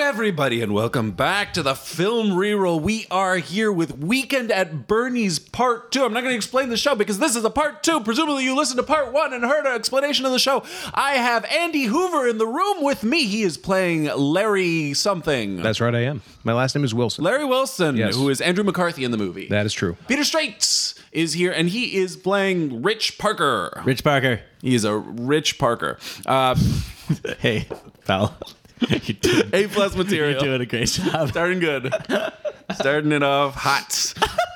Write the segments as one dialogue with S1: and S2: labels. S1: everybody, and welcome back to the Film Reroll. We are here with Weekend at Bernie's Part 2. I'm not going to explain the show because this is a Part 2. Presumably, you listened to Part 1 and heard our explanation of the show. I have Andy Hoover in the room with me. He is playing Larry something.
S2: That's right, I am. My last name is Wilson.
S1: Larry Wilson,
S2: Yes.
S1: who is Andrew McCarthy in the movie.
S2: that is true.
S1: Peter Straits is here, and he is playing Rich Parker.
S3: Rich Parker.
S1: He is a Rich Parker. Uh,
S3: Hey, pal. You're doing,
S1: a plus material.
S3: you're doing a great job.
S1: Starting good. Starting it off hot.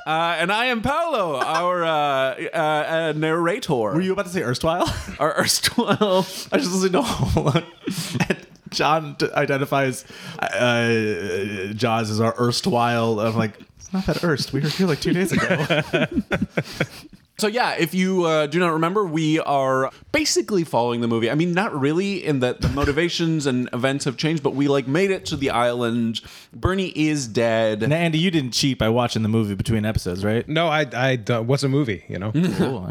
S1: Uh, and I am Paolo, our uh, uh, uh, narrator.
S3: Were you about to say erstwhile?
S1: our erstwhile.
S3: I just listened to a whole lot. And John d- identifies uh, Jaws as our erstwhile. I'm like, it's not that erst. We were here like two days ago.
S1: So, yeah, if you uh, do not remember, we are basically following the movie. I mean, not really, in that the motivations and events have changed, but we like made it to the island. Bernie is dead.
S3: now, Andy, you didn't cheat by watching the movie between episodes, right?
S2: No, I, I, uh, what's a movie? You know?
S3: Cool.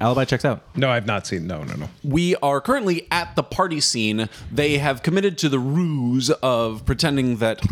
S3: Alibi checks out.
S2: no, I've not seen. No, no, no.
S1: we are currently at the party scene. They have committed to the ruse of pretending that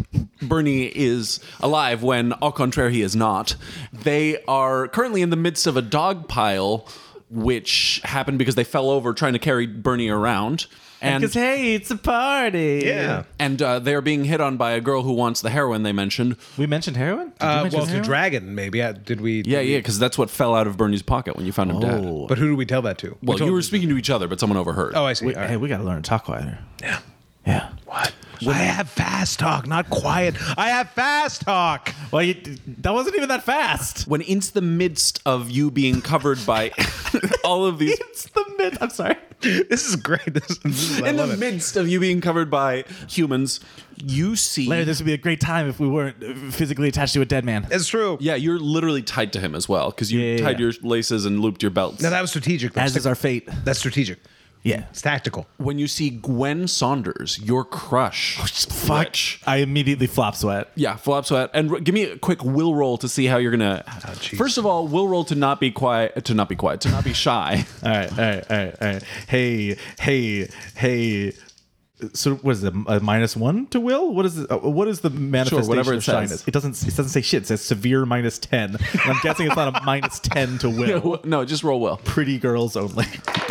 S1: Bernie is alive when, au contraire, he is not. They are currently in the midst of a dog pile, which happened because they fell over trying to carry Bernie around. And,
S3: hey, it's a party.
S2: Yeah.
S1: and uh, they are being hit on by a girl who wants the heroin they mentioned.
S3: We mentioned heroin? Did we
S2: Uh,
S3: mention
S2: well, the
S3: heroin?
S2: dragon, maybe. Yeah, did we?
S1: Yeah, yeah, because that's what fell out of Bernie's pocket when you found him dead.
S3: Oh.
S2: But who do we tell that to?
S1: Well,
S2: told-
S1: you were speaking to each other, but someone overheard.
S2: Oh, I see.
S3: Wait,
S2: All right.
S3: Hey, we got to learn to talk quieter.
S2: Yeah.
S3: Yeah.
S2: What? I have fast talk, not quiet. I have fast talk.
S3: Well, you, that wasn't even that fast.
S1: When in the midst of you being covered by all of these
S3: It's the mid. I'm sorry.
S2: This is great. This, this is, I
S1: in
S2: love
S1: the
S2: it.
S1: midst of you being covered by humans, you see.
S3: Larry, this would be a great time if we weren't uh, physically attached to a dead man.
S2: It's true.
S1: yeah, you're literally tied to him as well because you
S3: Yeah, yeah,
S1: tied
S3: yeah.
S1: your laces and looped your belts.
S2: No, that was strategic. That's,
S3: As is our fate.
S2: that's strategic.
S3: Yeah.
S2: It's tactical.
S1: when you see Gwen Saunders, your crush,
S2: Oh,
S3: Fuck.
S1: Rich.
S3: I immediately flop sweat.
S1: Yeah, flop sweat, and r- give me a quick will roll to see how you're gonna.
S2: Ah, jeez.
S1: First of all, will roll to not be quiet, to not be quiet, to not be shy.
S3: All right, all right, all right, all right. Hey, hey, hey. So what is it? A minus one to will? What is it, uh, what is the manifestation
S1: whatever it
S3: of shyness?
S1: says.
S3: It doesn't. It doesn't say shit. It says severe minus ten. And I'm guessing it's not a minus ten to will.
S1: no, just roll will.
S3: Pretty girls only.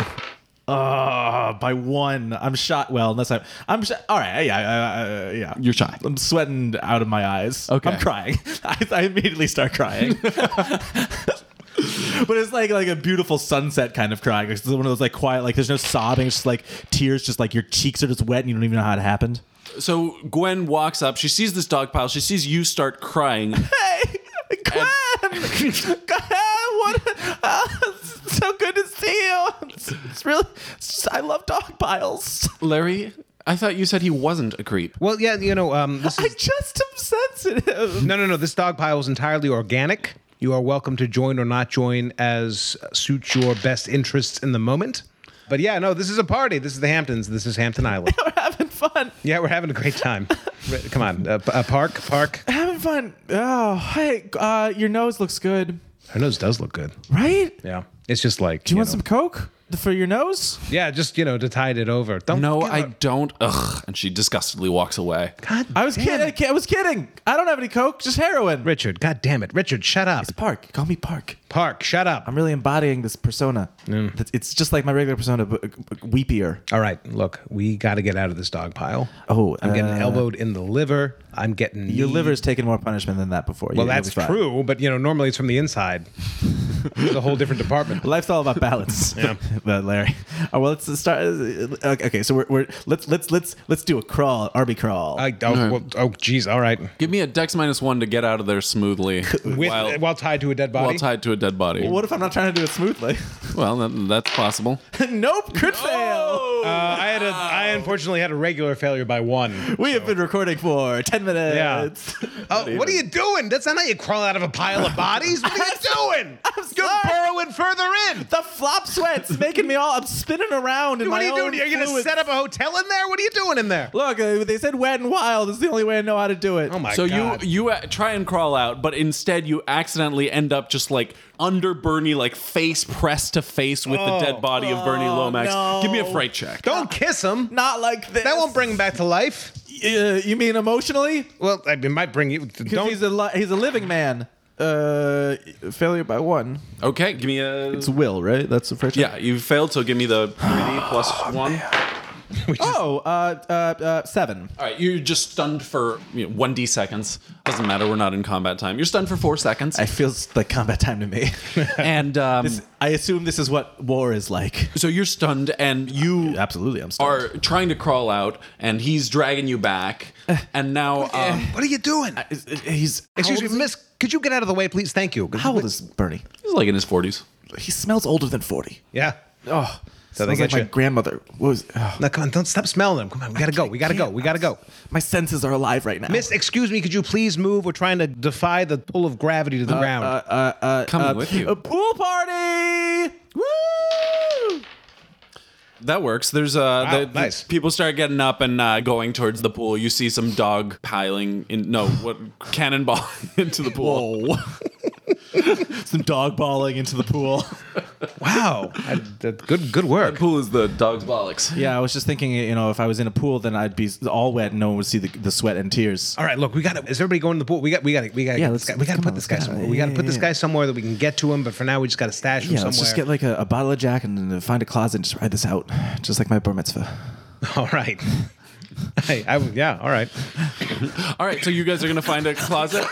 S3: Ah, by one. I'm shot. Well, unless I'm. I'm. Sh- all right. Yeah. Uh, yeah.
S1: You're shy.
S3: I'm sweating out of my eyes.
S1: Okay.
S3: I'm crying. I, I immediately start crying. but it's like like a beautiful sunset kind of crying. It's one of those like quiet, like there's no sobbing. It's just like tears, just like your cheeks are just wet and you don't even know how it happened.
S1: So Gwen walks up. She sees this dog pile. She sees you start crying.
S3: Hey, Gwen! what? so good to see you. It's, really, I love dog piles.
S1: Larry, I thought you said he wasn't a creep.
S2: Well, yeah, you know, um, this is,
S3: just am sensitive.
S2: no, no, no. This dog pile is entirely organic. You are welcome to join or not join as suits your best interests in the moment. But yeah, no, this is a party. This is the Hamptons. This is Hampton Island.
S3: We're having fun.
S2: Yeah, we're having a great time. Right, Come on, uh, p- uh, park, park.
S3: Having fun. Oh, hey, uh, your nose looks good.
S2: Her nose does look good.
S3: Right?
S2: Yeah, it's just like
S3: Do you want
S2: know-
S3: some Coke for your nose?
S2: Yeah, just you know to tide it over. Don't
S1: No,
S2: give
S1: I
S2: up.
S1: don't. Ugh. And she disgustedly walks away.
S2: God,
S3: I was
S2: damn
S3: kidding. I,
S2: it.
S3: ki- I was kidding. I don't have any Coke, just heroin.
S2: Richard, God damn it, Richard, shut up.
S3: Park. Call me Park.
S2: Park, shut up.
S3: I'm really embodying this persona. That's- It's just like my regular persona, but uh, weepier.
S2: All right, look, we got to get out of this dog pile.
S3: Oh,
S2: I'm getting
S3: uh,
S2: elbowed in the liver. I'm getting
S3: Your
S2: knee-
S3: liver's taken more punishment than that before.
S2: Well, that's true, but you know normally it's from the inside. it's a whole different department.
S3: Life's all about balance, yeah. but Larry. Oh, well, let's start. Okay, okay, so we're, we're let's let's let's let's do a crawl, Arby crawl.
S2: I, oh, well, oh, geez. All right,
S1: Give me a dex minus one to get out of there smoothly
S2: with
S1: while,
S2: while, tied to a dead
S1: while
S2: body.
S1: tied to a dead body.
S3: what if I'm not trying to do it smoothly?
S1: Well, that, that's possible. Oh
S3: nope, crit fail.
S2: uh, I had a, I unfortunately had a regular failure by one.
S3: We have been recording for ten
S2: Yeah.
S3: minutes.
S2: Oh, what are you doing? That's not how you crawl out of a pile of bodies. What are you doing?
S3: I'm
S2: You're
S3: sorry.
S2: burrowing further in.
S3: The flop sweat's making me all. I'm spinning around in
S2: What
S3: my
S2: are you
S3: own
S2: doing? You're going to
S3: fluids.
S2: set up a hotel in there? What are you doing in there?
S3: Look, uh, they said wet and wild. It's the only way I know how to do it.
S2: Oh my
S1: So
S2: god.
S1: you you uh, try and crawl out, but instead you accidentally end up just like under Bernie, like face pressed to face with the
S2: Oh.
S1: dead body of Bernie Lomax.
S3: no.
S1: Give me a fright check.
S2: Don't kiss him.
S3: Not like this.
S2: That won't bring him back to life.
S3: Uh, you mean emotionally?
S2: Well, I- it might bring you.
S3: Because
S2: Don't.
S3: he's a li- he's a living man. Uh, failure by one.
S1: Okay, give me a.
S3: It's will, right? That's the first.
S1: yeah, you failed, so give me the 3D plus one.
S3: Oh, uh, uh, uh, seven.
S1: All right, you're just stunned for you know, 1D seconds. Doesn't matter, we're not in combat time. You're stunned for four seconds.
S3: It feels like combat time to me.
S1: and um,
S3: I assume this is what war is like.
S1: so you're stunned, and you
S3: Absolutely, I'm sorry.
S1: are trying to crawl out, and he's dragging you back. And now. Um,
S2: what are you doing?
S3: He's
S2: Excuse
S3: how
S2: me,
S3: old is he?
S2: Miss. Could you get out of the way, please? Thank you.
S3: How old is Bernie?
S1: He's like in his 40s.
S3: He smells older than forty.
S2: Yeah.
S3: Oh,
S2: So they
S3: smells like
S2: get
S3: my
S2: you.
S3: grandmother. What was? Oh,
S2: Now, come on, don't stop smelling him. Come on, we gotta go. We gotta go. We gotta go.
S3: my senses are alive right now.
S2: Miss, excuse me, could you please move? We're trying to defy the pull of gravity
S3: Uh,
S2: to the ground.
S1: Coming with you.
S3: a pool party. Woo!
S1: That works. There's uh, the, the-
S2: nice.
S1: people start getting up and uh, going towards the pool. You see some dog piling in, no, what cannonball into the pool.
S3: Whoa. Oh. Some dog balling into the pool.
S2: wow. I-
S3: uh,
S2: that- good good work.
S1: Pool is the dog's bollocks.
S3: Yeah, I was just thinking, you know, if I was in a pool, then I'd be all wet and no one would see the, the sweat and tears.
S2: All right, look, we got to. Is everybody going to the pool? We got, we got, we got.
S3: Yeah,
S2: Yeah,
S3: let's-
S2: guy, we got to
S3: come
S2: put
S3: on,
S2: this guy
S3: let's go.
S2: somewhere. We got to
S3: Yeah,
S2: put this
S3: yeah,
S2: guy somewhere that we can get to him. But for now, we just got to stash him
S3: Yeah,
S2: somewhere.
S3: let's just get like a, a bottle of Jack and then find a closet and just ride this out, just like my bar mitzvah.
S2: all right. hey, I, would- yeah, all right.
S1: All right, so you guys are going to find a closet.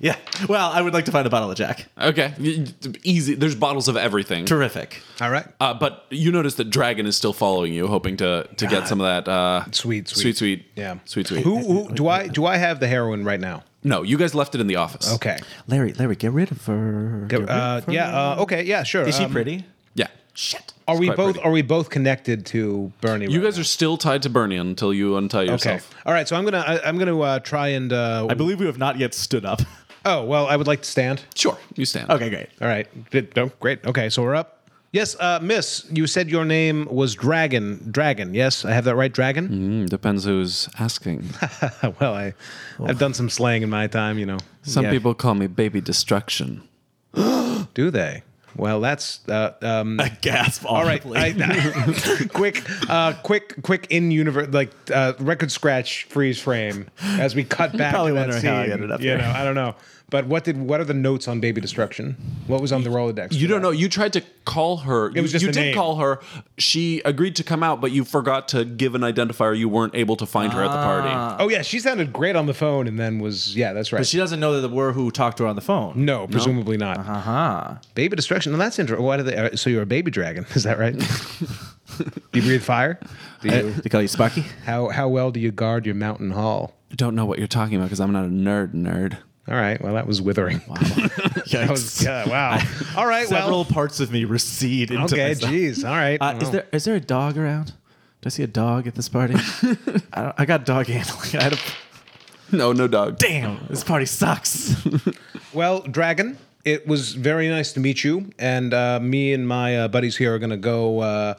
S3: Yeah. Well, I would like to find a bottle of Jack.
S1: Okay, y- y- easy. There's bottles of everything.
S3: Terrific.
S2: All right.
S1: Uh, but you notice that Dragon is still following you, hoping to to get some of that uh,
S2: Sweet, sweet.
S1: sweet, sweet,
S2: Yeah.
S1: sweet, sweet.
S2: Who, who do I do I have the heroin right now?
S1: No, you guys left it in the office.
S2: Okay.
S3: Larry, Larry, get rid of her. Get rid
S2: Uh,
S3: of her.
S2: yeah. Uh, okay. Yeah. Sure.
S3: Is she
S2: Um,
S3: pretty?
S1: Yeah. Shit.
S2: Are we
S1: quite
S2: both
S1: pretty.
S2: are we both connected to Bernie?
S1: You guys are still tied to Bernie until you untie
S2: okay.
S1: yourself.
S2: All right. So I'm gonna I, I'm gonna uh, try and. Uh,
S3: I believe we have not yet stood up.
S2: oh well, I would like to stand.
S1: Sure, you stand.
S3: Okay, great.
S2: All right. Good. No, great. Okay, so we're up. Yes, uh, Miss, you said your name was Dragon. Dragon. Yes, I have that right. Dragon.
S1: Hmm, depends who's asking.
S2: well, I, I've done some slang in my time, you know.
S1: Mm-hmm. Some
S2: Yeah.
S1: people call me baby destruction.
S2: do they? Well, that's uh, um,
S3: A gasp.
S2: all right. I, quick, uh, quick, quick in universe like uh, record scratch freeze frame as we cut back.
S3: probably
S2: to that
S3: wondering how I
S2: scene,
S3: ended up
S2: You
S3: there.
S2: know, I don't know. But what did what are the notes on Baby Destruction? What was on the Rolodex?
S1: You don't know. You tried to call her. It you
S2: was just
S1: you
S2: the
S1: did
S2: name.
S1: call her. She agreed to come out, but you forgot to give an identifier. You weren't able to find her at the party.
S2: Oh yeah, she sounded great on the phone, and then was yeah, that's right.
S3: She doesn't know that we're who talked to her on the phone.
S2: No, presumably not. Uh huh.
S3: Uh-huh.
S2: Baby destruction. Well, that's interesting. Why do they? uh, So you're a baby dragon? Is that right? do you breathe fire? Do you,
S3: Uh, They call you Sparky?
S2: how how well do you guard your mountain hall?
S1: Don't know what you're talking about because I'm not a nerd. Nerd.
S2: All right. Well, that was withering.
S3: Yikes.
S2: That was- yeah. Wow. All right.
S3: Several
S2: Well.
S3: parts of me recede into
S2: Okay.
S3: myself.
S2: Jeez. All right.
S3: Uh, Is
S2: Well,
S3: there is there a dog around? Do I see a dog at this party? I, don't, I got dog handling. I had a,
S1: No, no dog.
S3: damn, this party sucks.
S2: well, dragon. It was very nice to meet you, and uh, me and my uh, buddies here are gonna go. Uh,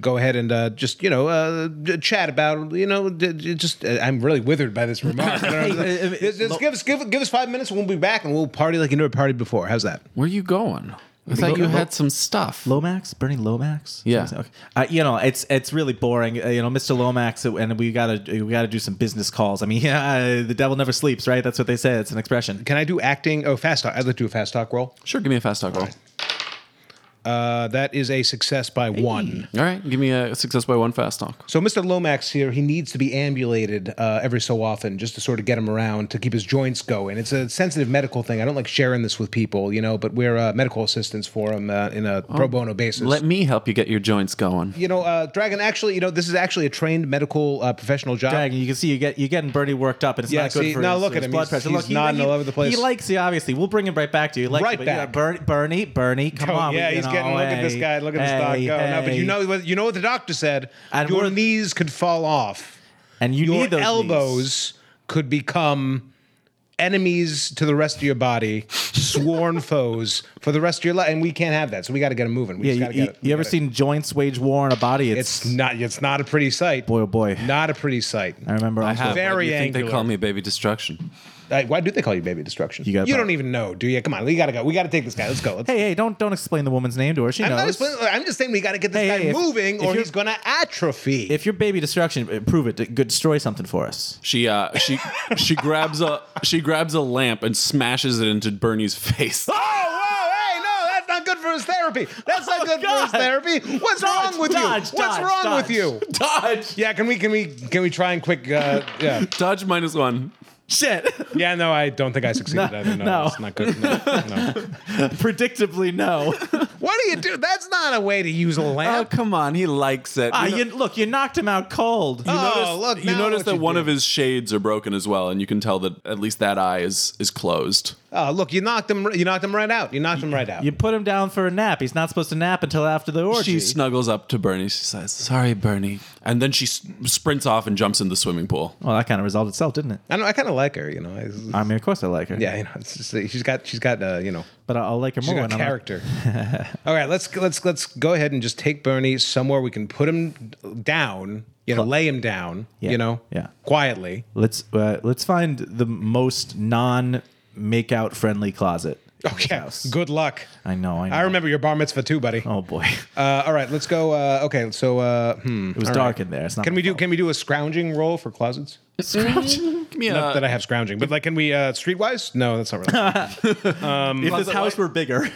S2: Go ahead and uh, just you know uh, j- chat about you know d- d- just uh, I'm really withered by this remark.
S3: Hey,
S2: Just, just give us give, give us five minutes and we'll be back and we'll party like you never partied before. How's that?
S1: Where you going? I thought you had some stuff.
S3: Lomax, Bernie Lomax.
S1: Yeah.
S3: Okay. Uh, you know, it's it's really boring. Uh, you know, Mr. Lomax, uh, and we gotta we gotta do some business calls. I mean, yeah, uh, the devil never sleeps, right? That's what they say. It's an expression.
S2: Can I do acting? Oh, fast talk. I'd like to do a fast talk roll.
S1: Sure, give me a fast talk roll.
S2: Uh, that is a success by one.
S1: All right, give me a success by one fast talk.
S2: So Mr. Lomax here, he needs to be ambulated uh, every so often just to sort of get him around to keep his joints going. It's a sensitive medical thing. I don't like sharing this with people, you know, but we're uh, medical assistants for him uh, in a
S3: Oh,
S2: pro bono basis.
S1: Let me help you get your joints going.
S2: you know, uh, Dragon, actually, you know, this is actually a trained medical uh, professional job.
S3: Dragon, you can see you get you getting Bernie worked up, and it's
S2: Yeah,
S3: not good
S2: see,
S3: for
S2: now
S3: his,
S2: look at
S3: his
S2: him.
S3: blood
S2: He's-
S3: pressure.
S2: he's
S3: look, he-
S2: nodding
S3: he-
S2: all over the place.
S3: He likes you, obviously. We'll bring him right back to you. He likes
S2: Right
S3: you, but, you know,
S2: back.
S3: Bernie, Bernie, Bernie, come
S2: Oh,
S3: on.
S2: yeah,
S3: we-
S2: he's
S3: you know,
S2: getting. Look at this
S3: hey,
S2: guy. Look at this dog
S3: hey,
S2: go. No, but
S3: hey.
S2: you know what? You know what the doctor said.
S3: And
S2: your
S3: we're-
S2: knees could fall off.
S3: and you
S2: Your
S3: need those knees.
S2: elbows could become enemies to the rest of your body, sworn foes for the rest of your life. And we can't have that. So we got to get them moving. We just
S3: Yeah,
S2: gotta
S3: you,
S2: get
S3: you,
S2: it.
S3: you ever
S2: Get it.
S3: seen joints wage war on a body?
S2: It's not. It's not a pretty sight.
S3: boy, oh boy.
S2: Not a pretty sight.
S3: I remember.
S1: I have.
S2: Very
S1: you think they
S2: angular.
S1: call me baby destruction?
S2: I, why do they call you Baby Destruction?
S4: You got
S2: you
S4: that.
S2: don't even know, do you? Come on, we gotta go. We gotta take this guy. Let's go. Let's.
S3: Hey, hey, don't don't explain the woman's name to her. She
S2: I'm,
S3: knows.
S2: not explaining, I'm just saying we gotta get this
S3: Hey,
S2: guy
S3: hey, if-
S2: moving,
S3: if
S2: or
S3: you're-
S2: he's gonna atrophy.
S3: if your baby destruction, uh, prove it. Good, destroy something for us.
S1: She uh she she grabs a she grabs a lamp and smashes it into Bernie's face.
S2: Oh, whoa, hey, no, that's not good for his therapy. That's not
S3: Oh,
S2: good
S3: God.
S2: for his therapy. What's
S3: Dodge,
S2: wrong with
S3: dodge,
S2: you? What's
S3: dodge,
S2: wrong
S3: dodge.
S2: with you?
S1: Dodge.
S2: Yeah, can we can we can we try and quick uh yeah.
S1: Dodge minus one.
S3: Shit.
S2: Yeah, no, I don't think I succeeded
S3: No,
S2: either. No,
S3: no.
S2: that's not good. No, no.
S3: Predictably, no.
S2: What do you do? That's not a way to use a
S1: Oh
S2: lamp.
S1: come on, he likes it.
S3: Ah,
S1: You know-
S3: you, look, you knocked him out cold.
S2: Oh,
S1: notice-
S2: look,
S1: you
S2: now
S1: notice
S2: what
S1: that
S2: you
S1: one
S2: did.
S1: of his shades are broken as well, and you can tell that at least that eye is is closed.
S2: Oh, look, you knocked him you knocked him right out. You knocked him right out.
S3: You put him down for a nap. He's not supposed to nap until after the
S2: Oh,
S1: She
S3: orgy.
S1: snuggles up to Bernie. She says, "Sorry, Bernie," and then she s- sprints off and jumps in the swimming pool.
S3: well, that kind of resolved itself, didn't it?
S2: I know I kinda like her, you know. I,
S3: I mean, of course I like her.
S2: yeah, you know, it's just, she's got she's got uh, you know
S3: But I'll, I'll like her
S2: She's
S3: more
S2: got
S3: when I'm.
S2: character. All right, let's let's let's go ahead and just take Bernie somewhere we can put him down. You know, lay him down.
S3: Yeah,
S2: You know,
S3: yeah.
S2: quietly.
S3: Let's uh, let's find the most non makeout friendly closet. in
S2: Oh
S3: this
S2: yeah.
S3: house.
S2: Good luck.
S3: I know. I know.
S2: I remember your bar mitzvah too, buddy.
S3: Oh boy,
S2: Uh, all right, let's go. Uh, okay, so uh, hmm.
S3: it was
S2: All
S3: dark
S2: right.
S3: in there. It's not.
S2: Can
S3: my
S2: we do
S3: fault.
S2: can we do a scrounging roll for closets?
S1: Give me
S2: Not
S1: a-
S2: that I have scrounging, but like, can we uh, streetwise? No, that's not really.
S3: if this house were bigger?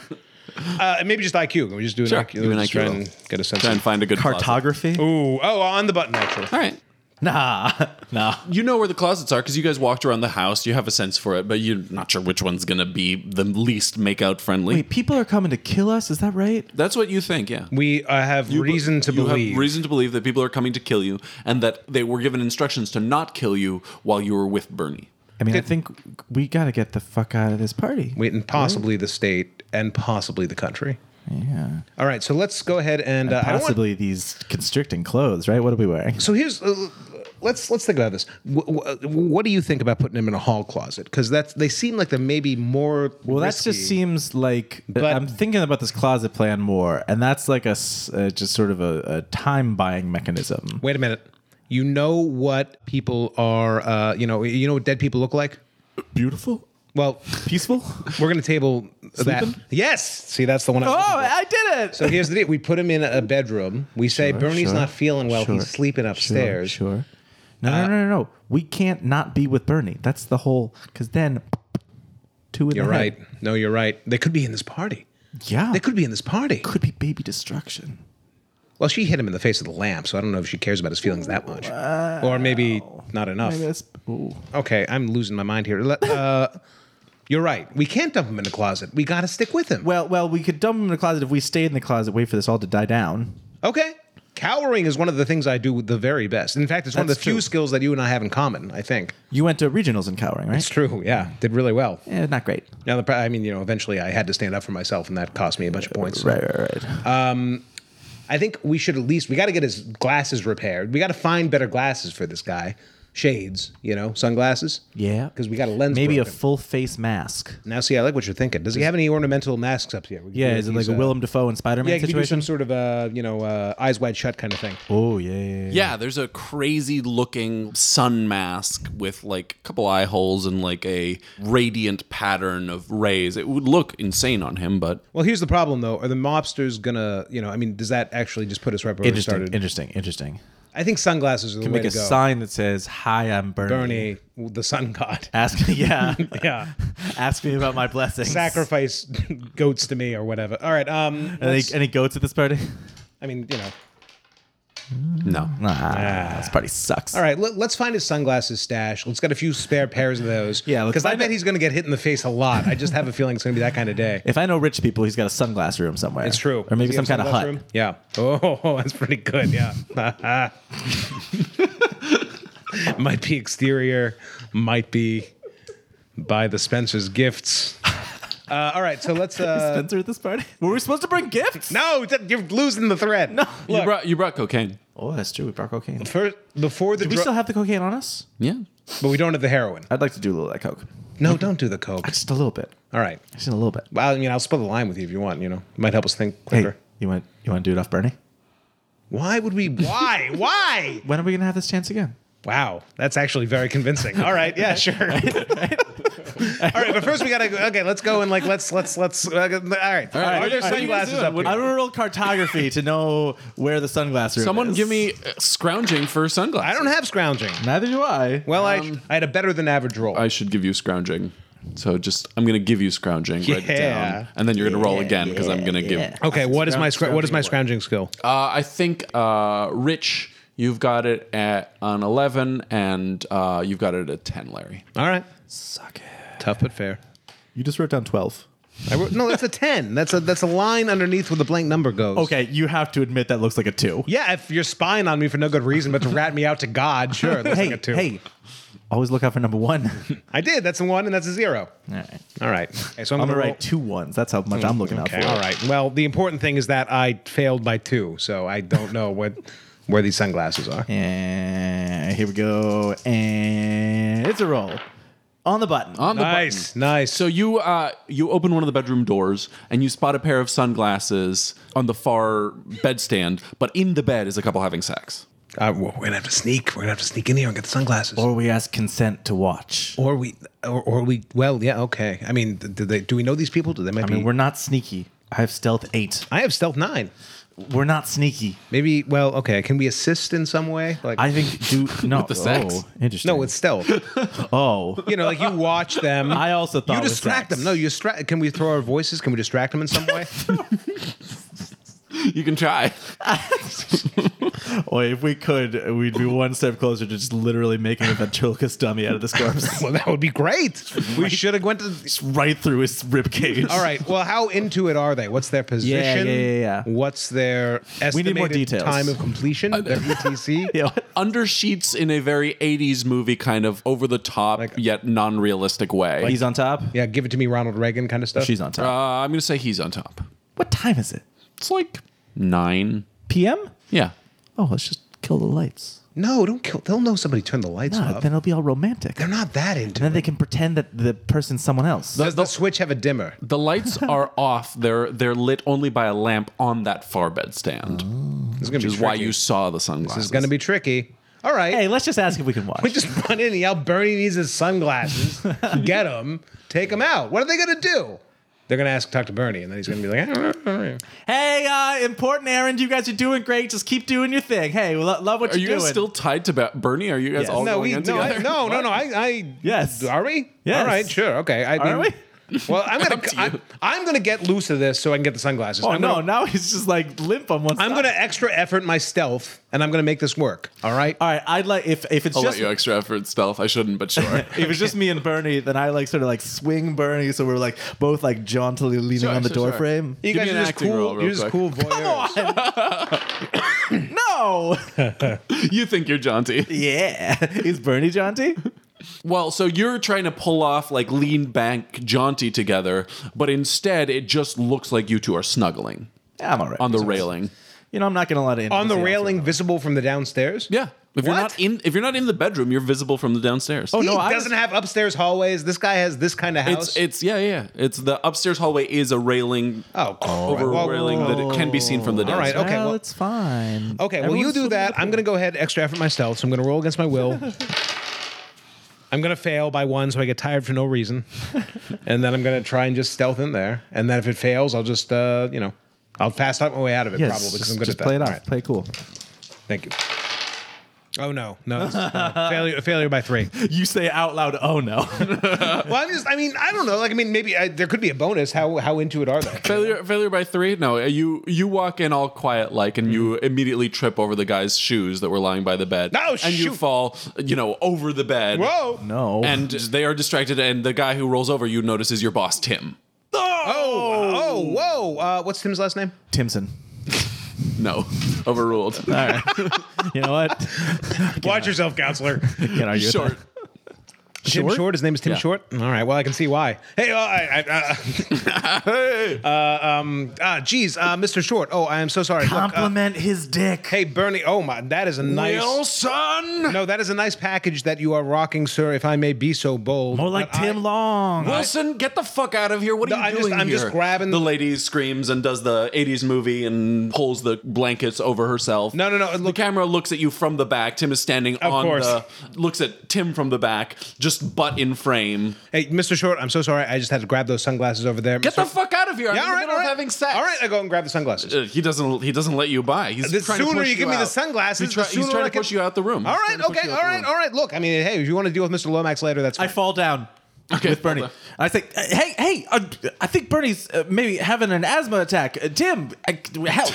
S2: uh, maybe just IQ. Can we just do an
S1: Sure,
S2: IQ?
S1: do an
S2: Let's
S1: IQ
S2: try
S1: roll.
S2: and get a sense.
S1: try and
S2: Of,
S1: find a good closet.
S3: Cartography?
S2: ooh, oh, on the button actually.
S1: All right.
S3: Nah, nah.
S1: You know where the closets are because you guys walked around the house. You have a sense for it, but you're not sure which one's going to be the least makeout friendly.
S3: Wait, people are coming to kill us. Is that right?
S1: That's what you think, yeah.
S2: We uh, have reason to
S1: you
S2: believe.
S1: have reason to believe that people are coming to kill you, and that they were given instructions to not kill you while you were with Bernie.
S3: I mean, I think we gotta get the fuck out of this party.
S2: Wait, and possibly the state and possibly the country.
S3: yeah.
S2: All right, so let's go ahead and, uh, I don't want-
S3: Possibly these constricting clothes, right? What are we wearing?
S2: so here's uh, let's let's think about this. W- w- what do you think about putting him in a hall closet? Because that's they seem like they're maybe more.
S3: Well, that just seems like uh,
S2: But-
S3: I'm thinking about this closet plan more, and that's like a s- uh, just sort of a, a time buying mechanism.
S2: Wait a minute. You know what people are? Uh, you know you know what dead people look like.
S3: Beautiful,
S2: Well,
S3: peaceful.
S2: we're gonna table that.
S3: Sleeping?
S2: Yes. See, that's the one. I
S3: Oh,
S2: was looking for.
S3: I did it!
S2: So here's the deal. We put him in a bedroom. We say Bernie's
S3: Uh, sure,
S2: not feeling well.
S3: sure,
S2: He's sleeping upstairs. Uh,
S3: Sure. sure. No, no, no, no, no. We can't not be with Bernie. That's the whole. Because then, two in
S2: You're
S3: the head.
S2: right. No, you're right. They could be in this party.
S3: Yeah,
S2: They could be in this party.
S3: could be baby destruction.
S2: Well, she hit him in the face with a lamp, so I don't know if she cares about his feelings that much, or maybe not enough.
S3: Maybe that's. Ooh.
S2: Okay, I'm losing my mind here. Let- Uh, you're right. We can't dump him in the closet. We got to stick with him.
S3: Well, well, we could dump him in the closet if we stayed in the closet, wait for this all to die down.
S2: okay. Cowering is one of the things I do the very best. In fact, it's one of
S3: That's
S2: the few
S3: true.
S2: skills that you and I have in common. I think
S3: You went to regionals in Cowering, right?
S2: it's true. Yeah, did really well.
S3: Yeah, not great.
S2: Now, the, pro- I mean, you know, eventually I had to stand up for myself, and that cost me a bunch of points.
S3: Right, right, right.
S2: I think we should at least we got to get his glasses repaired. We got to find better glasses for this guy. Shades, you know, sunglasses.
S3: Yeah.
S2: because we got a lens.
S3: Maybe
S2: broken.
S3: a full face mask.
S2: Now, see, I like what you're thinking. Does he have any ornamental masks up here? We could
S3: Yeah,
S2: do
S3: is it like
S2: these,
S3: a
S2: uh,
S3: Willem Dafoe and Spider Man
S2: Yeah, could do
S3: situation?
S2: some sort of uh, you know, uh, eyes wide shut kind of thing.
S3: Oh yeah, yeah, yeah.
S1: Yeah, there's a crazy looking sun mask with like a couple eye holes and like a radiant pattern of rays. It would look insane on him, but
S2: Well, here's the problem though: are the mobsters gonna, you know, I mean, does that actually just put us right where we
S3: Interesting,
S2: started?
S3: interesting, interesting.
S2: I think sunglasses are the way
S3: Make
S2: to
S3: a
S2: go.
S3: sign that says, "Hi, I'm Bernie."
S2: Bernie, the sun god.
S3: Ask me, yeah,
S2: Yeah,
S3: ask me about my blessings.
S2: sacrifice goats to me or whatever. All right. Um,
S3: Any,
S2: let's-
S3: any goats at this party?
S2: I mean, you know.
S1: no.
S3: Nah, this party sucks.
S2: All right, let, let's find his sunglasses stash. Let's get a few spare pairs of those.
S3: Yeah, let's
S2: because I
S3: find
S2: bet
S3: it.
S2: he's going to get hit in the face a lot. I just have a feeling it's going to be that kind of day.
S3: If I know rich people, he's got a sunglass room somewhere.
S2: It's true.
S3: Or maybe
S2: Does he
S3: some
S2: have
S3: kind of
S2: sunglass
S3: hut.
S2: room? Yeah. Oh, that's pretty good. Yeah. might be exterior, might be by the Spencer's gifts. Uh, all right, so let's. Uh,
S3: Spencer at this party? Were we supposed to bring gifts?
S2: no, th- you're losing the thread. No,
S1: You brought you brought cocaine.
S3: Oh, that's true. We brought cocaine. Do
S2: first before the
S3: we
S2: dru-
S3: still have the cocaine on us?
S1: Yeah.
S2: but we don't have the heroin.
S3: I'd like to do a little of that coke.
S2: No, don't do the coke.
S3: Just a little bit.
S2: All right.
S3: Just a little bit.
S2: Well, I mean, I'll split the line with you if you want. You know, it might help us think
S3: Hey,
S2: quicker.
S3: you want you want to do it off Bernie?
S2: Why would we? Why? why?
S3: When are we gonna have this chance again?
S2: Wow, that's actually very convincing. All right, yeah, sure. All right, but first we gotta. go- Okay, let's go and like let's let's let's. Uh, all right, all right. Are there
S3: What are you guys
S2: sunglasses
S3: doing?
S2: up here?
S3: I would roll cartography to know where the sunglass room
S1: Someone
S3: is.
S1: give me uh, scrounging for sunglasses.
S2: I don't have scrounging.
S3: Neither do I.
S2: Well, I I had a better than average roll.
S1: I should give you scrounging. So just I'm gonna give you scrounging. Write it
S2: Yeah.
S1: down, and then you're gonna roll again because I'm gonna give. Uh,
S2: okay, what is my scr- what is my scrounging skill?
S1: I think uh, Rich, you've got it at an 11, and uh, you've got it at 10, Larry.
S2: All right,
S5: Suck it.
S2: tough but fair.
S5: You just wrote down twelve.
S2: I wrote, no, that's a ten. That's a that's a line underneath where the blank number goes.
S3: Okay, you have to admit that looks like a two.
S2: Yeah, if you're spying on me for no good reason but to rat me out to God, sure. it looks
S5: Hey,
S2: like a two.
S5: hey. Always look out for number one.
S2: I did. That's a one and that's a zero.
S5: all right.
S2: All right. Okay, so I'm,
S5: I'm gonna
S2: gonna roll-
S5: write two ones. That's how much I'm looking
S2: Okay.
S5: out for.
S2: All right. Well, the important thing is that I failed by two, so I don't know what where these sunglasses are.
S5: And here we go. And it's a roll on the button.
S1: On the
S2: Nice,
S1: button.
S2: nice.
S1: So you uh, you open one of the bedroom doors and you spot a pair of sunglasses on the far bedstand, but in the bed is a couple having sex.
S2: Uh, we're gonna have to sneak. We're gonna have to sneak in here and get the sunglasses. Or,
S5: or we ask consent to watch.
S2: or we, or, or we. Well, yeah, okay. I mean, th- do they? Do we know these people? Do they might
S5: I mean,
S2: be?
S5: we're not sneaky. I have stealth eight.
S2: I have stealth nine.
S5: We're not sneaky.
S2: Maybe. Well, okay. Can we assist in some way? Like,
S5: I think do no
S1: the sex?
S5: Oh, interesting.
S2: no, with stealth.
S5: oh.
S2: you know, like you watch them.
S5: I also thought
S2: you
S5: it was
S2: distract
S5: sex.
S2: them. No, you distract. Can we throw our voices? Can we distract them in some way?
S1: You can try.
S3: Boy, if we could, we'd be one step closer to just literally making a ventriloquist dummy out of this corpse.
S2: well, that would be great. We should have went to
S3: right through his ribcage.
S2: All right. Well, how into it are they? What's their position?
S5: yeah, yeah, yeah.
S2: What's their estimated
S5: need more details.
S2: time of completion? their E ETC.
S5: Yeah.
S1: Under sheets in a very 80s movie kind of over the top
S2: Like-
S1: yet non realistic way.
S5: He's on top.
S2: Yeah, give it to me, Ronald Reagan kind of stuff.
S5: She's on
S1: uh,
S5: top.
S1: I'm gonna say he's on top.
S5: what time is it?
S1: It's like nine.
S5: PM?
S1: Yeah.
S5: Oh, let's just kill the lights.
S2: no, don't kill. They'll know somebody turned the lights
S5: Nah,
S2: off.
S5: then it'll be all romantic.
S2: They're not that into.
S5: and then
S2: it.
S5: they can pretend that the person's someone else.
S2: Does the switch have a dimmer?
S1: The lights are off. They're they're lit only by a lamp on that far bed stand,
S2: This is
S1: which
S2: gonna Oh, be
S1: is
S2: tricky.
S1: why you saw the sunglasses.
S2: This is gonna be tricky. All right.
S5: hey, let's just ask if we can
S2: We
S5: watch.
S2: just run in and yell, Bernie needs his sunglasses. Get him. Take him out. What are they gonna do? They're gonna ask, talk to Bernie, and then he's gonna be like,
S5: hey, uh, important errand. You guys are doing great. Just keep doing your thing. Hey, we lo- love what
S1: Are you
S5: you're
S1: guys
S5: doing.
S1: still tied to Ba- Bernie? Are you guys
S5: Yes.
S1: all
S2: No,
S1: going
S2: we
S1: in
S2: no, I,
S1: together?
S2: no, no, no. I, I
S5: Yes.
S2: Are we?
S5: Yes.
S2: All right. Sure. Okay. I
S5: Are
S2: mean-
S5: we?
S2: Well, I'm gonna
S1: to
S2: I'm,
S1: you.
S2: I'm gonna get loose of this so I can get the sunglasses.
S5: Oh
S2: I'm
S5: no!
S2: Gonna,
S5: now he's just like limp on one side.
S2: I'm gonna extra effort my stealth and I'm gonna make this work. All right.
S5: All right, I'd like if if it's
S1: I'll
S5: just
S1: let you extra effort stealth. I shouldn't, but sure.
S5: if it's just me and Bernie, then I like sort of like swing Bernie, so we're like both like jauntily leaning
S1: Sure,
S5: on the
S1: sure,
S5: door
S1: sure.
S5: frame.
S2: you
S1: give me
S2: guys are
S1: an
S2: just
S1: acting
S2: cool.
S1: role real
S2: you're just
S1: quick.
S2: cool voyeurs.
S5: No.
S1: you think you're jaunty.
S5: yeah. Is Bernie jaunty?
S1: Well, so you're trying to pull off like lean bank jaunty together, but instead it just looks like you two are snuggling
S5: Yeah, I'm all right.
S1: on the railing.
S5: you know, I'm not gonna let it
S2: On the railing, visible from the downstairs.
S1: Yeah. If you're
S2: What?
S1: not in if you're not in the bedroom, you're visible from the downstairs.
S5: Oh,
S2: He
S5: no, I
S2: doesn't have upstairs hallways. This guy has this kind of house.
S1: It's it's yeah, yeah. It's the upstairs hallway is a railing
S2: oh,
S1: over
S2: well,
S1: railing that it can be seen from the
S2: All right,
S1: downstairs.
S2: okay,
S5: Well,
S2: well-
S5: it's fine.
S2: Okay, well, you
S5: Everyone's
S2: do
S5: swimming
S2: that. I'm going to go ahead extra effort myself, so I'm going to roll against my will. I'm going to fail by one, so I get tired for no reason. and then I'm going to try and just stealth in there. And then if it fails, I'll just, uh, you know, I'll fast talk my way out of it
S5: Yes,
S2: probably because
S5: just,
S2: I'm good at
S5: just
S2: that.
S5: play it off.
S2: All right,
S5: Play it cool.
S2: thank you. Oh, no. No. it's- no. failure, failure by three.
S5: You say out loud, "Oh no!"
S2: Well, I'm just, I mean, I don't know. Like, I mean, maybe I, there could be a bonus. How, how into it are they?
S1: Failure, failure by three. No, uh, you you walk in all quiet like, and you immediately trip over the guy's shoes that were lying by the bed.
S2: Mm-hmm. No,
S1: and you
S2: shoot.
S1: fall, you know, over the bed.
S2: Whoa.
S5: no.
S1: And they are distracted, and the guy who rolls over you notices your boss Tim.
S2: Oh, oh, whoa. Uh, what's Tim's last name?
S5: Timson.
S1: No, overruled.
S5: All right. you know what?
S2: Watch yourself, counselor.
S5: Can argue with
S1: Short.
S5: that.
S2: Tim Short? His name is Tim
S1: Yeah.
S2: Short. All right. Well, I can see why. Hey, uh, I, I, uh, uh, um, ah, geez, uh, Mr. Short. Oh, I am so sorry. Look, uh,
S5: Compliment his dick.
S2: hey, Bernie. Oh my, that is a nice.
S1: Wilson.
S2: No, that is a nice package that you are rocking, sir. If I may be so bold.
S5: More like
S2: But I-
S5: Tim Long.
S1: Wilson, get the fuck out of here! What are
S2: No,
S1: you
S2: I'm just-
S1: doing
S2: I'm just
S1: here?
S2: grabbing-
S1: the lady screams and does the '80s movie and pulls the blankets over herself.
S2: No, no, no,
S1: the
S2: look-
S1: camera looks at you from the back. Tim is standing on
S2: course.
S1: the looks at Tim from the back, just just butt in frame.
S2: Hey, Mr. Short, I'm so sorry. I just had to grab those sunglasses over there.
S1: Get
S2: Mr.
S1: the fuck out of here! I'm
S2: Yeah,
S1: in
S2: all
S1: the
S2: right,
S1: middle
S2: all
S1: of
S2: right.
S1: having sex.
S2: All right, I go and grab the sunglasses.
S1: Uh, he doesn't. He doesn't let you by. He's
S2: the
S1: trying to
S2: sooner
S1: push
S2: you give me the
S1: out.
S2: sunglasses,
S1: He's, try-
S2: the sooner
S1: he's trying
S2: I
S1: to
S2: can-
S1: push you out the room.
S2: all
S1: He's trying
S2: right,
S1: to push
S2: okay,
S1: you
S2: all
S1: out the
S2: right,
S1: room.
S2: all right. Look, I mean, hey, if you want to deal with Mr. Lomax later, that's
S6: I
S2: fine.
S6: fall down
S1: Okay,
S6: with Bernie.
S1: hold
S6: I
S3: I say, hey, hey, uh, I think Bernie's uh, maybe having an asthma attack. Uh, Tim, I, help.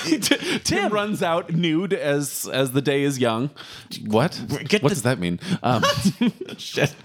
S1: Tim, runs out nude as as the day is young. What?
S3: Get
S1: what
S3: the-
S1: does that mean? Um,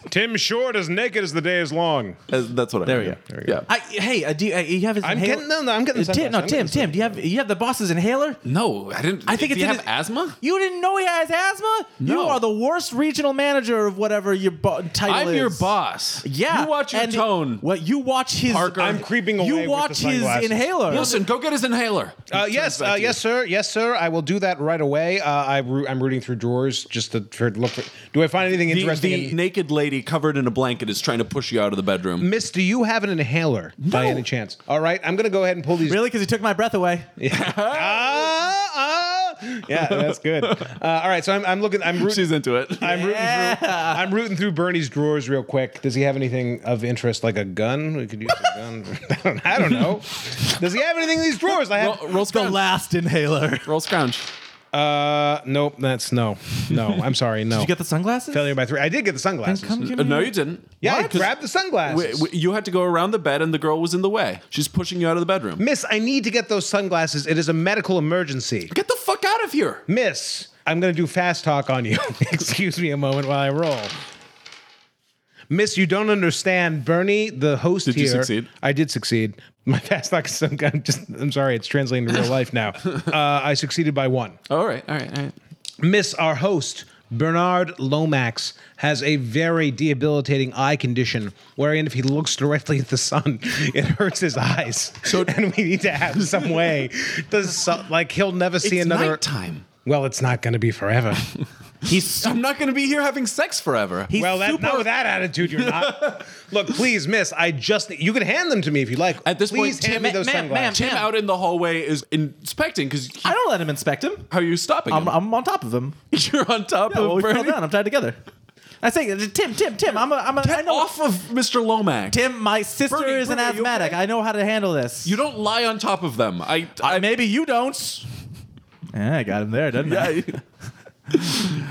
S2: Tim Short is naked as the day is long.
S1: as- that's what.
S3: There
S1: I
S3: we
S1: mean.
S3: go.
S1: There we go. Yeah.
S3: I, hey, uh, do you, uh, you have his
S2: I'm
S3: inhaler?
S2: getting- no, no, I'm getting
S3: Uh, Tim,
S2: sunglasses.
S3: no,
S2: I'm
S3: Tim,
S2: getting
S3: Tim, do you have you have the boss's inhaler?
S1: No, I didn't.
S3: I think
S1: do
S3: it's
S1: you
S3: in
S1: have
S3: his-
S1: asthma.
S3: You didn't know he has asthma? You
S1: No.
S3: are the worst regional manager of whatever your bo- title
S1: I'm
S3: is.
S1: your boss.
S3: Yeah.
S1: You watch your
S3: and-
S1: tone.
S3: Well, you watch his.
S1: Parker.
S2: I'm creeping away with
S3: You
S2: the
S3: watch his
S2: sunglasses.
S3: inhaler.
S1: Listen, go get his inhaler.
S2: Uh, yes,
S1: back
S2: uh,
S1: to
S2: yes, sir, yes, sir. I will do that right away. Uh, I roo- I'm rooting through drawers just to for, look for. Do I find anything
S1: The,
S2: interesting?
S1: the
S2: in-
S1: naked lady covered in a blanket is trying to push you out of the bedroom.
S2: Miss, do you have an inhaler by any chance? All right, I'm gonna go ahead and pull these.
S3: Really? Because he took my breath away.
S2: Ah, ah. Yeah, that's good. Uh, all right, so I'm, I'm looking. I'm rooting.
S1: She's into it.
S2: I'm rooting through. I'm rooting through Bernie's drawers real quick. Does he have anything of interest, like a gun? We could use a gun. I don't- I don't know. Does he have anything in these drawers? I have.
S1: roll, roll
S3: The
S1: scrounge.
S3: last inhaler. Did
S1: roll scrounge.
S2: Uh, nope. That's no, no. I'm sorry. No.
S3: you get the sunglasses?
S2: failure by three? I did get the sunglasses.
S3: Come give
S1: Uh,
S3: me
S1: no, you didn't.
S2: yeah,
S1: Why?
S2: I
S1: 'Cause
S2: grabbed the sunglasses.
S1: w- w- you had to go around the bed, and the girl was in the way. She's pushing you out of the bedroom.
S2: Miss, I need to get those sunglasses. It is a medical emergency.
S1: Get the fuck out of here.
S2: Miss, I'm going to do fast talk on you. Excuse me a moment while I roll. Miss, you don't understand. Bernie, the host
S1: Did you
S2: here.
S1: succeed?
S2: I did succeed. My fast talk is some I'm just I'm sorry, it's translating to real life now. Uh, I succeeded by one.
S1: All right, all right, all right.
S2: Miss, our host, Bernard Lomax, has a very debilitating eye condition wherein if he looks directly at the sun, it hurts his eyes. So, and we need to have some way to, so- like, he'll never see
S1: It's
S2: another.
S1: nighttime.
S2: Well, it's not going to be forever.
S3: He's
S1: I'm not going to be here having sex forever.
S3: He's
S2: well, that,
S3: super.
S2: not with that attitude, you're not. Look, please, miss, I just. You can hand them to me if you like.
S1: At this
S2: please
S1: point,
S2: hand
S1: Tim-
S2: me those
S3: ma'am, ma'am,
S2: sunglasses.
S1: Tim
S3: Damn.
S1: out in the hallway is inspecting because
S3: I don't let him inspect him.
S1: how are you stopping
S3: I'm,
S1: him?
S3: I'm on top of him.
S1: You're on top
S3: Oh,
S1: of
S3: we fell
S1: Bernie.
S3: down. I'm tied together. I say, Tim, Tim, Tim. I'm a, I'm a. I
S1: Get
S3: know.
S1: off of Mr. Lomax.
S3: Tim, my sister
S1: Bernie,
S3: is an
S1: Bernie, you
S3: asthmatic.
S1: okay?
S3: I know how to handle this.
S1: You don't lie on top of them. I, I,
S3: I, Uh, maybe you don't. Yeah, I got him there, didn't I?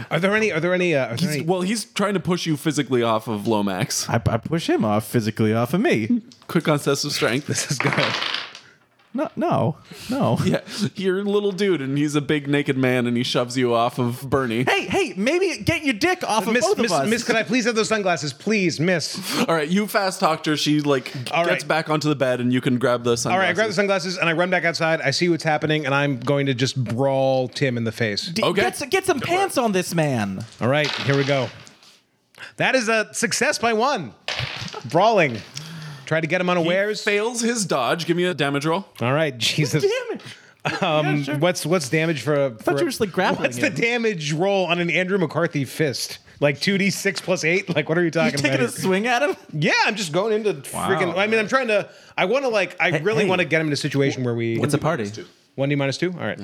S2: Are there any? Are there any? Uh, are there
S1: he's-
S2: any
S1: well, he's trying to push you physically off of Lomax.
S3: I, I push him off physically off of me.
S1: Quick on test of strength.
S2: this is good.
S3: No, no, no.
S1: Yeah, you're a little dude, and he's a big naked man, and he shoves you off of Bernie.
S3: Hey, hey, maybe get your dick off of
S2: Miss,
S3: both
S2: miss,
S3: of us.
S2: miss, could I please have those sunglasses? Please, miss.
S1: All right, you fast talked her. She like
S2: All
S1: gets
S2: right.
S1: back onto the bed, and you can grab the sunglasses.
S2: All right, I grab the sunglasses and I run back outside. I see what's happening and I'm going to just brawl Tim in the face.
S3: D-
S1: Okay.
S3: Get, s- get some pants on this man.
S2: All right, here we go. That is a success by one. Brawling. Try to get him unawares.
S1: Fails his dodge. Give me a damage roll.
S2: All right, Jesus.
S3: Damn it.
S2: Um, what's what's damage for a? I
S3: thought you were just, like, grappling
S2: What's
S3: him.
S2: the damage roll on an Andrew McCarthy fist? Like two d six plus eight? Like what are you
S3: You
S2: talking
S3: taking a
S2: about? here?
S3: swing at him?
S2: yeah, I'm just going into freaking. I mean, I'm trying to. I want to like. I really
S3: hey.
S2: want to get him in a situation where we.
S3: It's a party.
S2: One D minus two. All right.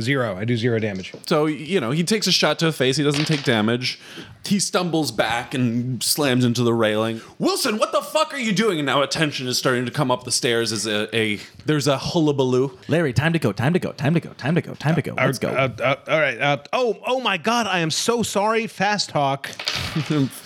S2: Zero. I do zero damage.
S1: So you know he takes a shot to the face. He doesn't take damage. He stumbles back and slams into the railing. Wilson, what the fuck are you doing? And now attention is starting to come up the stairs. As a, a there's a hullabaloo.
S3: Larry, time to go, time to go, time to go, time to go, time to go. Let's go.
S2: Uh, uh, all right. Uh, oh, oh my God! I am so sorry. Fast talk.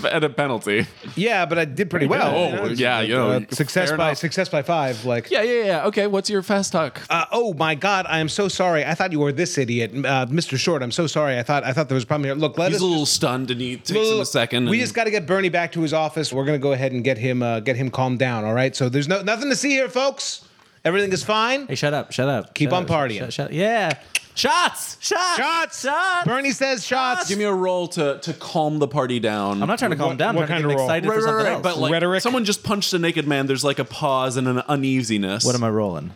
S1: at a penalty.
S2: Yeah, but I did pretty well.
S1: Oh,
S2: You know, it's,
S1: yeah, you know,
S2: uh, success
S1: fair
S2: by
S1: enough.
S2: success by five. Like,
S1: Yeah, yeah, yeah. Okay, what's your fast talk?
S2: uh, oh my God! I am so sorry. I thought you were this idiot, uh, Mr. Short. I'm so sorry. I thought I thought there was a problem here. Look, let
S1: He's
S2: us.
S1: a little stunned, and he takes him a second.
S2: We
S1: and-
S2: just got to get Bernie back to his office. We're gonna go ahead and get him uh, get him calmed down. All right. So there's no nothing to see here, folks. Everything is fine.
S3: hey, shut up, shut up.
S2: Keep
S3: shut
S2: on
S3: up,
S2: partying.
S3: shut- shut- yeah. Shots! Shots!
S2: Shots!
S3: Shots!
S2: Bernie says shots.
S1: give me a roll to to calm the party down.
S3: I'm not trying to calm
S2: What-
S3: down. I'm
S2: what
S3: trying
S2: kind
S3: to
S2: of
S3: get
S2: roll?
S3: excited
S1: Right,
S3: for
S1: right,
S3: something
S1: right,
S3: else.
S1: But like,
S2: Rhetoric?
S1: someone just punched a naked man. There's like a pause and an uneasiness.
S3: what am I rolling?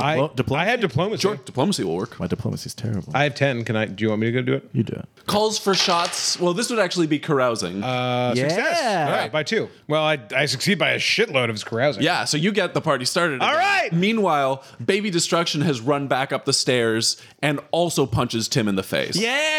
S2: I,
S3: Diplo- diplomacy?
S2: I had diplomacy.
S1: Sure, diplomacy will work.
S3: My diplomacy's terrible.
S2: I have ten. Can I? Do you want me to go do it?
S3: you do it.
S1: Calls for shots. Well, this would actually be carousing.
S2: Uh,
S3: Yeah.
S2: Success. All right,
S1: Right.
S2: by two. Well, I, I succeed by a shitload of his carousing.
S1: Yeah, so you get the party started.
S2: All right.
S1: Meanwhile, Baby Destruction has run back up the stairs and also punches Tim in the face.
S3: Yeah!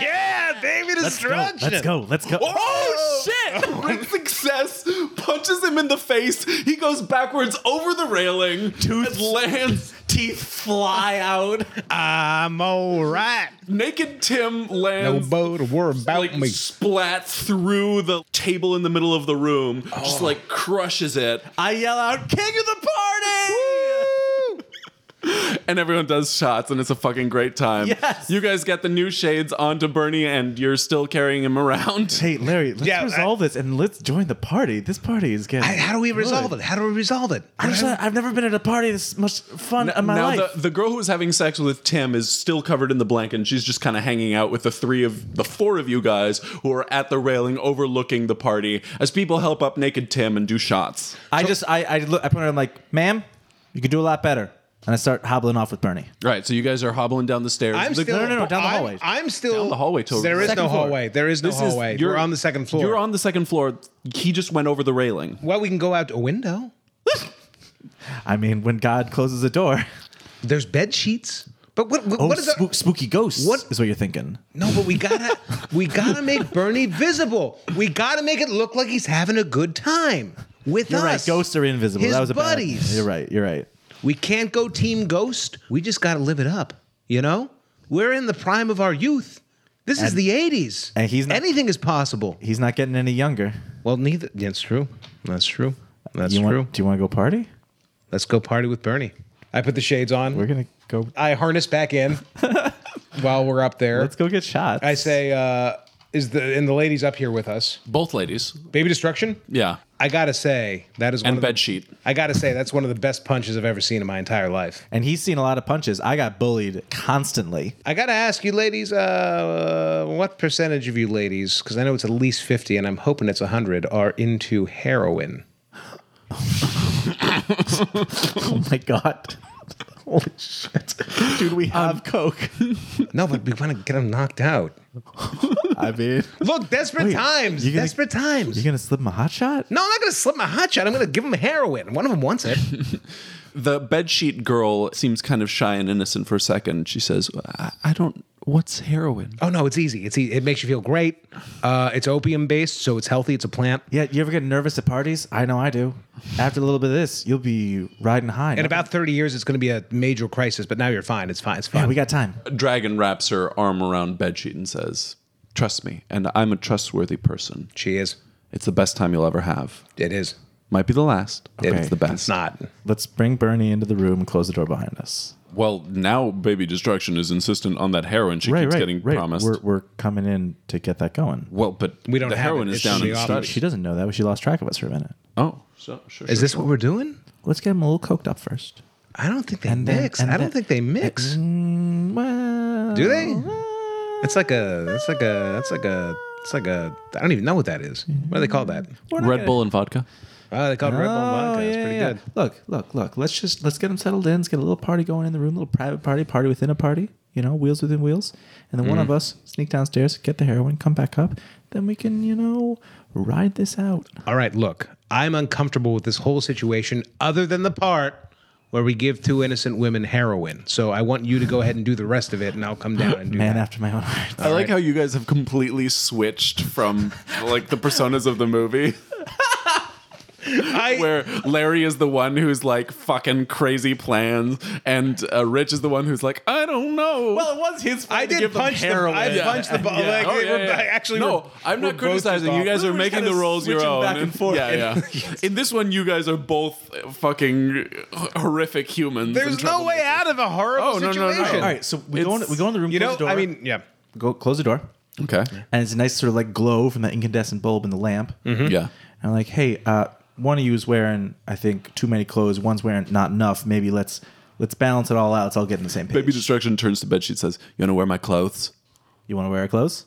S2: Yeah, baby
S3: Let's go,
S2: destruction.
S3: let's go, let's go.
S1: Oh, Great success punches him in the face. He goes backwards over the railing. Tooth lands.
S7: Teeth fly out.
S2: I'm all right.
S1: Naked Tim lands.
S2: No boat were about
S1: like
S2: me.
S1: splat through the table in the middle of the room, just
S7: Oh.
S1: like crushes it,
S7: I yell out, "King of the party!"
S1: and everyone does shots, and it's a fucking great time.
S7: Yes.
S1: You guys get the new shades onto Bernie, and you're still carrying him around.
S3: Hey, Larry, let's
S2: Yeah, I-
S3: resolve this and let's join the party. This party is getting.
S2: I- How do we resolve
S3: good.
S2: it? How do we resolve it?
S3: I'm just, I've never been at a party this much fun in my
S1: now
S3: life.
S1: The, the girl who's having sex with Tim is still covered in the blanket, and she's just kind of hanging out with the three of the four of you guys who are at the railing overlooking the party as people help up naked Tim and do shots.
S3: I just, I, I, look, I point at him like, ma'am, you can do a lot better. And I start hobbling off with Bernie.
S1: Right, so you guys are hobbling down the stairs.
S2: I'm
S1: The-
S2: still
S3: no, no, no, down the
S2: I'm-
S3: hallway.
S2: I'm, still
S1: Down the hallway till-
S2: There is
S3: Second
S2: no
S3: floor.
S2: hallway. There is no
S1: This is-
S2: hallway. we're on the second floor.
S1: You're on the second floor. He just went over the railing.
S2: Well, we can go out a window.
S3: I mean, when God closes a door,
S2: There's bed sheets. But what? What,
S3: oh,
S2: what is
S3: spook, spooky ghosts
S2: What-
S3: is what you're thinking.
S2: No, but we gotta we gotta make Bernie visible. We gotta make it look like he's having a good time with
S3: You're
S2: us.
S3: right, ghosts are invisible.
S2: His
S3: that was a bad-
S2: buddies.
S3: you're right. You're right.
S2: We can't go team ghost. We just gotta live it up. You know, we're in the prime of our youth. This is
S3: And-
S2: the '80s,
S3: and he's not-
S2: anything is possible.
S3: He's not getting any younger.
S2: Well, neither. That's true. That's true. That's
S3: you
S2: true.
S3: want, Do you want to go party?
S2: Let's go party with Bernie. I put the shades on.
S3: We're gonna go.
S2: I harness back in while we're up there.
S3: Let's go get shots.
S2: I say, uh, is the and the ladies up here with us?
S1: Both ladies.
S2: Baby destruction.
S1: Yeah.
S2: I gotta say that is one
S1: And
S2: of the-
S1: bed sheet.
S2: I gotta say that's one of the best punches I've ever seen in my entire life.
S3: And he's seen a lot of punches. I got bullied constantly.
S2: I gotta ask you, ladies, uh, what percentage of you ladies, because I know it's at least fifty, and I'm hoping it's hundred, are into heroin?
S3: Oh my god. Holy shit. Dude,
S2: Um,
S3: we have Coke.
S2: No, but we want to get them knocked out.
S3: I mean,
S2: Look, desperate
S3: Wait,
S2: times,
S3: you gonna-
S2: desperate times.
S3: you gonna slip him a hot shot?
S2: no, I'm not gonna slip my hot shot. I'm gonna give them heroin. One of them wants it.
S1: The bedsheet girl seems kind of shy and innocent for a second. She says, I, I don't, what's heroin?
S2: oh no, it's easy. It's e- it makes you feel great. Uh, it's opium based, so it's healthy. It's a plant.
S3: Yeah, you ever get nervous at parties? I know I do. After a little bit of this, you'll be riding high.
S2: In about 30 years, it's going to be a major crisis, but now you're fine. It's fine. It's fine.
S3: yeah, we got time.
S1: Dragon wraps her arm around bedsheet and says, Trust me, and I'm a trustworthy person.
S2: She is.
S1: It's the best time you'll ever have.
S2: It is.
S1: Might be the last, but
S3: Okay.
S1: it's the
S2: It's
S1: best.
S2: not.
S3: Let's bring Bernie into the room and close the door behind us.
S1: Well, now Baby Destruction is insistent on that heroin she keeps getting promised.
S3: We're, we're coming in to get that going.
S1: well, but
S2: We don't
S1: the
S2: have
S1: heroin
S2: it.
S1: is
S2: It's
S1: down in
S2: the
S1: the
S2: opposite.
S1: study.
S3: She doesn't know that. She lost track of us for a minute.
S1: Oh, so, sure.
S2: Is
S1: sure,
S2: this
S1: sure.
S2: what we're doing?
S3: Let's get him a little coked up first.
S2: I don't think they
S3: And then-
S2: mix.
S3: and
S2: I don't
S3: then-
S2: think they mix.
S3: Mm, well,
S2: Do they? It's like a. It's like a. It's like a. It's like a. I don't even know what that is. What do they call that?
S3: we're not
S1: Red
S3: gonna-
S1: Bull and vodka?
S2: Oh, they call it Red Bull
S3: Oh,
S2: vodka. it's
S3: yeah,
S2: pretty
S3: yeah.
S2: good.
S3: Look, look, look. Let's just let's get them settled in. Let's get a little party going in the room, little private party, party within a party. You know, wheels within wheels. And then one of us sneak downstairs, get the heroin, come back up. Then we can, you know, ride this out.
S2: All right, look. I'm uncomfortable with this whole situation, other than the part where we give two innocent women heroin. So I want you to go ahead and do the rest of it, and I'll come down and do
S3: Man
S2: that.
S3: after my own heart.
S1: I like how you guys have completely switched from like the personas of the movie.
S2: I-
S1: Where Larry is the one who's like fucking crazy plans, and uh, Rich is the one who's like, I don't know.
S3: it was his fault.
S2: I did punch the- I punched the ball. Like,
S1: Oh, yeah,
S2: we're-
S1: yeah.
S2: I actually
S1: no,
S2: were-
S1: I'm
S2: we're
S1: not
S2: both
S1: criticizing. You
S2: involved.
S1: guys
S2: We
S1: are
S2: were
S1: making
S2: kinda
S1: the roles your
S3: switching
S1: own.
S3: back and forth.
S1: Yeah, yeah. In this one, you guys are both uh, fucking horrific humans.
S2: There's
S1: and
S2: no way
S1: troublemakers.
S2: out of a horrible
S1: Oh, no, no, no.
S2: situation.
S3: All right, so we go in,
S1: It's-
S3: we go in the room.
S2: You
S3: close
S2: know,
S3: the door,
S2: I mean, yeah.
S3: go close the door,
S1: Okay.
S3: and it's a nice sort of like glow from the incandescent bulb in the lamp.
S1: Yeah.
S3: And I'm like, hey, uh, one of you is wearing, I think, too many clothes. One's wearing not enough. Maybe let's let's balance it all out. Let's all get in the same page.
S1: Baby Destruction turns to bed. She says, "You want to wear my clothes?"
S3: you want to wear our clothes?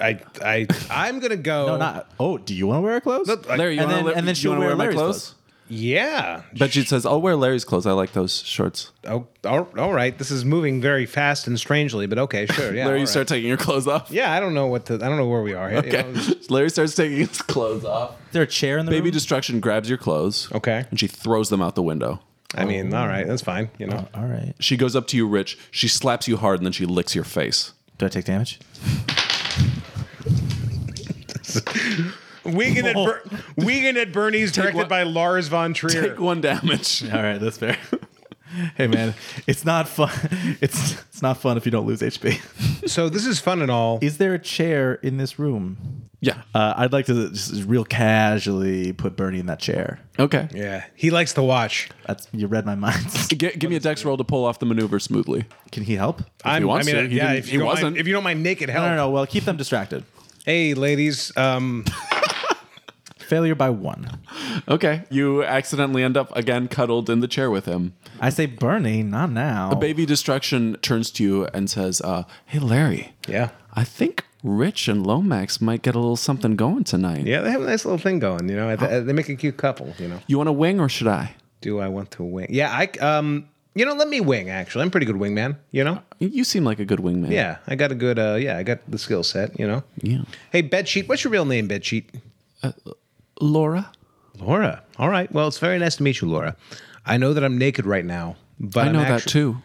S2: I, I, I'm gonna go.
S3: No, not. Oh, do you want to wear our clothes?
S2: Look, I-
S1: Larry, you
S3: and,
S1: wanna
S3: then,
S1: le-
S3: and then
S1: you
S3: she'll
S1: wanna
S3: wear,
S1: wear my
S3: Larry's
S1: clothes?
S3: clothes.
S2: yeah.
S1: Bedsheet says, "I'll wear Larry's clothes. I like those shorts."
S2: Oh, all, all right. This is moving very fast and strangely, but okay, sure. Yeah.
S1: Larry,
S2: all
S1: you
S2: right.
S1: start taking your clothes off.
S2: Yeah, I don't know what the. I don't know where we are. you know,
S1: Okay.
S2: it's-
S1: Larry starts taking his clothes off.
S3: Is there a chair in the
S1: Baby
S3: room?
S1: Destruction grabs your clothes.
S2: Okay.
S1: And she throws them out the window.
S2: I mean, all right, that's fine. You know.
S3: all right.
S1: She goes up to you, Rich. She slaps you hard, and then she licks your face.
S3: Do I take damage?
S2: Wigan at, Ber- Wigan at Bernie's, directed
S1: one-
S2: by Lars von Trier.
S1: Take one damage.
S8: All right, that's fair.
S3: Hey man, it's not fun. It's it's not fun if you don't lose HP.
S2: So this is fun and all.
S3: Is there a chair in this room?
S1: Yeah.
S3: Uh, I'd like to just real casually put Bernie in that chair.
S1: Okay.
S2: Yeah, he likes to watch.
S3: That's you read my mind.
S1: G- give me a dex roll to pull off the maneuver smoothly.
S3: Can he help?
S2: I'm-
S1: wants
S2: I mean,
S1: to. He
S2: yeah,
S1: didn't-
S2: if
S1: he
S2: you, don't
S1: wasn't.
S2: Mind, if you don't mind naked help.
S3: No, no, no. Well, keep them distracted.
S2: Hey, ladies. Um,
S3: Failure by one.
S1: Okay. You accidentally end up again cuddled in the chair with him.
S3: I say Bernie, not now.
S1: Baby Destruction turns to you and says, uh, Hey, Larry.
S2: yeah.
S1: I think Rich and Lomax might get a little something going tonight.
S2: Yeah, they have a nice little thing going, you know. They they make a cute couple, you know.
S1: You want a wing or should I?
S2: Do I want to wing? Yeah, I um, you know, let me wing. Actually, I'm a pretty good wingman, you know.
S1: You seem like a good wingman.
S2: Yeah, I got a good. Uh, yeah, I got the skill set, you know.
S1: Yeah.
S2: Hey, bedsheet, what's your real name, bedsheet?
S1: Laura?
S2: Laura. All right. Well, it's very nice to meet you, Laura. I know that I'm naked right now, but
S1: I know
S2: I'm
S1: that
S2: actu-
S1: too.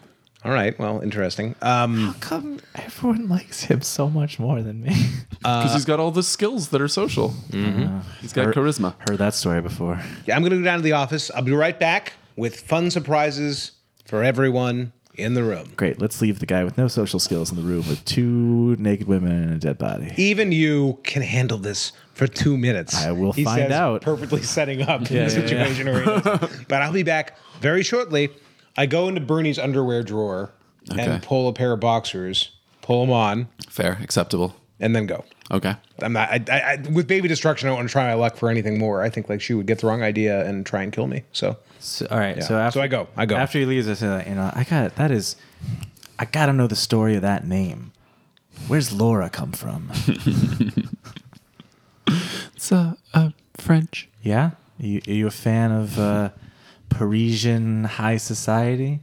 S2: All right. Well, interesting. Um,
S3: How come everyone likes him so much more than me?
S1: Because he's got all the skills that are social. Uh, He's got charisma.
S3: Heard that story before.
S2: yeah, I'm gonna go down to the office. I'll be right back with fun surprises for everyone in the room,
S3: Great. Let's leave the guy with no social skills in the room with two naked women and a dead body.
S2: even you can handle this for two minutes.
S3: I will find out.
S2: Perfectly setting up
S3: Yeah,
S2: the
S3: yeah, yeah.
S2: situation. where he is. but I'll be back very shortly. I go into Bernie's underwear drawer
S1: Okay.
S2: and pull a pair of boxers, pull them on,
S1: Fair. Acceptable.
S2: and then go.
S1: Okay.
S2: I'm not. I, I, I, with baby destruction, I don't want to try my luck for anything more. I think like she would get the wrong idea and try and kill me. So
S3: So, all right. So
S2: Yeah.
S3: after
S2: So I go, I go.
S3: After he leaves, I say, like, you know, I got that is, I gotta know the story of that name. Where's Laura come from?
S1: It's uh, uh, French.
S3: yeah, you, are you a fan of uh, Parisian high society?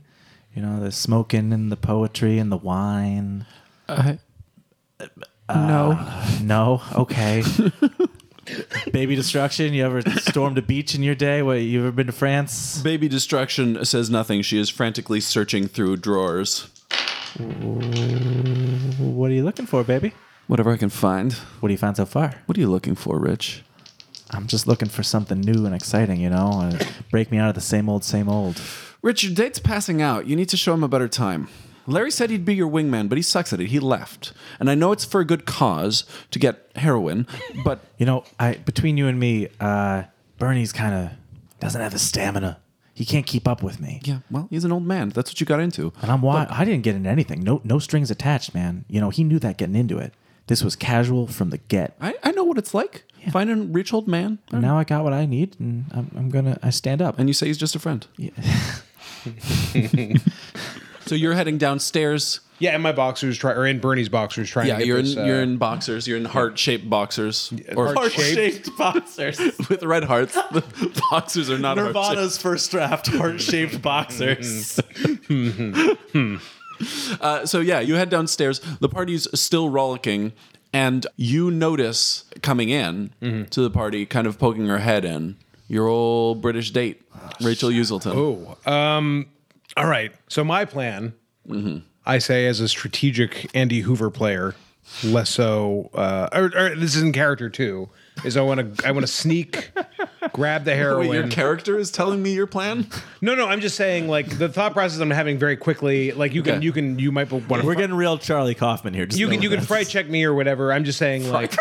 S3: You know, the smoking and the poetry and the wine.
S1: I, uh, no.
S3: No, okay. Baby destruction. You ever stormed a beach in your day? What? You ever been to France?
S1: Baby Destruction says nothing. She is frantically searching through drawers.
S3: What are you looking for, baby?
S1: Whatever I can find.
S3: What do you find so far?
S1: What are you looking for, Rich?
S3: I'm just looking for something new and exciting, you know, and break me out of the same old, same old.
S1: Rich, your date's passing out. You need to show him a better time. Larry said he'd be your wingman, but he sucks at it. He left. And I know it's for a good cause to get heroin, but
S3: You know, I between you and me, uh, Bernie's kind of doesn't have the stamina. He can't keep up with me.
S1: yeah, well, he's an old man. That's what you got into.
S3: And I'm why I didn't get into anything. No, no strings attached, man. You know, he knew that getting into it. This was casual from the get.
S1: I, I know what it's like. Find a rich old man,
S3: And now I got what I need, and I'm, I'm gonna I stand up.
S1: and you say he's just a friend. so you're heading downstairs.
S2: yeah, in my boxers, try or in Bernie's boxers, trying.
S1: Yeah,
S2: to get
S1: you're
S2: this,
S1: in
S2: uh,
S1: you're in boxers. You're in heart shaped boxers or
S2: heart-shaped
S8: boxers.
S1: with red hearts. The boxers are not heart-shaped.
S8: Nirvana's first draft, heart-shaped boxers.
S1: Uh, so yeah, you head downstairs. The party's still rollicking, and you notice coming in
S2: Mm-hmm.
S1: to the party, kind of poking her head in, your old British date,
S2: Oh,
S1: Rachel Uselton.
S2: um, All right. So my plan,
S1: Mm-hmm.
S2: I say, as a strategic Andy Hoover player, less so, uh, or, or this is in character too, is I want to I want to sneak, grab the
S1: Wait,
S2: heroin.
S1: your character is telling me your plan?
S2: no, no, I'm just saying like the thought process I'm having very quickly. Like you can
S1: Okay.
S2: you can you might want to.
S3: We're getting real Charlie Kaufman here. Just
S2: you
S3: know
S2: can you can
S3: that.
S2: fright check me or whatever. I'm just saying like.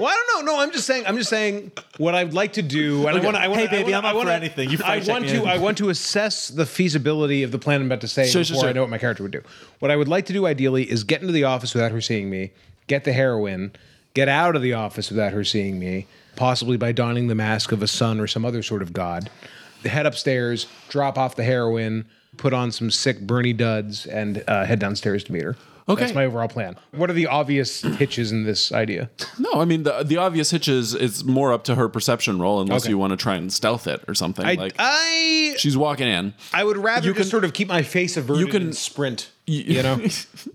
S2: Well, I don't know. No, I'm just saying. I'm just saying what I'd like to do. And I want to. I want
S3: Hey, baby, I'm up for anything. You
S2: I
S3: fact check
S2: want
S3: me
S2: to.
S3: anything.
S2: I want to assess the feasibility of the plan I'm about to say
S1: Sure, sure,
S2: before I
S1: sure.
S2: know what my character would do. What I would like to do ideally is get into the office without her seeing me, get the heroin, get out of the office without her seeing me, possibly by donning the mask of a sun or some other sort of god. Head upstairs, drop off the heroin, put on some sick Bernie duds, and uh, head downstairs to meet her.
S1: Okay.
S2: That's my overall plan. What are the obvious hitches in this idea?
S1: No, I mean the the obvious hitch is it's more up to her perception roll, unless
S2: Okay.
S1: you want to try and stealth it or something.
S2: I,
S1: like
S2: I,
S1: she's walking in.
S2: I would rather
S1: you
S2: just
S1: can-
S2: sort of keep my face averted.
S1: you can-
S2: and sprint. You know,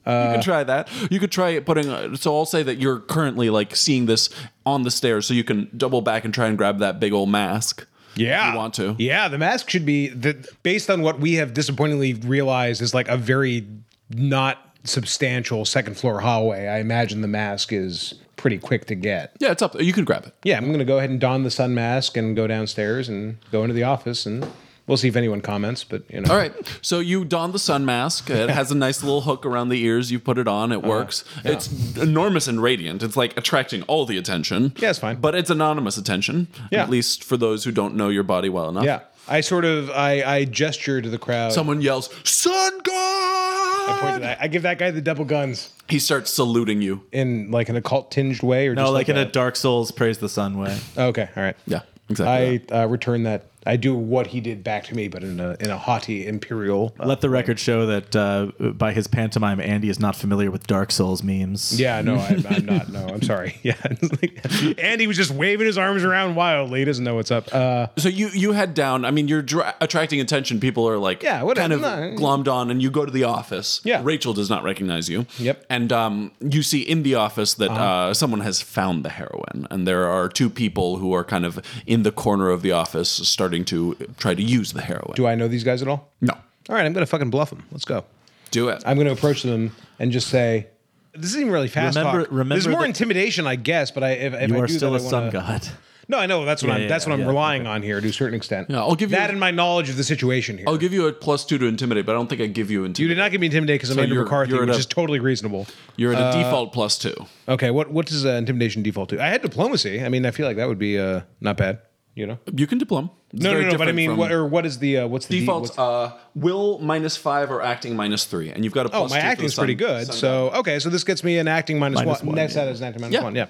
S2: uh,
S1: you could try that. You could try putting. uh, So I'll say that you're currently like seeing this on the stairs, so you can double back and try and grab that big old mask.
S2: yeah,
S1: if you want to.
S2: Yeah, the mask should be the based on what we have disappointingly realized is like a very not substantial second floor hallway, I imagine the mask is pretty quick to get.
S1: Yeah, it's up. there. You can grab it.
S2: Yeah, I'm going to go ahead and don the sun mask and go downstairs and go into the office and we'll see if anyone comments, but you know.
S1: All right. So you don the sun mask. It has a nice little hook around the ears. You put it on.
S2: Uh-huh.
S1: It works. It's enormous and radiant. It's like attracting all the attention.
S2: Yeah, it's fine.
S1: But it's anonymous attention,
S2: Yeah.
S1: at least for those who don't know your body well enough.
S2: Yeah. I sort of I I gesture to the crowd.
S1: Someone yells, Sun
S2: I point to
S1: God!
S2: that. I give that guy the double guns
S1: He starts saluting you.
S2: in like an occult tinged way or
S3: No,
S2: just
S3: like, in
S2: a,
S3: a Dark Souls praise the sun way.
S2: Okay, all right.
S1: Yeah, exactly.
S2: I uh, return that. I do what he did back to me, but in a in a haughty imperial.
S3: Let the record show that uh, by his pantomime, Andy is not familiar with Dark Souls memes.
S2: Yeah, no, I'm, I'm not. No, I'm sorry. Yeah, it's like, Andy was just waving his arms around wildly. He doesn't know what's up. Uh,
S1: So you you head down. I mean, you're dra- attracting attention. People are like,
S2: Yeah, what-
S1: kind of
S2: no.
S1: glommed on, and you go to the office.
S2: Yeah.
S1: Rachel does not recognize you.
S2: Yep. Uh-huh.
S1: And um, you see in the office that uh, someone has found the heroin, and there are two people who are kind of in the corner of the office, starting to try to use the heroin.
S2: do I know these guys at all?
S1: no,
S2: All right, I'm gonna fucking bluff them. Let's go.
S1: do it.
S2: I'm gonna approach them and just say, "This isn't even really fast
S3: Remember-
S2: talk.
S3: remember
S2: There's more
S3: that-
S2: intimidation, I guess, but I if, if
S3: You
S2: I
S3: are
S2: do
S3: still
S2: that,
S3: a
S2: I wanna-
S3: sun god.
S2: No, I know that's what I'm.
S3: yeah,
S2: that's what I'm
S3: yeah,
S2: relying on here to a certain extent.
S1: Yeah, I'll give you-
S2: that and my knowledge of the situation here.
S1: I'll give you a plus two to intimidate, but I don't think I give you
S2: you
S1: intimidate.
S2: did not give me intimidate because I'm
S1: So
S2: Andrew
S1: you're-
S2: McCarthy,
S1: you're at
S2: which
S1: a-
S2: is totally reasonable.
S1: You're at a
S2: uh,
S1: default plus two.
S2: Okay, what what does uh, intimidation default to? I had diplomacy. I mean, I feel like that would be uh, not bad. You know?
S1: You can diplom. It's
S2: No,
S1: very
S2: no, no. But I
S1: different
S2: mean,
S1: from-
S2: what or what is the uh, what's the de-
S1: Defaults
S2: what's-
S1: uh, will minus five or acting minus three, and you've got a
S2: Oh,
S1: plus
S2: my
S1: two for the
S2: acting's
S1: sun-
S2: pretty good.
S1: sun
S2: So okay, so this gets me an acting minus,
S3: Minus
S2: one.
S3: one,
S2: Next
S3: yeah.
S2: out is an acting minus
S1: Yeah.
S2: one. Yeah.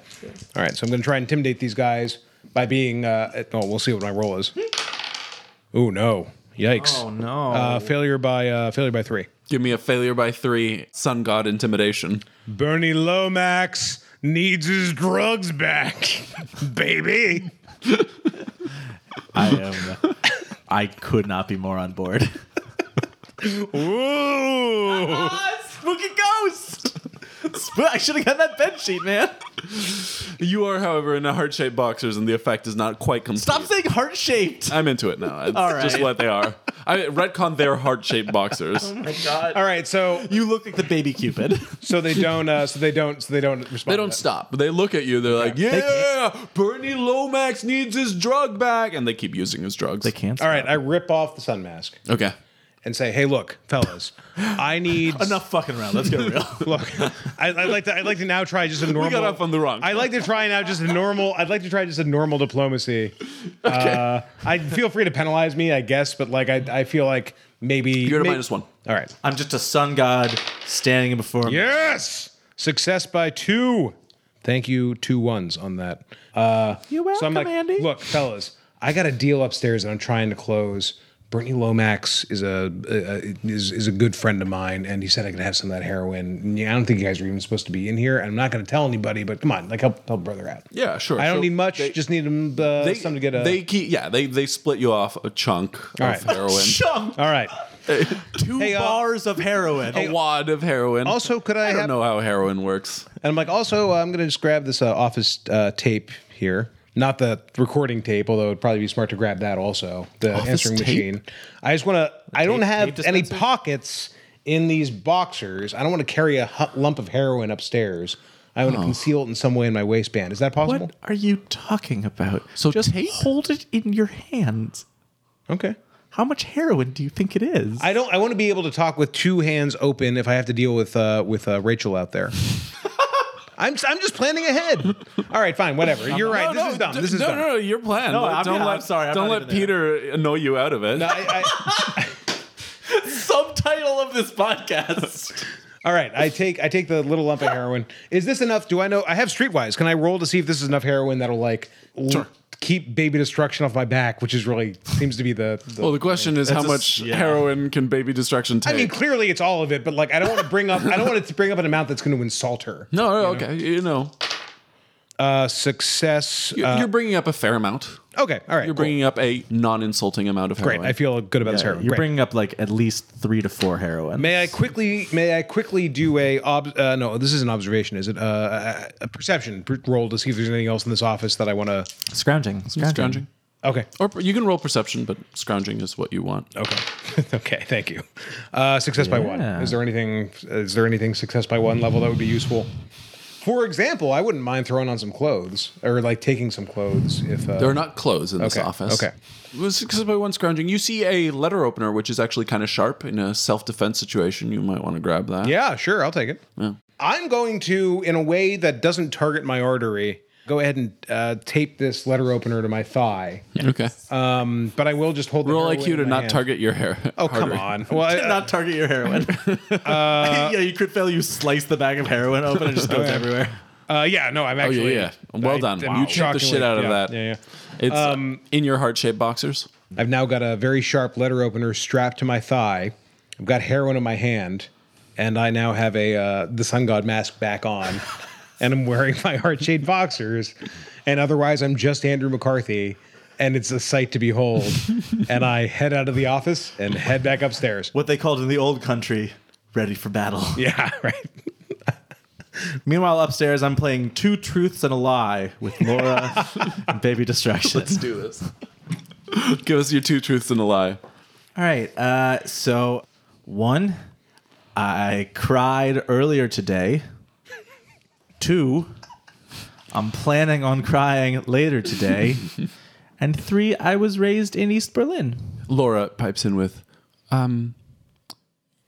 S2: All right, so I'm going to try and intimidate these guys by being. Uh, at- oh, we'll see what my roll is. Oh no! Yikes!
S5: Oh, no.
S2: Uh, failure by uh, failure by three.
S1: Give me a failure by three, sun god intimidation.
S2: Bernie Lomax needs his drugs back, baby.
S3: I am. uh, I could not be more on board.
S2: Ooh!
S3: spooky ghost. I should have got that bed sheet, man.
S1: You are, however, in a heart shaped boxers, and the effect is not quite complete.
S3: Stop saying heart
S2: Oh
S3: shaped.
S1: I'm into it now. It's
S3: All right.
S1: just what they are. I retcon their heart shaped boxers.
S3: my god.
S2: All right, so
S3: You look like the baby cupid.
S2: so they don't uh, so they don't so they don't respond.
S1: They
S2: to
S1: don't
S2: that.
S1: stop. They look at you. They're like, "Yeah, Bernie Lomax needs his drug back," and they keep using his drugs.
S5: They can't.
S2: All right, I rip off the sun mask
S1: Okay.
S2: and say, "Hey, look, fellas, I need
S3: Enough fucking around. Let's get real.
S2: Look, I, I'd like to. I'd like to now try just a normal.
S1: got off on the wrong
S2: I'd like to try now just a normal. I'd like to try just a normal diplomacy. Uh, I feel free to penalize me, I guess, but like I, I feel like maybe
S1: You're at a
S2: may-
S1: minus one.
S2: All right.
S3: I'm just a sun god standing before me.
S2: Yes, success by two. Thank you, two ones on that. Uh, You're
S5: welcome, Andy.
S2: Look, fellas, I got a deal upstairs that I'm trying to close. Brittany Lomax is a, a, a- is is a good friend of mine, and he said I could have some of that heroin. And yeah, I don't think you guys are even supposed to be in here. And I'm not going to tell anybody, but come on, like help help brother out.
S1: Yeah, sure.
S2: I don't
S1: So
S2: need much.
S1: they-
S2: just need him uh,
S1: They,
S2: some to get a.
S1: they keep yeah they they split you off a chunk of
S2: All right.
S1: heroin,
S3: Chunk.
S2: All right.
S3: Two
S2: Hey, uh,
S3: bars of heroin.
S1: a wad of heroin.
S2: Also, could I
S1: I
S2: have-
S1: don't know how heroin works.
S2: And I'm like, also, uh, I'm going to just grab this uh, office uh, tape here. Not the recording tape, although it'd probably be smart to grab that also, the answering
S1: tape?
S2: machine. I just want to, I don't have
S3: tape
S2: any
S3: dispenser?
S2: pockets in these boxers. I don't want to carry a hu- lump of heroin upstairs. I want to conceal it in some way in my waistband. Is that possible?
S5: What are you talking about?
S1: So
S5: just
S1: tape?
S5: hold it in your hands.
S2: Okay.
S5: How much heroin do you think it is?
S2: I don't, I want to be able to talk with two hands open if I have to deal with, uh, with uh, Rachel out there. I'm, I'm just planning ahead. All right, fine, whatever. You're right. this is dumb.
S1: d-
S2: This is
S1: no,
S2: dumb.
S1: no, no, your plan.
S3: No,
S1: Like,
S3: I'm-
S1: don't
S3: yeah,
S1: let,
S3: I'm sorry, I'm
S1: don't
S3: not
S1: let
S3: even
S1: Peter annoy you out of it.
S2: No, I, I,
S3: Subtitle of this podcast.
S2: All right, I take I take the little lump of heroin. Is this enough? Do I know? I have streetwise. Can I roll to see if this is enough heroin that'll like l- keep baby destruction off my back, which is really seems to be the. the
S1: well, the question is how
S3: a s-
S1: much
S3: yeah.
S1: heroin can baby destruction take?
S2: I mean, clearly it's all of it, but like I don't want to bring up I don't want to bring up an amount that's going to insult her.
S1: no, no, okay, you know,
S2: Uh, success.
S1: you're,
S2: uh,
S1: you're bringing up a fair amount.
S2: okay, all right,
S1: You're
S2: cool.
S1: bringing up a non-insulting amount of
S2: Great,
S1: heroin.
S2: I feel good about this
S3: You're
S2: heroin. Great.
S3: bringing up like at least three to four heroin.
S2: May I quickly? May I quickly do a? Ob- uh, no, this is an observation. Is it uh, a, a perception per- roll to see if there's anything else in this office that I want to?
S5: Scrounging. Scrounging.
S1: Scrounging.
S2: Okay.
S1: Or you can roll perception, but scrounging is what you want.
S2: Okay. okay. Thank you. Uh, success by one.
S5: Yeah.
S2: Is there anything? Is there anything success by one level that would be useful? For example, I wouldn't mind throwing on some clothes or like taking some clothes if uh,
S1: There are not clothes in this
S2: Okay,
S1: office.
S2: okay.
S1: Well, Six by one scrounging. You see a letter opener, which is actually kind of sharp in a self defense situation. You might want to grab that.
S2: Yeah, sure, I'll take it. I'm going to, in a way that doesn't target my artery, go ahead and uh, tape this letter opener to my thigh.
S1: Okay.
S2: Um, but I will just hold the
S1: roll
S2: heroin
S1: IQ
S2: in
S1: to
S2: my
S1: not
S2: hand.
S1: target your hair.
S2: Oh come on! Well, I,
S3: Not target your heroin.
S2: Uh,
S3: yeah, you could fail. You slice the bag of heroin open and it just goes everywhere.
S2: uh, yeah, no, I'm
S1: Oh yeah,
S2: actually.
S1: yeah. Well
S2: I-
S1: done.
S2: I'm
S1: You checked the shit
S2: shockingly-
S1: out of
S2: yeah,
S1: that.
S2: Yeah, yeah.
S1: It's uh, in your heart shaped boxers.
S2: I've now got a very sharp letter opener strapped to my thigh. I've got heroin in my hand, and I now have a uh, the sun god mask back on, and I'm wearing my heart shaped boxers, and otherwise I'm just Andrew McCarthy, and it's a sight to behold. and I head out of the office and head back upstairs.
S3: What they called in the old country, ready for battle.
S2: Yeah, right.
S3: Meanwhile, upstairs, I'm playing two truths and a lie with Laura and Baby Distraction.
S1: Let's do this. Give us your two truths and a lie.
S3: All right. Uh, so, one, I cried earlier today. Two, I'm planning on crying later today.
S5: And three, I was raised in East Berlin.
S1: Laura pipes in with, um,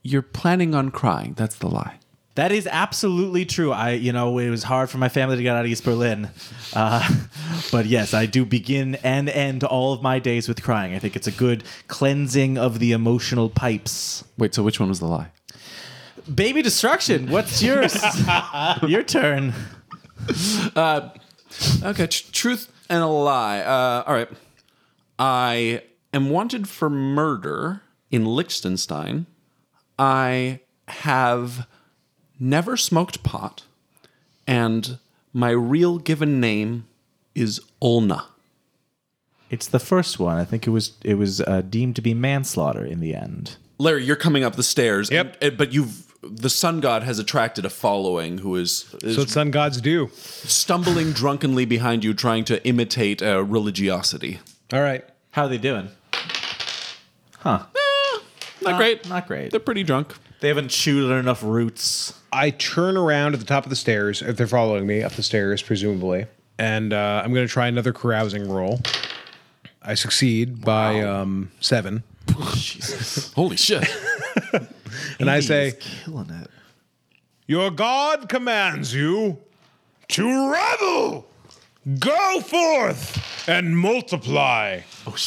S1: "You're planning on crying. That's the lie."
S3: That is absolutely true. I, you know, it was hard for my family to get out of East Berlin, uh, but yes, I do begin and end all of my days with crying. I think it's a good cleansing of the emotional pipes.
S1: Wait. So which one was the lie?
S3: Baby destruction. What's yours? Your turn.
S1: Okay, tr- truth and a lie. Uh, all right. I am wanted for murder in Liechtenstein. I have never smoked pot, and my real given name is Olna.
S5: It's the first one. I think it was it was uh, deemed to be manslaughter in the end.
S1: Larry, you're coming up the stairs.
S2: Yep.
S1: and- and- but you've the sun god has attracted a following who is, is
S2: That's what sun gods do.
S1: stumbling drunkenly behind you, trying to imitate uh, religiosity.
S2: All right.
S5: How are they doing? Huh?
S1: Not great.
S5: Not great.
S1: They're pretty drunk.
S3: They haven't chewed on enough roots.
S2: I turn around at the top of the stairs if they're following me up the stairs, presumably, and uh, I'm going to try another carousing roll. I succeed by um, seven,
S1: Holy shit.
S2: and I say,
S3: killing it.
S2: "Your God commands you to revel. Go forth and multiply."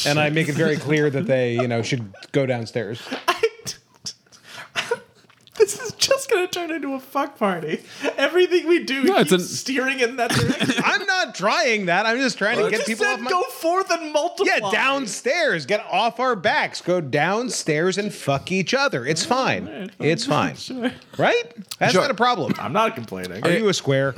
S2: and I make it very clear that they, you know, should go downstairs.
S3: This is just gonna turn into a fuck party. Everything we do
S1: No, it's
S3: keeps
S1: an-
S3: steering in that direction.
S2: I'm not trying that. I'm just trying to get
S3: Just
S2: people
S3: said
S2: off my.
S3: go forth and multiply.
S2: Yeah, downstairs. Get off our backs. Go downstairs and fuck each other. It's fine. It's fine. Right? That's
S1: Sure.
S2: not a problem.
S3: I'm not complaining.
S2: Are you a square?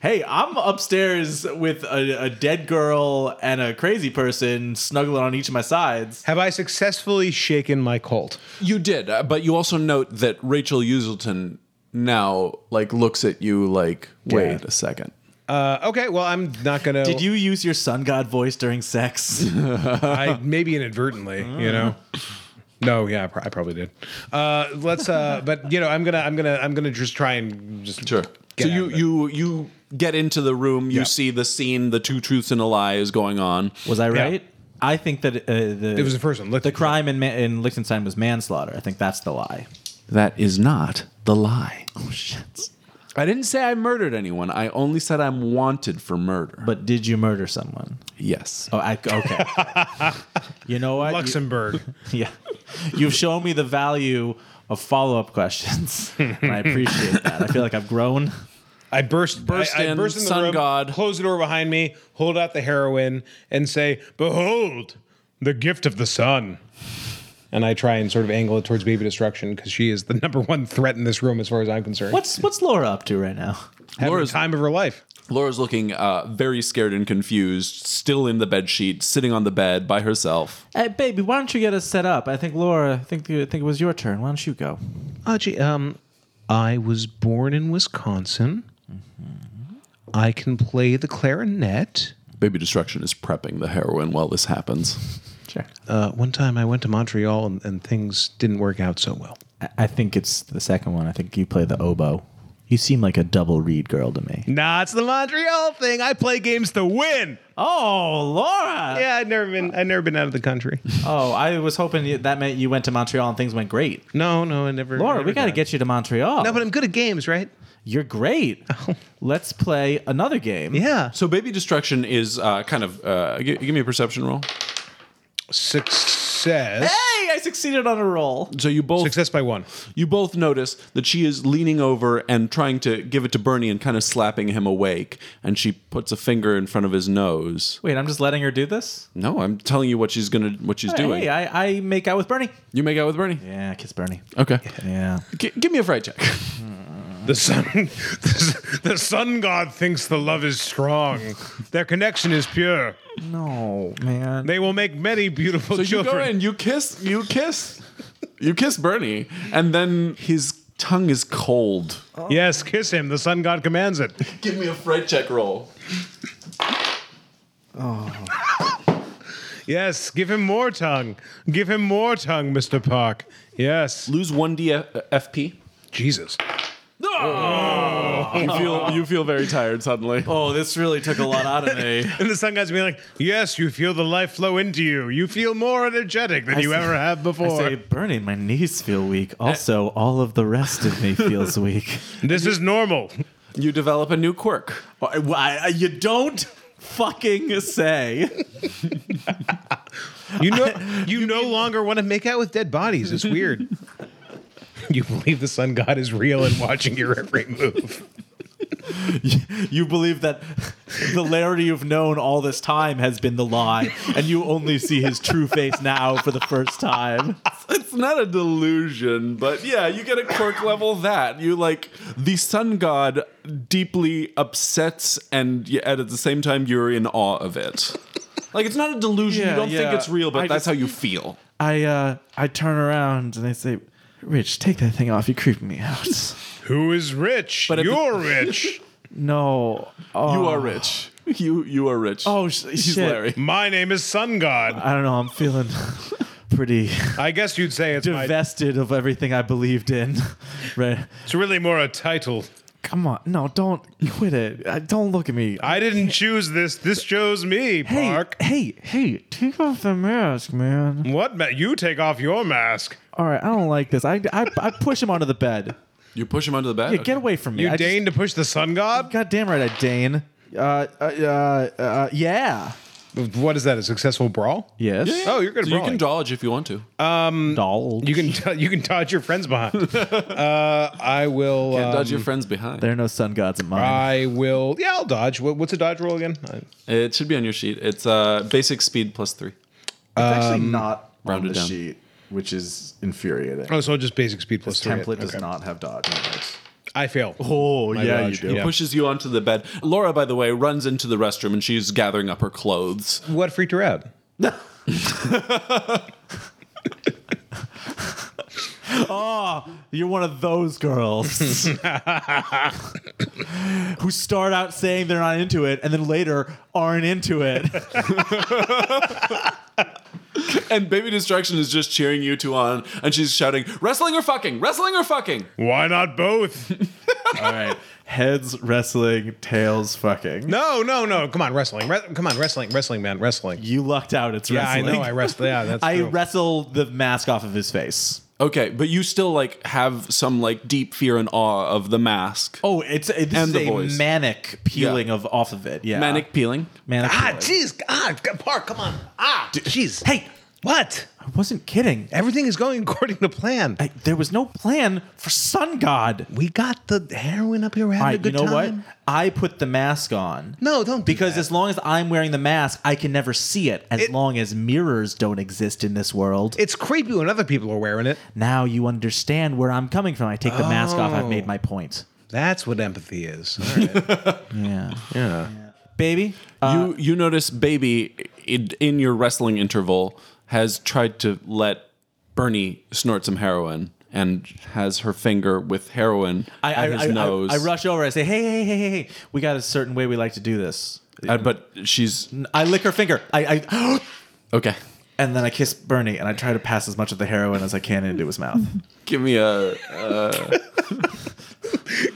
S3: Hey, I'm upstairs with a, a dead girl and a crazy person snuggling on each of my sides.
S2: Have I successfully shaken my cult?
S1: You did, uh, but you also note that Rachel Uselton now like looks at you like, wait
S2: Yeah.
S1: a second.
S2: Uh, okay, well, I'm not gonna.
S3: Did you use your sun god voice during sex?
S2: I maybe inadvertently, you know. No, yeah, I pro- I probably did. Uh, let's. Uh, but you know, I'm gonna, I'm gonna, I'm gonna just try and just. get
S1: so
S2: out
S1: you
S2: of it.
S1: you you get into the room. You
S2: Yeah.
S1: see the scene. The two truths and a lie is going on.
S5: Was I
S2: Yeah.
S5: right? I think that uh, the
S2: It was the first one. Look,
S5: the crime in, Ma- in Liechtenstein was manslaughter. I think that's the lie.
S1: That is not the lie. Oh shit! I didn't say I murdered anyone. I only said I'm wanted for murder.
S5: But did you murder someone?
S1: yes,
S5: Oh, I, okay. you know what? You-
S2: Luxembourg.
S5: yeah, you've shown me the value of follow-up questions. and I appreciate that. I feel like I've grown.
S2: I burst,
S1: Burst
S2: I, I
S1: in,
S2: burst in the
S1: sun
S2: room,
S1: god.
S2: close the door behind me, hold out the heroin, and say, "Behold, the gift of the sun." And I try and sort of angle it towards baby destruction because she is the number one threat in this room, as far as I'm concerned.
S5: What's what's Laura up to right now?
S2: Having the
S1: Laura's-
S2: time of her life?
S1: Laura's looking uh, very scared and confused, still in the bed sheet, sitting on the bed by herself.
S5: Hey, Uh, baby, why don't you get us set up? I think Laura, I think I think it was your turn. Why don't you go?
S2: Oh, gee, um, I was born in Wisconsin. I can play the clarinet.
S1: Baby Destruction is prepping the heroin while this happens.
S5: Sure.
S2: Uh, one time I went to Montreal and, and things didn't work out so well.
S5: I, I think it's the second one. I think you play the oboe. You seem like a double reed girl to me.
S2: Nah, it's the Montreal thing. I play games to win.
S5: Oh, Laura.
S2: Yeah, I'd never been. I'd never been out of the country.
S5: Oh, I was hoping you- that meant you went to Montreal and things went great.
S2: No, no, I never.
S5: Laura,
S2: never
S5: we got to
S2: done.
S5: get you to Montreal.
S2: No, but I'm good at games, right?
S5: You're great. Let's play another game.
S2: Yeah.
S1: So Baby Destruction is uh, kind of uh, gi- give me a perception roll.
S2: Success.
S5: Hey, I succeeded on a roll.
S1: So you both
S2: Success by one.
S1: you both notice that she is leaning over and trying to give it to Bernie and kind of slapping him awake, and she puts a finger in front of his nose.
S5: Wait, I'm just letting her do this?
S1: No, I'm telling you what she's gonna what she's doing.
S5: Oh, Hey, I, I make out with Bernie.
S1: you make out with Bernie.
S5: Yeah, kiss Bernie.
S1: Okay,
S5: Yeah.
S1: G- give me a fright check.
S2: The sun, the sun god thinks the love is strong. Their connection is pure.
S5: No, man.
S2: They will make many beautiful
S1: So you go
S2: children.
S1: in, you kiss, you kiss, you kiss Bernie, and then his tongue is cold.
S5: Oh.
S2: Yes, kiss him. The sun god commands it.
S1: Give me a fright check roll.
S2: Yes, give him more tongue. Give him more tongue, Mister Park. Yes.
S1: Lose one DFP.
S2: Jesus.
S1: You feel you feel very tired suddenly.
S5: Oh, this really took a lot out of me.
S2: And the sun god's being like, yes, you feel the life flow into you. You feel more energetic than you
S3: say-
S2: ever have
S3: I
S2: before.
S3: say, Bernie, my knees feel weak. Also, all of the rest of me feels weak.
S2: this is normal.
S1: You develop a new quirk.
S3: Why- why- you don't fucking say.
S2: You know, you, no longer want to make out with dead bodies. It's weird. you believe the sun god is real and watching your every move.
S3: You believe that the Larry you've known all this time has been the lie, and you only see his true face now for the first time.
S1: It's not a delusion, but yeah, you get a quirk level that you like the sun god deeply upsets, and yet at the same time you're in awe of it. Like it's not a delusion.
S3: Yeah,
S1: you don't
S3: yeah.
S1: think it's real, but
S3: I
S1: that's
S3: just-
S1: how you feel.
S3: I uh, I turn around and I say, Rich, take that thing off. You're creeping me out.
S2: Who is rich?
S1: at the-
S2: You're rich.
S3: No. Oh.
S1: You are rich. You you are rich.
S3: Oh, sh-
S1: she's
S3: shit.
S1: Larry.
S2: My name is Sun God.
S3: I don't know. I'm feeling pretty
S2: I guess you'd say it's, my,
S3: divested of everything I believed in. Right.
S2: it's really more a title.
S3: Come on. No, don't quit it. Uh, Don't look at me.
S2: I didn't choose this. This chose me,
S3: Hey,
S2: Park.
S3: hey, hey, take off the mask, man.
S2: What? Ma- you take off your mask.
S3: All right, I don't like this. I, I, I push him onto the bed.
S1: You push him under the bed.
S3: Yeah, get away from me.
S2: You
S3: I
S2: deign to push the Sun God?
S3: Just, God damn right, I Dane. Uh, uh, uh, uh, yeah.
S2: What is that? A successful brawl?
S3: Yes.
S2: Oh, you're good at
S1: So you can
S2: brawling.
S1: dodge if you want to.
S3: Doll.
S2: You can you can dodge your friends behind. uh, I will.
S1: Can't
S2: um,
S1: dodge your friends behind.
S3: There are no sun gods in mine.
S2: I will. Yeah, I'll dodge. What, what's a dodge roll again? I-
S1: It should be on your sheet. It's uh, basic speed plus three.
S3: it's actually not
S1: round it down.
S3: which is infuriating.
S2: Oh, so just basic speed plus three. Okay.
S3: not have dodge.
S2: I fail.
S3: Oh,
S2: My
S3: yeah,
S2: dodge.
S3: you do.
S2: Yeah.
S1: Pushes you onto the bed. Laura, by the way, runs into the restroom and she's gathering up her clothes.
S2: What freaked her out?
S3: Ah, You're one of those girls who start out saying they're not into it and then later aren't into it.
S1: And Baby Distraction is just cheering you two on and she's shouting, wrestling or fucking, wrestling or fucking.
S2: Why not both?
S3: All right. Heads wrestling, tails fucking.
S2: no, no, no. Come on, wrestling. Re- come on, wrestling, wrestling, man, wrestling.
S3: You lucked out. It's
S2: Yeah,
S3: wrestling.
S2: I know. I wrestle. Yeah, that's.
S3: I
S2: true.
S3: wrestle the mask off of his face.
S1: Okay, but you still like have some like deep fear and awe of the mask.
S3: Oh, it's it, this
S1: And
S3: is
S1: the
S3: a
S1: voice.
S3: manic peeling
S1: Yeah.
S3: of off of it. Yeah,
S1: Manic peeling.
S3: manic.
S2: Ah,
S3: peeling.
S2: jeez. Ah, g- Park. Come on. Ah, jeez.
S3: Hey,
S2: what?
S3: I wasn't kidding.
S2: Everything is going according to plan.
S3: I, there was no plan for Sun God.
S2: we got the heroin up here. We're having
S3: All
S2: a
S3: right, you
S2: good
S3: know what?
S2: time.
S3: I put the mask on.
S2: No, don't. do
S3: Because
S2: that.
S3: as long as I'm wearing the mask, I can never see it. As
S2: It-
S3: long as mirrors don't exist in this world,
S2: it's creepy when other people are wearing it.
S3: now you understand where I'm coming from. I take the mask off. I've made my point.
S2: That's what empathy is.
S3: Yeah, yeah, baby.
S1: you you notice Baby in, in your wrestling interval has tried to let Bernie snort some heroin and has her finger with heroin
S3: I,
S1: at
S3: I,
S1: his
S3: I,
S1: nose.
S3: I, I rush over. I say, "Hey, hey, hey, hey, hey! We got a certain way we like to do this.
S1: Uh, but she's
S3: I lick her finger. I, I
S1: okay.
S3: and then I kiss Bernie and I try to pass as much of the heroin as I can into his mouth.
S1: Give me a uh,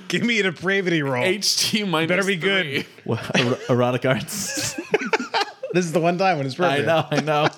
S2: Give me a depravity roll.
S1: HT minus.
S2: Better be good.
S1: three.
S3: What, er- erotic arts.
S2: This is the one time when it's
S3: I
S2: perfect.
S3: know. I know.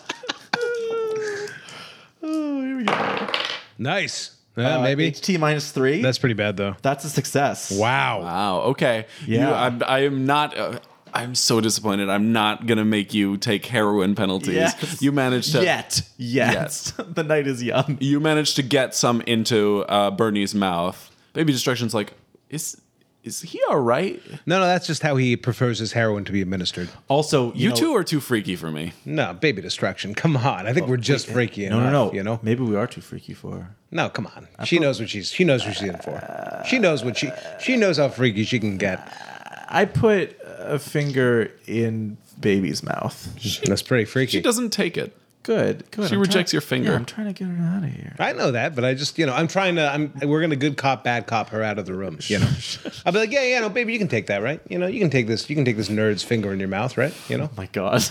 S2: Nice. Yeah, maybe.
S3: HT Uh, minus three.
S2: That's pretty bad though.
S3: That's a success.
S2: Wow.
S1: Wow. Okay. You-
S3: Yeah.
S1: I'm, I am not. Uh, I'm so disappointed. I'm not gonna make you take heroin penalties.
S3: Yes.
S1: You managed to.
S3: Yet, yet,
S1: Yes.
S3: the night is young.
S1: You managed to get some into uh, Bernie's mouth. Baby Destruction's like, is is he all right?
S2: No, no, that's just how he prefers his heroin to be administered.
S3: Also,
S1: You,
S3: know-
S1: two are too freaky for me.
S2: No, baby distraction. Come on. I think we're just freaky
S3: No, no,
S2: enough,
S3: no.
S2: You know?
S3: maybe we are too freaky for. her.
S2: No, come on. She knows what she's she knows what she's in for. She knows what she she knows how freaky she can get.
S3: I put a finger in baby's mouth.
S2: That's pretty freaky.
S1: She doesn't take it.
S3: Good, good.
S1: She
S3: I'm
S1: rejects
S3: trying-
S1: your finger.
S3: Yeah, I'm trying to get her out of here.
S2: I know that, but I just, you know, I'm trying to. I'm. We're gonna good cop, bad cop her out of the room. You know, I'll be like, yeah, yeah, no, baby, you can take that, right? You know, you can take this. You can take this nerd's finger in your mouth, right? You know,
S3: my god.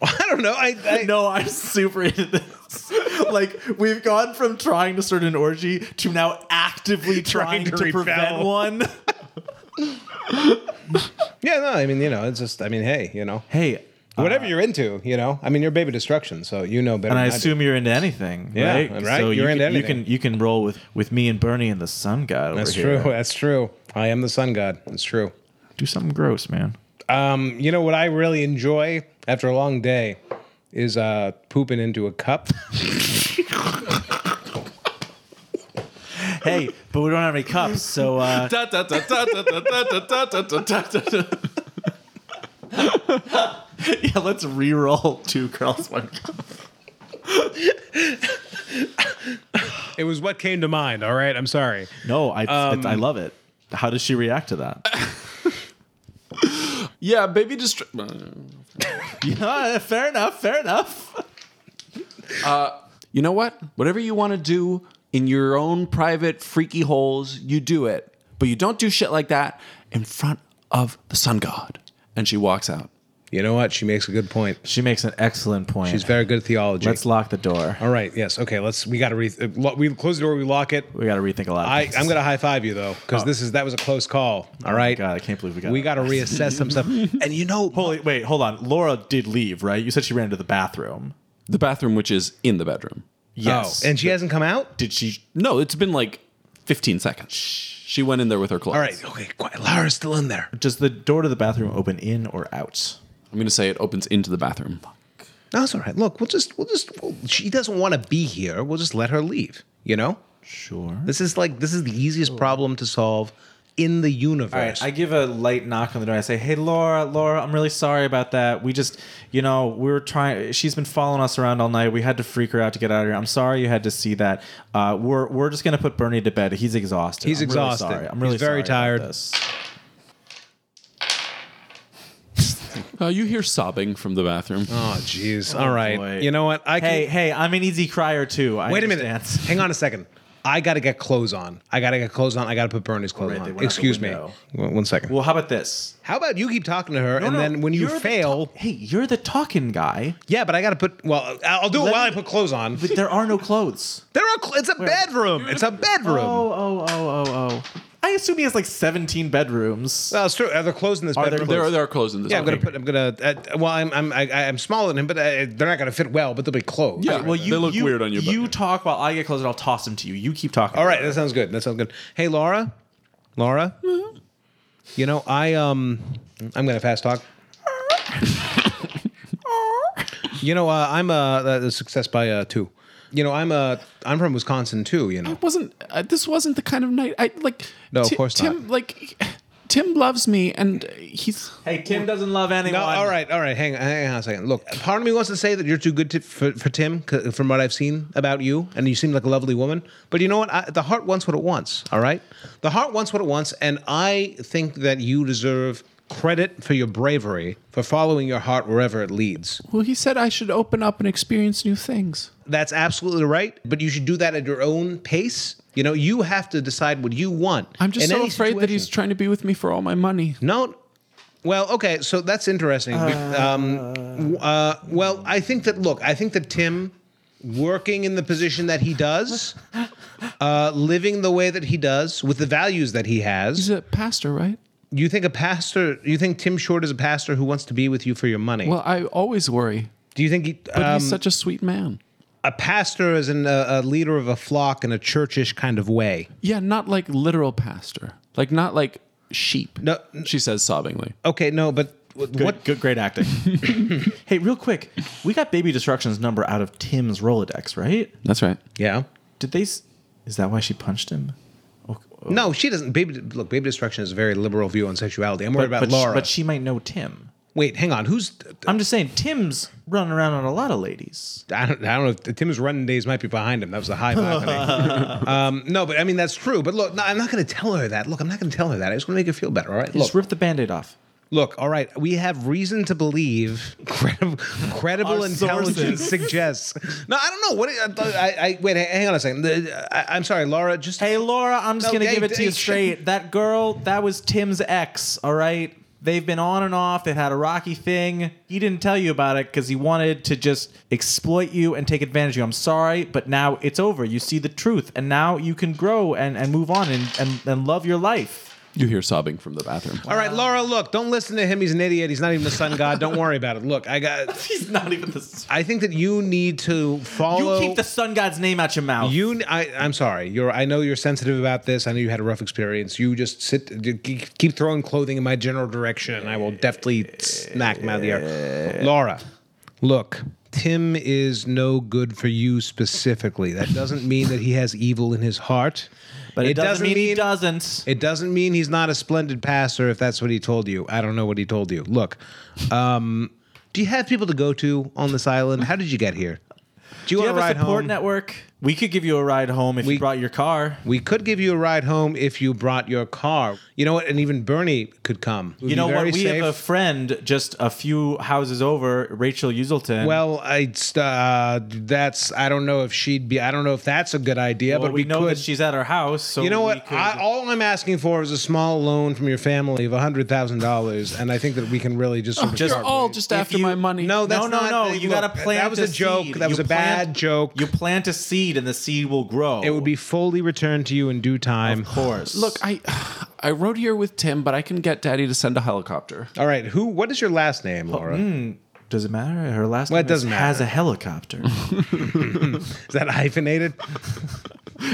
S2: I don't know. I, I
S3: no, I'm super into this. like we've gone from trying to start an orgy to now actively trying,
S2: Trying
S3: to,
S2: to
S3: prevent
S2: repel.
S3: one.
S2: Yeah, no, I mean, you know, it's just. I mean, hey, you know,
S3: Hey,
S2: whatever you're into, you know, I mean, you're baby destruction, so you know better.
S3: and I
S2: than do.
S3: assume you're into anything,
S2: Yeah,
S3: right?
S2: right,
S3: So
S2: you're
S3: you
S2: into
S3: can,
S2: anything.
S3: You can you can roll with with me and Bernie and the Sun God. Over
S2: that's
S3: here.
S2: true. That's true. I am the sun god. That's true.
S3: Do something gross, man.
S2: Um, you know what I really enjoy after a long day is uh pooping into a cup.
S3: Hey, but we don't have any cups, so uh,
S1: Da, da, da, da, da, da, da, da, da, da, da, da, da.
S3: yeah, let's re-roll two curls, one cup.
S2: it was what came to mind. All right, I'm sorry.
S3: No, I I love it. How does she react to that?
S1: Yeah, baby destruction.
S3: yeah, fair enough. Fair enough.
S1: You know what? Whatever you want to do in your own private freaky holes, you do it. But you don't do shit like that in front of the sun god. And she walks out.
S2: You know what? She makes a good point.
S3: She makes an excellent point.
S2: She's very good at theology.
S3: Let's lock the door.
S2: All right. Yes. Okay. Let's. We got to re. uh, lo- We close the door. We lock it.
S3: We got to rethink a lot. Of
S2: I.
S3: things. Oh
S2: I'm gonna high five you though, because this is that was a close call. All right.
S3: God, I can't believe we got.
S2: we got to reassess some stuff. And you know,
S3: Holy wait, hold on. Laura did leave, right? You said she ran to the bathroom.
S1: The bathroom, which is in the bedroom.
S3: Yes.
S2: Oh, and she hasn't come out.
S3: did she?
S1: No, it's been like 15 seconds. She went in there with her clothes.
S2: All right. Okay. Quiet. Lara's still in there.
S3: Does the door to the bathroom open in or out?
S1: I'm going to say it opens into the bathroom.
S2: No, it's all right. Look, we'll just. We'll just. We'll, she doesn't want to be here. We'll just let her leave. You know.
S3: Sure.
S2: This is like. This is the easiest problem to solve in the universe.
S3: All right, I give a light knock on the door. I say, "Hey, Laura, Laura, I'm really sorry about that. We just, you know, we were trying. She's been following us around all night. We had to freak her out to get out of here. I'm sorry you had to see that. Uh, we're we're just gonna put Bernie to bed. He's exhausted.
S2: He's
S3: I'm really
S2: exhausted.
S3: sorry. I'm really
S2: He's very
S3: sorry about
S2: tired.
S3: this."
S1: Uh, you hear sobbing from the bathroom.
S2: oh, jeez. all right.
S3: boy.
S2: You know what? I can.
S3: Hey, hey, I'm an easy crier too. I
S2: Wait a minute.
S3: understand.
S2: Hang on a second. I gotta get clothes on. I gotta get clothes on. I gotta put Bernie's clothes
S3: Right, they went out
S2: on.
S3: the
S2: Excuse me.
S3: window.
S2: One one second.
S3: Well, how about this?
S2: How about you keep talking to her, and
S3: No, no,
S2: then when you
S3: you're the
S2: fail,
S3: ta- hey, you're the talking guy.
S2: yeah. But I gotta put. Well, I'll do it
S3: Let
S2: while
S3: me-
S2: I put clothes on.
S3: But there are no clothes.
S2: There are. Cl- it's a bedroom. It's a bedroom.
S3: Oh, oh, oh, oh, oh. I assume he has like 17 bedrooms.
S2: Well, it's true. Are there clothes in this
S3: there
S2: bedroom?
S1: There are, there are clothes in this
S2: yeah, I'm gonna
S1: bathroom.
S2: put. I'm gonna. Uh, well, I'm. I'm. I, I'm smaller than him, but uh, they're not gonna fit well. But they'll be clothes.
S1: Yeah.
S3: well, you
S1: They look
S3: you-
S1: weird on your
S3: You
S1: butt.
S3: talk while I get close, and I'll toss them to you. You keep talking.
S2: All right. That sounds good. That sounds good. Hey, Laura. Laura. You know, I um, I'm gonna fast talk. You know, uh, I'm a, a success by uh, two. You know, I'm a I'm from Wisconsin too. You know,
S1: It wasn't uh, this wasn't the kind of night I like
S2: No, of
S1: Ti-
S2: course
S1: Tim
S2: not.
S1: like Tim loves me and uh, he's
S3: Hey, Tim doesn't love anyone.
S2: no, all right, all right. Hang, hang on a second. Look, part of me wants to say that you're too good to, for, for Tim, c- from what I've seen about you, and you seem like a lovely woman. But you know what? I, the heart wants what it wants. All right, the heart wants what it wants, and I think that you deserve credit for your bravery for following your heart wherever it leads.
S1: well he said I should open up and experience new things.
S2: That's absolutely right, but you should do that at your own pace. You know, you have to decide what you want.
S1: I'm just
S2: in
S1: so
S2: any
S1: afraid that
S2: situation.
S1: he's trying to be with me for all my money.
S2: No, Well, okay, so that's interesting. Be- um, w- uh, well, I think that look, I think that Tim, working in the position that he does, uh, living the way that he does, with the values that he has,
S1: He's a pastor, right?
S2: you think a pastor? You think Tim Short is a pastor who wants to be with you for your money?
S1: Well, I always worry,
S2: Do you think he,
S1: but
S2: um,
S1: he's such a sweet man.
S2: a pastor is an, a, a leader of a flock in a churchish kind of way?
S1: Yeah, not like literal pastor, like not like sheep.
S2: No-
S1: she says sobbingly.
S2: Okay, no, but w-
S3: Good,
S2: what?
S3: good, great acting. hey, real quick, we got Baby Destruction's number out of Tim's Rolodex, right?
S1: That's right.
S2: Yeah.
S3: Did they? s- Is that why she punched him? Oh, oh,
S2: No, she doesn't. Baby, look, baby destruction is a very liberal view on sexuality. I'm worried
S3: but,
S2: about
S3: she-
S2: Laura.
S3: but she might know Tim.
S2: Wait, hang on. Who's?
S3: I'm just saying, Tim's running around on a lot of ladies.
S2: I don't, I don't know. Tim's running days might be behind him. That was a high balcony. um, no, but I mean that's true. But look, no, I'm not going to tell her that. Look, I'm not going to tell her that. I just want to make her feel better. All right. Look,
S3: Just rip the band-aid off.
S2: look. All right. We have reason to believe credible, credible
S3: Our
S2: intelligence
S3: sources.
S2: suggests. No, I don't know. What? I, I, I wait. Hang on a second. The- I, I'm sorry, Laura. Just
S3: Hey, Laura, I'm just
S2: No,
S3: gonna
S2: hey,
S3: give it to
S2: hey,
S3: you
S2: sh-
S3: straight. That girl, that was Tim's ex. All right, they've been on and off. They've had a rocky thing. He didn't tell you about it because he wanted to just exploit you and take advantage of you. I'm sorry, but now it's over. You see the truth, and now you can grow and and move on and and, and love your life.
S1: You hear sobbing from the bathroom.
S2: All
S3: uh,
S2: right, Laura. Look, don't listen to him. He's an idiot. He's not even the sun god. Don't worry about it. Look, I got.
S3: He's not even the.
S2: I think that you need to follow.
S3: You keep the sun god's name out your mouth.
S2: You, I, I'm sorry. You're. I know you're sensitive about this. I know you had a rough experience. You just sit, you keep keep throwing clothing in my general direction, and I will deftly smack him out of the air. Laura, look. Tim is no good for you specifically. That doesn't mean that he has evil in his heart.
S3: but it, doesn't, mean he doesn't.
S2: It doesn't mean he's not a splendid pastor if that's what he told you. I don't know what he told you. Look, um, do you have people to go to on this island? How did you get here? Do you
S3: Do you
S2: want
S3: have
S2: to
S3: a
S2: ride
S3: support
S2: home?
S3: network? We could give you a ride home if
S2: We-
S3: you brought your car.
S2: We could give you a ride home if you brought your car. You know what? And even Bernie could come. It would
S3: You
S2: be
S3: know what?
S2: very
S3: We
S2: safe.
S3: have a friend just a few houses over, Rachel Uselton.
S2: well, I uh, that's I don't know if she'd be. I don't know if that's a good idea,
S3: Well,
S2: but
S3: we,
S2: we,
S3: know
S2: could.
S3: that she's at our house. So
S2: you know
S3: we
S2: what?
S3: could-
S2: I, all I'm asking for is a small loan from your family of hundred thousand dollars, and I think that we can really just sort of
S3: Just-
S1: You're all just
S3: If
S1: after
S3: you-
S1: my money.
S2: No, that's
S3: no, no,
S2: not-
S3: no!
S2: hey,
S3: You
S2: look,
S3: got to plant.
S2: That was
S3: a
S2: a joke.
S3: seed.
S2: That was
S3: You
S2: a
S3: plant-
S2: bad joke.
S3: You plant a seed, and the seed will grow.
S2: it would be fully returned to you in due time.
S3: of course.
S1: Look, I I rode here with Tim, but I can get Daddy to send a helicopter.
S2: All right. Who? What is your last name, Laura?
S3: mm. does it matter? Her last
S2: Well, it
S3: name
S2: doesn't
S3: is- has
S2: matter.
S3: a helicopter.
S2: Is that hyphenated?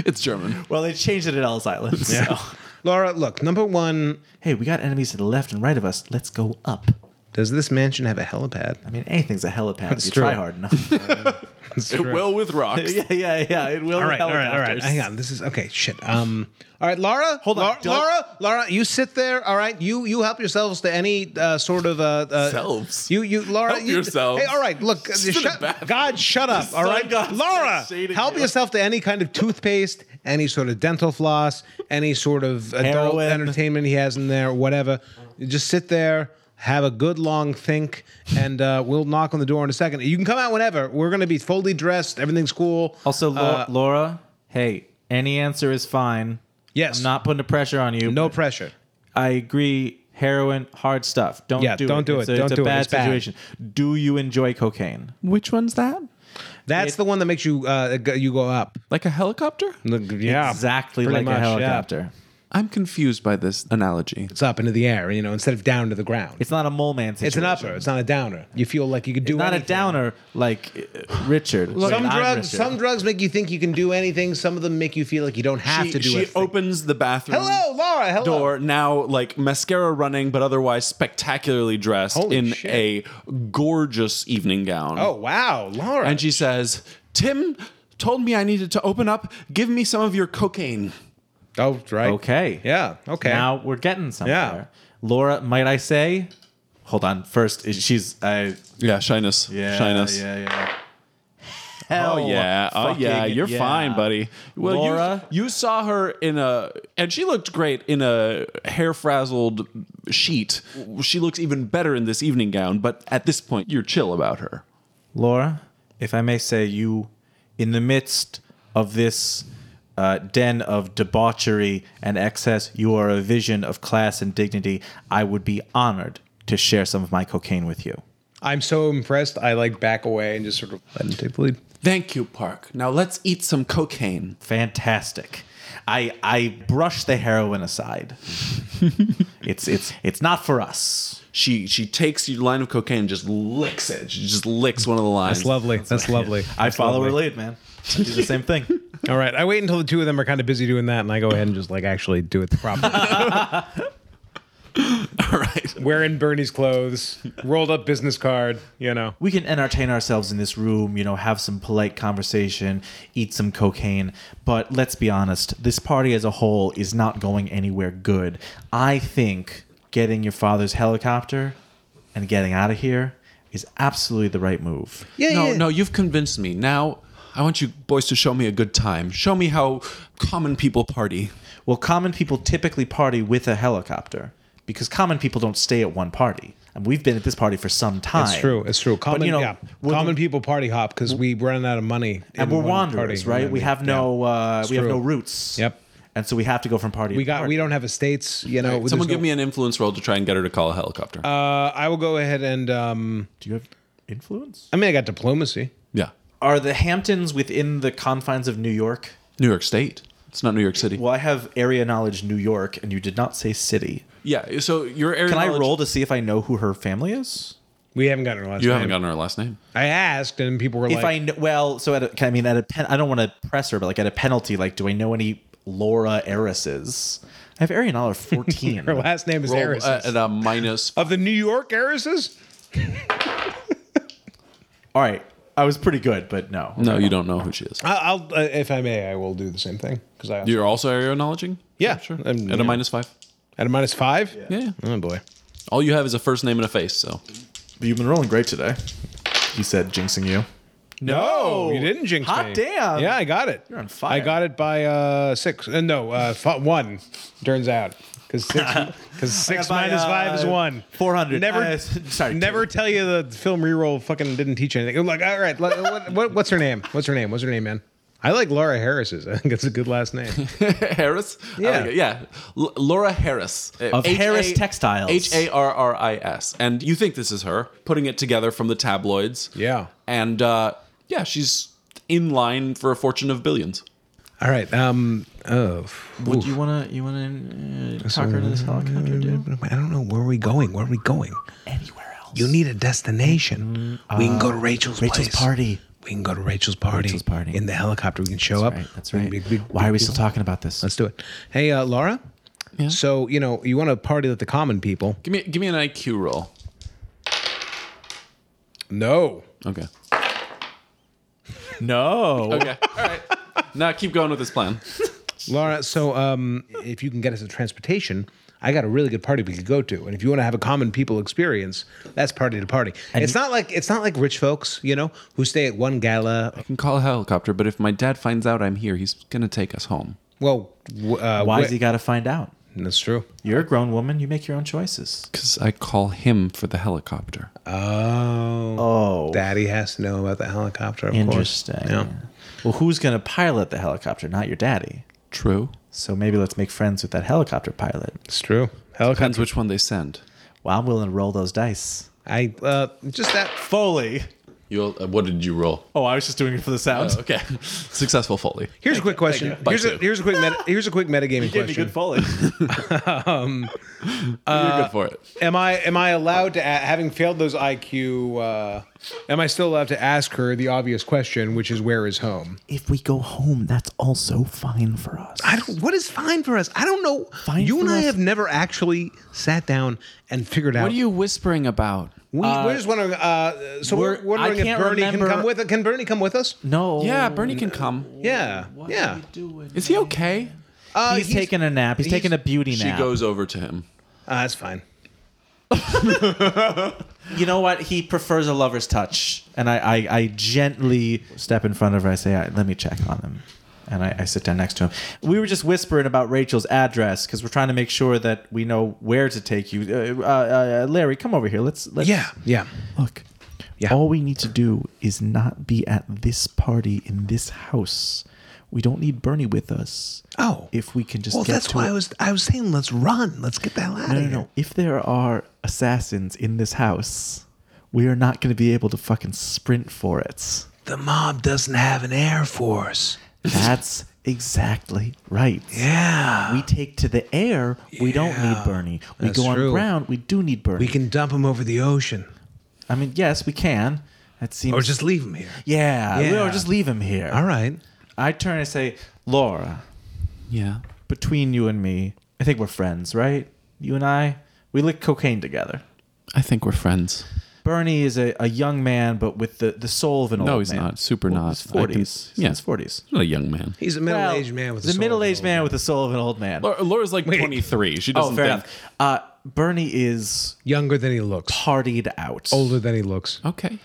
S1: It's German.
S3: well, they changed it at Ellis Island. So.
S2: Laura, look. Number one.
S3: Hey, we got enemies to the left and right of us. Let's go up.
S2: Does this mansion have a helipad?
S3: I mean, anything's a helipad if
S2: That's
S3: you
S2: true.
S3: try hard enough.
S1: It will with rocks.
S3: yeah, yeah, yeah. It will.
S2: All right, all right, all right.
S3: helicopters.
S2: Hang on. This is okay. Shit. Um. All right, Laura.
S3: Hold on,
S2: Laura,
S3: don't-
S2: Laura. Laura, You sit there. All right. You you help yourselves to any uh, sort of uh, uh
S1: Selves.
S2: You you Laura.
S1: Help
S2: you,
S1: yourselves.
S2: Hey, all right. Look. uh,
S1: Sit in the
S2: Shut,
S1: bathroom.
S2: God, shut up.
S3: sun
S2: All right,
S3: god's
S2: Laura.
S3: shading
S2: Help
S3: you.
S2: yourself to any kind of toothpaste, any sort of dental floss, any sort of adult
S3: Heroin.
S2: entertainment he has in there, whatever. You just sit there. Have a good long think, and uh, we'll knock on the door in a second. You can come out whenever. We're going to be fully dressed. Everything's cool.
S3: Also, Lau-
S2: Uh,
S3: Laura, hey, any answer is fine.
S2: Yes.
S3: I'm not putting the pressure on you.
S2: No
S3: but
S2: pressure.
S3: I agree. Heroin, hard stuff. Don't
S2: Yeah,
S3: do
S2: don't
S3: it.
S2: do
S3: It's
S2: it.
S3: a,
S2: Don't
S3: it's a
S2: do it.
S3: bad
S2: It's bad.
S3: situation. Do you enjoy cocaine?
S1: Which one's that?
S2: That's the one that makes you uh, go- you go up.
S1: Like a helicopter?
S2: Yeah,
S3: exactly like
S2: pretty much,
S3: a
S2: yeah.
S3: helicopter.
S1: I'm confused by this analogy.
S2: It's up into the air, you know, instead of down to the ground. It's,
S3: It's not a mole man situation.
S2: an upper. It's not a downer. You feel like you could do
S3: Not a
S2: anything.
S3: downer like uh, Richard.
S2: Some
S3: Wait, I'm
S2: drugs,
S3: Richard.
S2: some drugs make you think you can do anything. Some of them make you feel like you don't have
S1: she
S2: to do
S1: she
S2: it.
S1: opens the bathroom.
S2: Hello, Laura. Hello.
S1: Door now, like mascara running, but otherwise spectacularly dressed
S2: Holy
S1: in
S2: shit.
S1: a gorgeous evening gown.
S2: Oh wow, Laura.
S1: And she says, Tim told me I needed to open up. Give me some of your cocaine.
S2: oh right.
S3: Okay.
S2: Yeah. Okay.
S3: Now we're getting somewhere.
S2: Yeah.
S3: Laura, might I say? Hold on. First, is- she's I
S1: Yeah, shyness.
S3: yeah,
S1: shyness.
S3: Yeah, yeah.
S1: Oh yeah, oh yeah,
S3: fucking
S1: you're
S3: yeah.
S1: fine, buddy. Well,
S3: Laura?
S1: you you saw her in a, and she looked great in a hair frazzled sheet. She looks even better in this evening gown. But at this point, you're chill about her.
S3: Laura, if I may say, you, in the midst of this uh, den of debauchery and excess, you are a vision of class and dignity. I would be honored to share some of my cocaine with you.
S2: I'm so impressed. I like back away and just sort of let him take the lead.
S1: Thank you, Park. Now let's eat some cocaine.
S3: Fantastic. I I brush the heroin aside. it's it's it's not for us.
S1: She she takes your line of cocaine and just licks it. She just licks one of the lines.
S2: That's lovely. That's lovely.
S3: I
S2: That's
S3: follow
S2: lovely.
S3: her lead, man. I do the same thing.
S2: All right. I wait until the two of them are kind of busy doing that, and I go ahead and just like actually do it properly.
S1: All right.
S2: Wearing Bernie's clothes, rolled up business card. You know.
S3: we can entertain ourselves in this room, you know, have some polite conversation, eat some cocaine. But let's be honest, this party as a whole is not going anywhere good. I think getting your father's helicopter and getting out of here is absolutely the right move.
S2: Yeah.
S1: no, no, you've convinced me. Now I want you boys to show me a good time. Show me how common people party.
S3: Well, common people typically party with a helicopter because common people don't stay at one party. And we've been at this party for some time.
S2: It's true. It's true. Common,
S3: know,
S2: yeah.
S3: we're-
S2: Common people party hop because we run out of money.
S3: And
S2: in
S3: we're
S2: one
S3: wanderers,
S2: party.
S3: right? We have no uh, we have
S2: true.
S3: no roots.
S2: Yep.
S3: And so we have to go from party
S2: We
S3: to
S2: got.
S3: party.
S2: We don't have estates. You know.
S1: Someone
S2: there's
S1: give me an influence roll to try and get her to call a helicopter.
S2: no- Uh, I will go ahead and. Um,
S3: Do you have influence?
S2: I mean, I got diplomacy.
S1: yeah.
S3: Are the Hamptons within the confines of New York?
S1: New York State. It's not New York City.
S3: Well, I have area knowledge New York, and you did not say city.
S1: yeah. So your area.
S3: Can I
S1: knowledge-
S3: roll to see if I know who her family is?
S2: We haven't gotten her last
S1: You
S2: name.
S1: haven't gotten her last name.
S2: I asked, and people were
S3: if
S2: like,
S3: I kn- well, so at a, can- I mean at a pen, I don't want to press her, but like at a penalty, like do I know any Laura heiresses? I have area knowledge fourteen.
S2: "Her last name is
S1: Roll,
S2: Harris."
S1: uh, at a minus.
S2: of the New York heiresses?
S3: All right, I was pretty good, but no.
S1: no, you don't know who she is.
S2: I- I'll, uh, if I may, I will do the same thing because I
S1: You're also area knowledging.
S2: Yeah,
S1: sure.
S2: I'm-
S1: at
S2: yeah.
S1: a minus five.
S2: at a minus five.
S1: Yeah. yeah.
S2: Oh boy.
S1: All you have is a first name and a face. So
S3: But you've been rolling great today. You said jinxing you.
S2: No, you didn't jinx
S3: Hot
S2: me.
S3: damn.
S2: Yeah, I got it. You're
S3: on fire.
S2: I got it by uh, six. Uh, no, uh, fi- one. Turns out because six, cause six
S3: by,
S2: minus
S3: uh,
S2: five is one.
S3: 400.
S2: Never,
S3: Uh, sorry, two.
S2: Never tell you the film reroll fucking didn't teach anything. I'm like, all right, let- what, what, what's her name? What's her name? What's her name, man? I like Laura Harris's. I think it's a good last name.
S1: Harris. I
S2: Yeah.
S1: like it. yeah. L- Laura Harris Uh,
S3: Of
S1: H A-
S3: Harris Textiles.
S1: H A R R I S. And you think this is her putting it together from the tabloids.
S2: Yeah.
S1: And uh, yeah, she's in line for a fortune of billions.
S2: All right. Um. Oh.
S3: Would you wanna you wanna uh, talk her to this helicopter, dude?
S2: I don't know where are we going. Where are we going?
S3: Anywhere else?
S2: You need a destination. we can go to Rachel's,
S3: Rachel's
S2: place.
S3: party.
S2: We can go to Rachel's party.
S3: Rachel's party.
S2: In the helicopter, we can show up.
S3: Right, that's right.
S2: We can be- be-
S3: Why are we still talking about this?
S2: Let's do it. Hey, uh, Laura.
S1: Yeah.
S2: So you know you want to party with the common people?
S1: Give me give me an IQ roll.
S2: No.
S1: Okay.
S3: No.
S1: Okay. All right. Now keep going with this plan.
S2: Laura. So um, if you can get us a transportation. I got a really good party we could go to, and if you want to have a common people experience, that's party to party. it's not like it's not like rich folks, you know, who stay at one gala.
S1: I can call a helicopter, but if my dad finds out I'm here, he's gonna take us home.
S2: Well, w- uh,
S3: Why
S2: wh-
S3: has he got to find out?
S2: That's true.
S3: You're a grown woman. You make your own choices.
S1: Cause I call him for the helicopter.
S2: Oh.
S3: Oh,
S2: Daddy has to know about the helicopter, of
S3: interesting.
S2: course. Yeah.
S3: Well, who's gonna pilot the helicopter? Not your daddy.
S1: True.
S3: So maybe let's make friends with that helicopter pilot.
S2: It's true. Helicopter.
S1: Depends which one they send.
S3: Well, I'm willing to roll those dice.
S2: I uh, just that.
S3: Foley.
S1: You. Uh, what did you roll?
S3: Oh, I was just doing it for the sound.
S1: Oh, okay. Successful Foley.
S2: Here's a quick question.
S1: By
S2: Here's a
S1: two.
S2: here's a quick meta, here's a quick metagaming
S3: Gave me good
S2: question.
S3: Foley.
S1: You're good for it.
S2: Am I am I allowed to a- having failed those IQ? Uh, am I still allowed to ask her the obvious question, which is where is home?
S5: If we go home, that's also fine for us.
S2: I don't, what is fine for us? I don't know.
S5: Fine
S2: you and
S5: for
S2: I
S5: us?
S2: have never actually sat down and figured out.
S1: What are you whispering about?
S2: we, we're just wondering. Uh, so we're,
S3: we're-
S2: wondering
S3: I
S2: if
S3: can't
S2: Bernie
S3: remember-
S2: can come with. Can Bernie come with us?
S3: No.
S1: Yeah, Bernie can come.
S2: Yeah. yeah.
S1: Is he okay?
S2: Uh,
S3: He's, taking a nap. He's,
S2: he's-
S3: taking a beauty
S1: She
S3: nap.
S1: goes over to him.
S2: Uh, that's fine.
S3: you know what? He prefers a lover's touch, and I, I, I gently step in front of her. I say, "All right, "Let me check on him," and I, I sit down next to him. We were just whispering about Rachel's address because we're trying to make sure that we uh, know where to take you. Uh, uh, uh, Larry, come over here. Let's, let's
S2: Yeah. Yeah.
S5: Look,
S2: Yeah.
S3: All we need to do is not be at this party in this house. We don't need Bernie with us.
S2: Oh.
S3: If we can just
S2: Well,
S3: get
S2: that's
S3: to
S2: why
S3: it.
S2: I was I was saying let's run, let's get the hell out
S3: No,
S2: of
S3: no,
S2: here.
S3: no. If there are assassins in this house, we are not going to be able to fucking sprint for it.
S2: The mob doesn't have an air force.
S3: That's exactly right.
S2: Yeah,
S3: We take to the air, we don't need Bernie. We
S2: That's
S3: go on
S2: true.
S3: ground, we do need Bernie.
S2: we can dump them over the ocean,
S3: I mean, yes, we can. That seems.
S2: or just leave them here.
S3: yeah,
S2: Yeah.
S3: or just leave him here.
S2: All right.
S3: I turn and say, Laura,
S1: Yeah.
S3: between you and me, I think we're friends, right? You and I, we lick cocaine together.
S1: I think we're friends.
S3: Bernie is a, a young man, but with the, the soul of an old man.
S1: No, he's not. Super not.
S3: He's
S1: I think-
S3: 40s. He's in
S1: yeah.
S3: his 40s.
S1: Not a young man.
S2: He's a
S3: Well,
S2: middle-aged man with a
S3: the
S2: sword.
S3: middle-aged man with the soul of an old man.
S1: Laura- Laura's like 23. She
S3: oh,
S1: doesn't
S3: fair
S1: think.
S3: enough. Uh, Bernie is
S2: younger than he looks,
S3: partied out.
S2: older than he looks.
S1: Okay.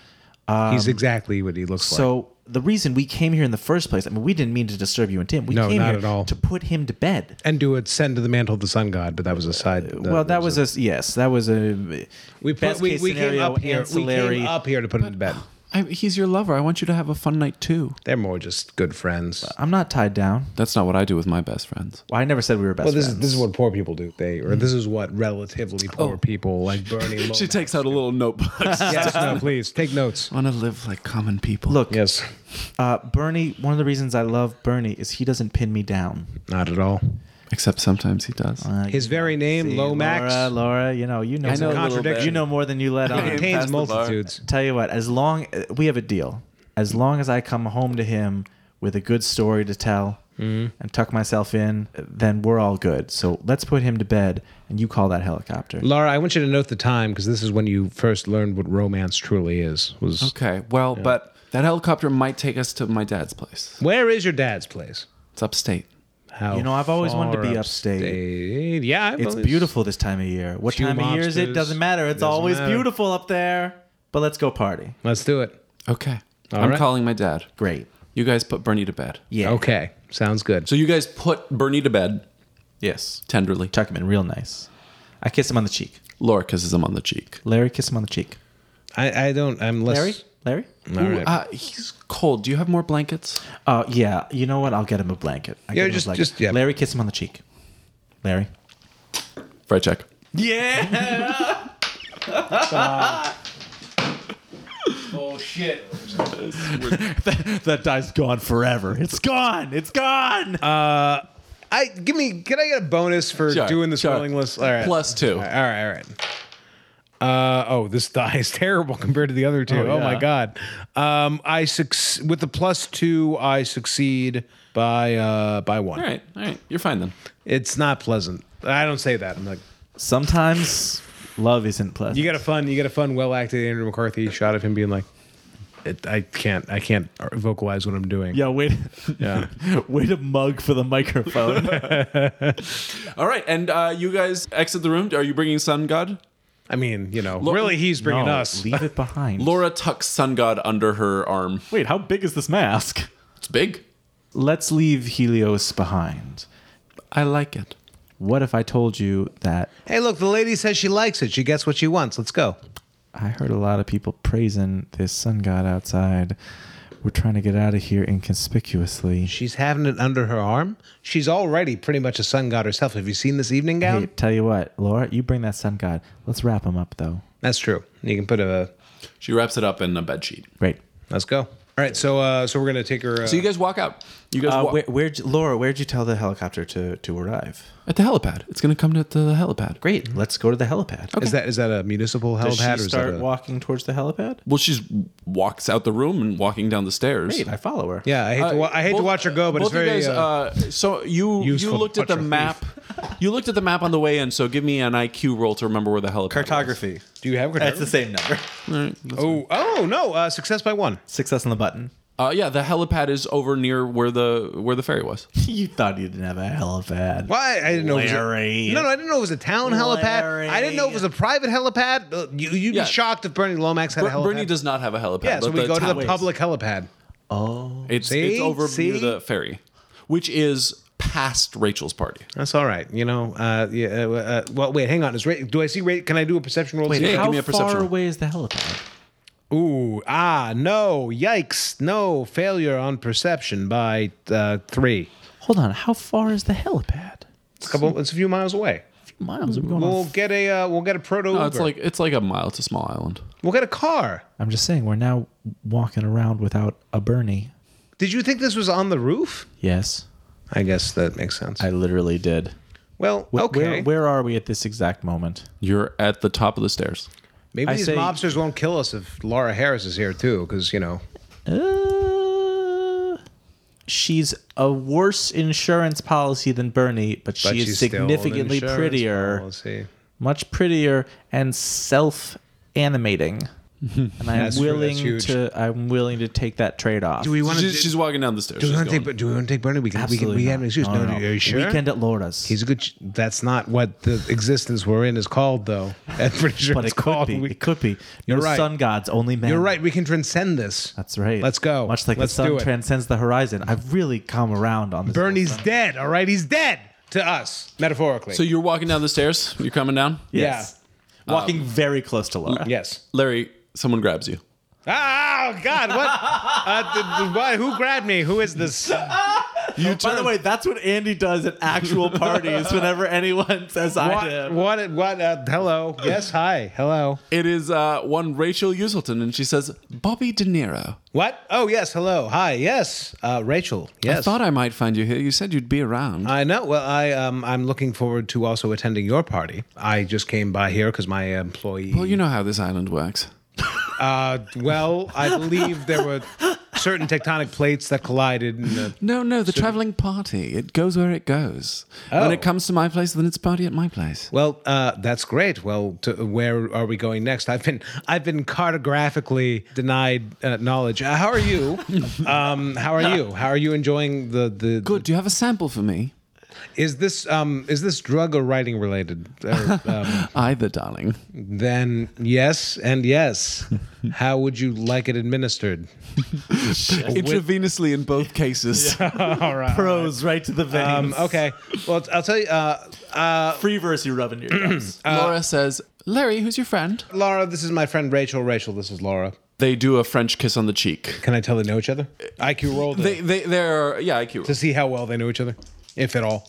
S2: He's exactly what he looks like.
S3: So the reason we came here in the first place, I mean, we didn't mean to disturb you and Tim. We
S2: No,
S3: came
S2: not
S3: here
S2: at all.
S3: to put him to bed.
S2: And do it send to the mantle of the sun god, but that Uh, was a side.
S3: well, that was a, yes, that was a
S2: we put,
S3: best
S2: we,
S3: case
S2: we came
S3: scenario
S2: up here. We
S3: ancillary-
S2: came up here to put him to bed.
S1: I, he's your lover. I want you to have a fun night too.
S2: They're more just good friends.
S3: I'm not tied down.
S1: That's not what I do with my best friends.
S3: Well, I never said we were best
S2: Well, this
S3: friends.
S2: is this is what poor people do. They or this is what relatively poor people like Bernie.
S1: She
S2: Lomax
S1: takes out a little notebook.
S2: Yes, no, please take notes.
S1: want to live like common people.
S3: Look,
S2: Yes,
S3: uh, Bernie, one of the reasons I love Bernie is he doesn't pin me down.
S2: not at all.
S1: except sometimes he does.
S3: Uh,
S2: His very name,
S3: see,
S2: Lomax,
S3: Laura, Laura, you know, you know,
S1: know a little
S2: contradiction. bit.
S3: You know more than you let on.
S1: Pass
S2: contains
S1: the bar.
S2: multitudes.
S3: Tell you what, as long we have a deal, as long as I come home to him with a good story to tell
S2: Mm-hmm.
S3: and tuck myself in, then we're all good. So let's put him to bed, and you call that helicopter.
S2: Laura, I want you to note the time because this is when you first learned what romance truly is. Was
S1: Okay. Well, but that helicopter might take us to my dad's place.
S2: where is your dad's place?
S1: It's upstate.
S2: How
S3: You know, I've always wanted to
S2: far
S3: be upstate.
S2: upstate? Yeah, I've
S3: It's
S2: always-
S3: beautiful this time of year. What
S2: Few
S3: time of year is it?
S2: mobsters.
S3: Doesn't matter. It's
S2: Doesn't
S3: always
S2: matter.
S3: beautiful up there. But let's go party.
S2: Let's do it.
S1: Okay.
S2: All
S1: I'm
S2: right.
S1: calling my dad.
S3: Great.
S1: You guys put Bernie to bed.
S3: Yeah.
S2: Okay, sounds good.
S1: So you guys put Bernie to bed
S3: Yes.
S1: tenderly.
S3: Tuck him in real nice. I kiss him on the cheek.
S1: Laura kisses him on the cheek.
S3: Larry, kiss him on the cheek.
S2: I, I don't. I'm less.
S3: Larry? Larry?
S2: All right.
S1: Uh, he's cold. Do you have more blankets?
S3: Oh, yeah. You know what? I'll get him a blanket. I get
S2: Yeah,
S3: him a
S2: just-
S3: blanket.
S2: just- yeah.
S3: Larry, kiss him on the cheek. Larry.
S1: Fry check.
S3: Yeah.
S2: oh shit.
S3: that, that die's gone forever. It's gone. It's gone. Uh,
S2: I give me. Can I get a bonus for
S1: Sure,
S2: doing this
S1: sure.
S2: willingness? All right.
S1: Plus two.
S2: All right. All right. Uh, oh, this die is terrible compared to the other two. Oh, my god. Um, I suc- with the plus two, I succeed by uh by one.
S1: All right. All right. You're fine then.
S2: It's not pleasant. I don't say that. I'm like,
S3: Sometimes love isn't pleasant.
S2: you get a fun, you get a fun, well acted Andrew McCarthy shot of him being like, it, I can't, I can't vocalize what I'm doing.
S3: yeah, wait.
S2: Yeah.
S3: wait a mug for the microphone.
S1: All right. And uh, you guys exit the room. Are you bringing Sun God?
S2: I mean, you know, really, he's bringing
S3: No,
S2: us.
S3: Leave it behind.
S1: Laura tucks Sun God under her arm.
S3: Wait, how big is this mask?
S1: It's big.
S3: Let's leave Helios behind.
S1: I like it.
S3: What if I told you that
S2: Hey, look, the lady says she likes it. She gets what she wants. Let's go.
S3: I heard a lot of people praising this sun god outside. We're trying to get out of here inconspicuously.
S2: She's having it under her arm. She's already pretty much a sun god herself. Have you seen this evening gown?
S3: Hey, tell you what, Laura, you bring that sun god. Let's wrap him up though.
S2: That's true. You can put a.
S1: She wraps it up in a bed sheet.
S3: Great.
S2: Let's go. All right. So, uh, so we're gonna take her. Uh,
S1: So you guys walk out. You guys
S3: Uh,
S1: walk
S3: where, where'd you- Laura? Where'd you tell the helicopter to to arrive?
S1: at the helipad. It's going to come to the helipad.
S3: Great. Let's go to the helipad.
S2: is that is that a municipal helipad?
S3: Does she
S2: or is
S3: start
S2: that a,
S3: walking towards the helipad?
S1: Well, she's walks out the room and walking down the stairs.
S3: Great. I follow her.
S2: Yeah, I hate, to, wa- I hate
S1: Uh, Both-
S2: to watch her go, but
S1: both
S2: it's very.
S1: You guys,
S2: uh,
S1: uh, so you you
S2: useful to
S1: looked at
S2: watch
S1: the
S2: her leave.
S1: map. you looked at the map on the way in. So give me an IQ roll to remember where the hell.
S3: Cartography.
S2: do you have her?
S3: That's the same number.
S2: Oh, oh no! Uh, success by one.
S3: Success on the button.
S1: Uh, yeah, the helipad is over near where the where the ferry was.
S3: you thought you didn't have a helipad.
S2: Why? I didn't know.
S3: Larry.
S2: It was a, no, no, I didn't know it was a town helipad. I didn't know it was a private helipad. Uh, You, you'd
S1: Yeah.
S2: be shocked if Bernie Lomax had a helipad.
S1: Bernie does not have a helipad.
S2: Yeah, so
S1: but
S2: we go to the
S1: town-
S2: public helipad.
S1: It's,
S2: See?
S1: it's over
S2: See?
S1: near the ferry, which is past Rachel's party.
S2: That's all right. You know. Uh, yeah, uh, uh, well, wait, hang on. Is Ra- do I see? Ra- can I do a perception roll? to
S3: Wait,
S2: see if I
S1: yeah,
S3: how
S1: give me a perception
S3: far
S1: roll.
S3: away is the helipad?
S2: Ooh, ah, no, yikes, no, failure on perception by uh, three.
S3: Hold on, how far is the helipad?
S2: It's a couple, it's a few miles away.
S3: A few miles. I'm going.
S2: We'll
S3: On.
S2: get a, uh, we'll get a proto.
S1: No, it's
S2: Uber.
S1: like it's like a mile. It's a small island.
S2: we'll get a car.
S3: I'm just saying, we're now walking around without a Bernie.
S2: Did you think this was on the roof?
S3: Yes,
S2: I guess that makes sense.
S3: I literally did.
S2: well,
S3: Wh-
S2: okay.
S3: Where, where are we at this exact moment?
S1: You're at the top of the stairs.
S2: Maybe
S3: I
S2: these
S3: say-
S2: mobsters won't kill us if Laura Harris is here too, because you know.
S3: Uh, she's a worse insurance policy than Bernie, but she
S2: but
S3: is
S2: she's still an
S3: significantly
S2: insurance
S3: prettier,
S2: policy.
S3: much prettier, and self-animating. and I'm
S2: That's true, that's
S3: willing
S2: huge.
S3: to. I'm willing to take that trade off.
S2: Do we want to?
S1: She's, she's walking down the stairs.
S2: Do we
S1: She's
S2: want to
S1: going.
S2: take? Do we want to take Bernie? We can. We, can,
S3: Absolutely
S2: we
S3: not.
S2: have an excuse. No, no, are you sure?
S3: Weekend at Laura's.
S2: He's a good. ch- That's not what the existence we're in is called, though. I'm pretty sure
S3: but
S2: it's
S3: it could
S2: called.
S3: be.
S2: we-
S3: it could be. No
S2: You're right.
S3: sun gods, only men.
S2: You're right. We can transcend this.
S3: That's right.
S2: Let's go.
S3: Much like
S2: Let's
S3: the sun
S2: do it.
S3: transcends the horizon. I've really come around on this.
S2: Bernie's dead. All right, he's dead to us, metaphorically.
S1: So you're walking down the stairs. You're coming down.
S3: Yes.
S2: Um,
S3: Walking very close to Laura.
S2: yes.
S1: Larry, someone grabs you.
S2: Oh God! What? uh, th- th- why- who grabbed me? Who is this?
S9: By the way, that's what Andy does at actual parties whenever anyone says I
S2: What?
S9: did.
S2: What? what uh, hello. Yes. Hi. Hello.
S1: It is uh, one Rachel Uselton, and she says, "Bobby De Niro.
S2: What? Oh yes. Hello. Hi. Yes. Uh, Rachel. Yes.
S1: I thought I might find you here. You said you'd be around.
S2: I know. Well, I um, I'm looking forward to also attending your party. I just came by here because my employee.
S1: well, you know how this island works.
S2: uh, well, I believe there were certain tectonic plates that collided. And, uh,
S1: No, no, the traveling party. It goes where it goes.
S2: Oh.
S1: When it comes to my place, then it's party at my place.
S2: well, uh, that's great. Well, to, where are we going next? I've been I've been cartographically denied uh, knowledge. Uh, how are you? um, how are you? How are you enjoying the the?
S1: Good. Do you have a sample for me?
S2: Is this um is this drug or writing related? Or, um,
S1: Either, darling.
S2: Then yes and yes. How would you like it administered?
S1: Intravenously in both cases.
S2: All right.
S9: Pros right to the veins.
S2: Um, okay. Well, I'll tell you, uh,
S9: Free verse you rub in your gums.
S1: Laura says, Larry, who's your friend?
S2: Laura. This is my friend Rachel. Rachel, this is Laura.
S1: They do a French kiss on the cheek.
S2: Can I tell they know each other? IQ rolled
S1: They, they, they're, yeah, IQ.
S2: to see how well they know each other, if at all.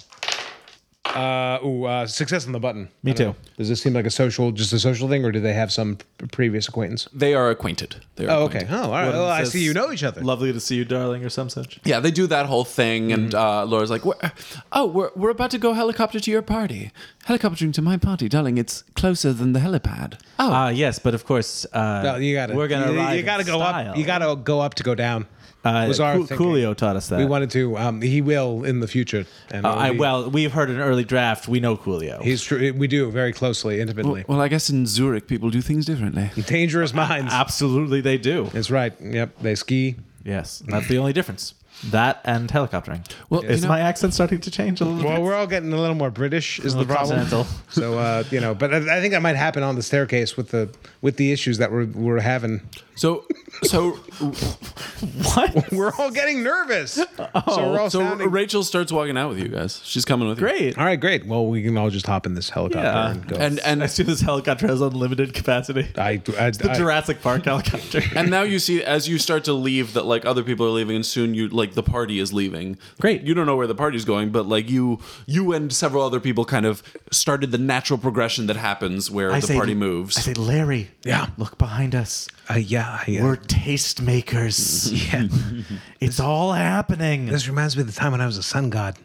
S2: Uh, ooh, uh, success on the button.
S3: Me
S2: I don't
S3: too.
S2: know. Does this seem like a social, just a social thing, or do they have some p- previous acquaintance?
S1: They are acquainted. They are
S2: Oh, okay.
S1: acquainted.
S2: Oh, all right.
S9: One
S2: Well, I
S9: says,
S2: see you know each other.
S9: Lovely to see you, darling, or some such.
S1: Yeah, they do that whole thing, and
S2: Mm-hmm.
S1: uh, Laura's like, "We're- "Oh, we're we're about to go helicopter to your party, helicoptering to my party, darling. It's closer than the helipad." Oh,
S3: Ah, yes, but of course. Uh,
S2: No, you gotta.
S3: We're gonna
S2: you,
S3: arrive.
S2: You gotta
S3: in
S2: go
S3: style.
S2: up. You gotta go up to go down.
S3: Uh,
S2: was our
S3: Cu-
S2: thinking.
S3: Coolio taught us that.
S2: We wanted to. Um, he will in the future. And
S3: Uh,
S2: it'll
S3: I,
S2: be-
S3: well, we've heard an early draft. We know Coolio.
S2: He's true. We do very closely, intimately.
S1: well, I guess in Zurich people do things differently.
S2: Dangerous minds.
S3: Absolutely, they do.
S2: That's right. Yep. They ski.
S3: Yes, that's the only difference. That and helicoptering.
S1: Well,
S3: is
S1: you know-
S3: my accent starting to change a little
S2: Well,
S3: bit?
S2: we're all getting a little more British. Is the problem?
S3: continental.
S2: So uh, you know, but I, I think that might happen on the staircase with the with the issues that we're we're having.
S1: So, so,
S3: What?
S2: We're all getting nervous. so we're all
S1: Oh, so
S2: sounding.
S1: Rachel starts walking out with you guys. She's coming with you.
S3: Great.
S2: all right, great. Well, we can all just hop in this helicopter
S3: Yeah.
S2: and go.
S1: And
S9: I
S1: and
S9: see this helicopter has unlimited capacity.
S2: I, I,
S9: The
S2: I-
S9: Jurassic Park helicopter.
S1: and now you see as you start to leave that like other people are leaving, and soon you like the party is leaving.
S3: Great.
S1: You don't know where the party's going, but like you you and several other people kind of started the natural progression that happens where the party moves.
S3: I say, Larry.
S2: Yeah.
S3: Look behind us.
S2: uh, yeah, I, uh,
S3: We're tastemakers.
S2: yeah.
S3: It's all happening.
S2: This reminds me of the time when I was a sun god.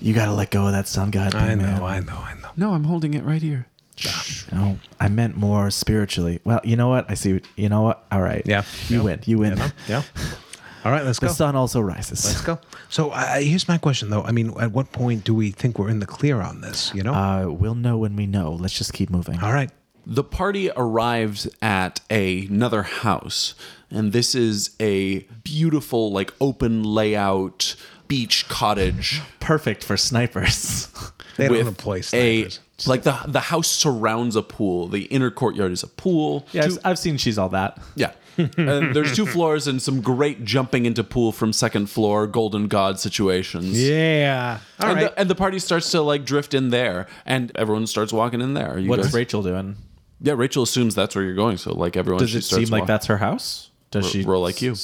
S3: You gotta let go of that sun god.
S2: I
S3: thing,
S2: know,
S3: man.
S2: I know, I know.
S1: no, Oh, I'm holding it right here.
S3: No, I meant more spiritually. Well, you know what? I see. what- You know what? All right.
S2: Yeah.
S3: You
S2: Yeah.
S3: win. You win.
S2: Yeah. All right, let's
S3: The
S2: go.
S3: sun also rises.
S2: Let's go. So uh, here's my question, though. I mean, at what point do we think we're in the clear on this? You know.
S3: Uh, we'll know when we know. Let's just keep moving.
S2: All right.
S1: The party arrives at a- another house, and this is a beautiful, like open layout beach cottage
S3: Perfect for snipers.
S2: They
S1: with
S2: don't employ
S1: a
S2: snipers.
S1: like the the house surrounds a pool. The inner courtyard is a pool.
S3: yeah,
S1: Two-
S3: I've seen she's all that.
S1: yeah. and there's two floors and some great jumping into pool from second floor golden god situations.
S2: yeah. uh, All
S1: and,
S2: right.
S1: the, and the party starts to like drift in there, and everyone starts walking in there. You
S3: What's
S1: guys-
S3: Rachel doing?
S1: Yeah, Rachel assumes that's where you're going. So like everyone,
S10: Does
S1: she
S10: it
S1: starts
S10: seem like
S1: walk-
S10: that's her house? Does
S1: Ro-
S10: she
S1: roll like you.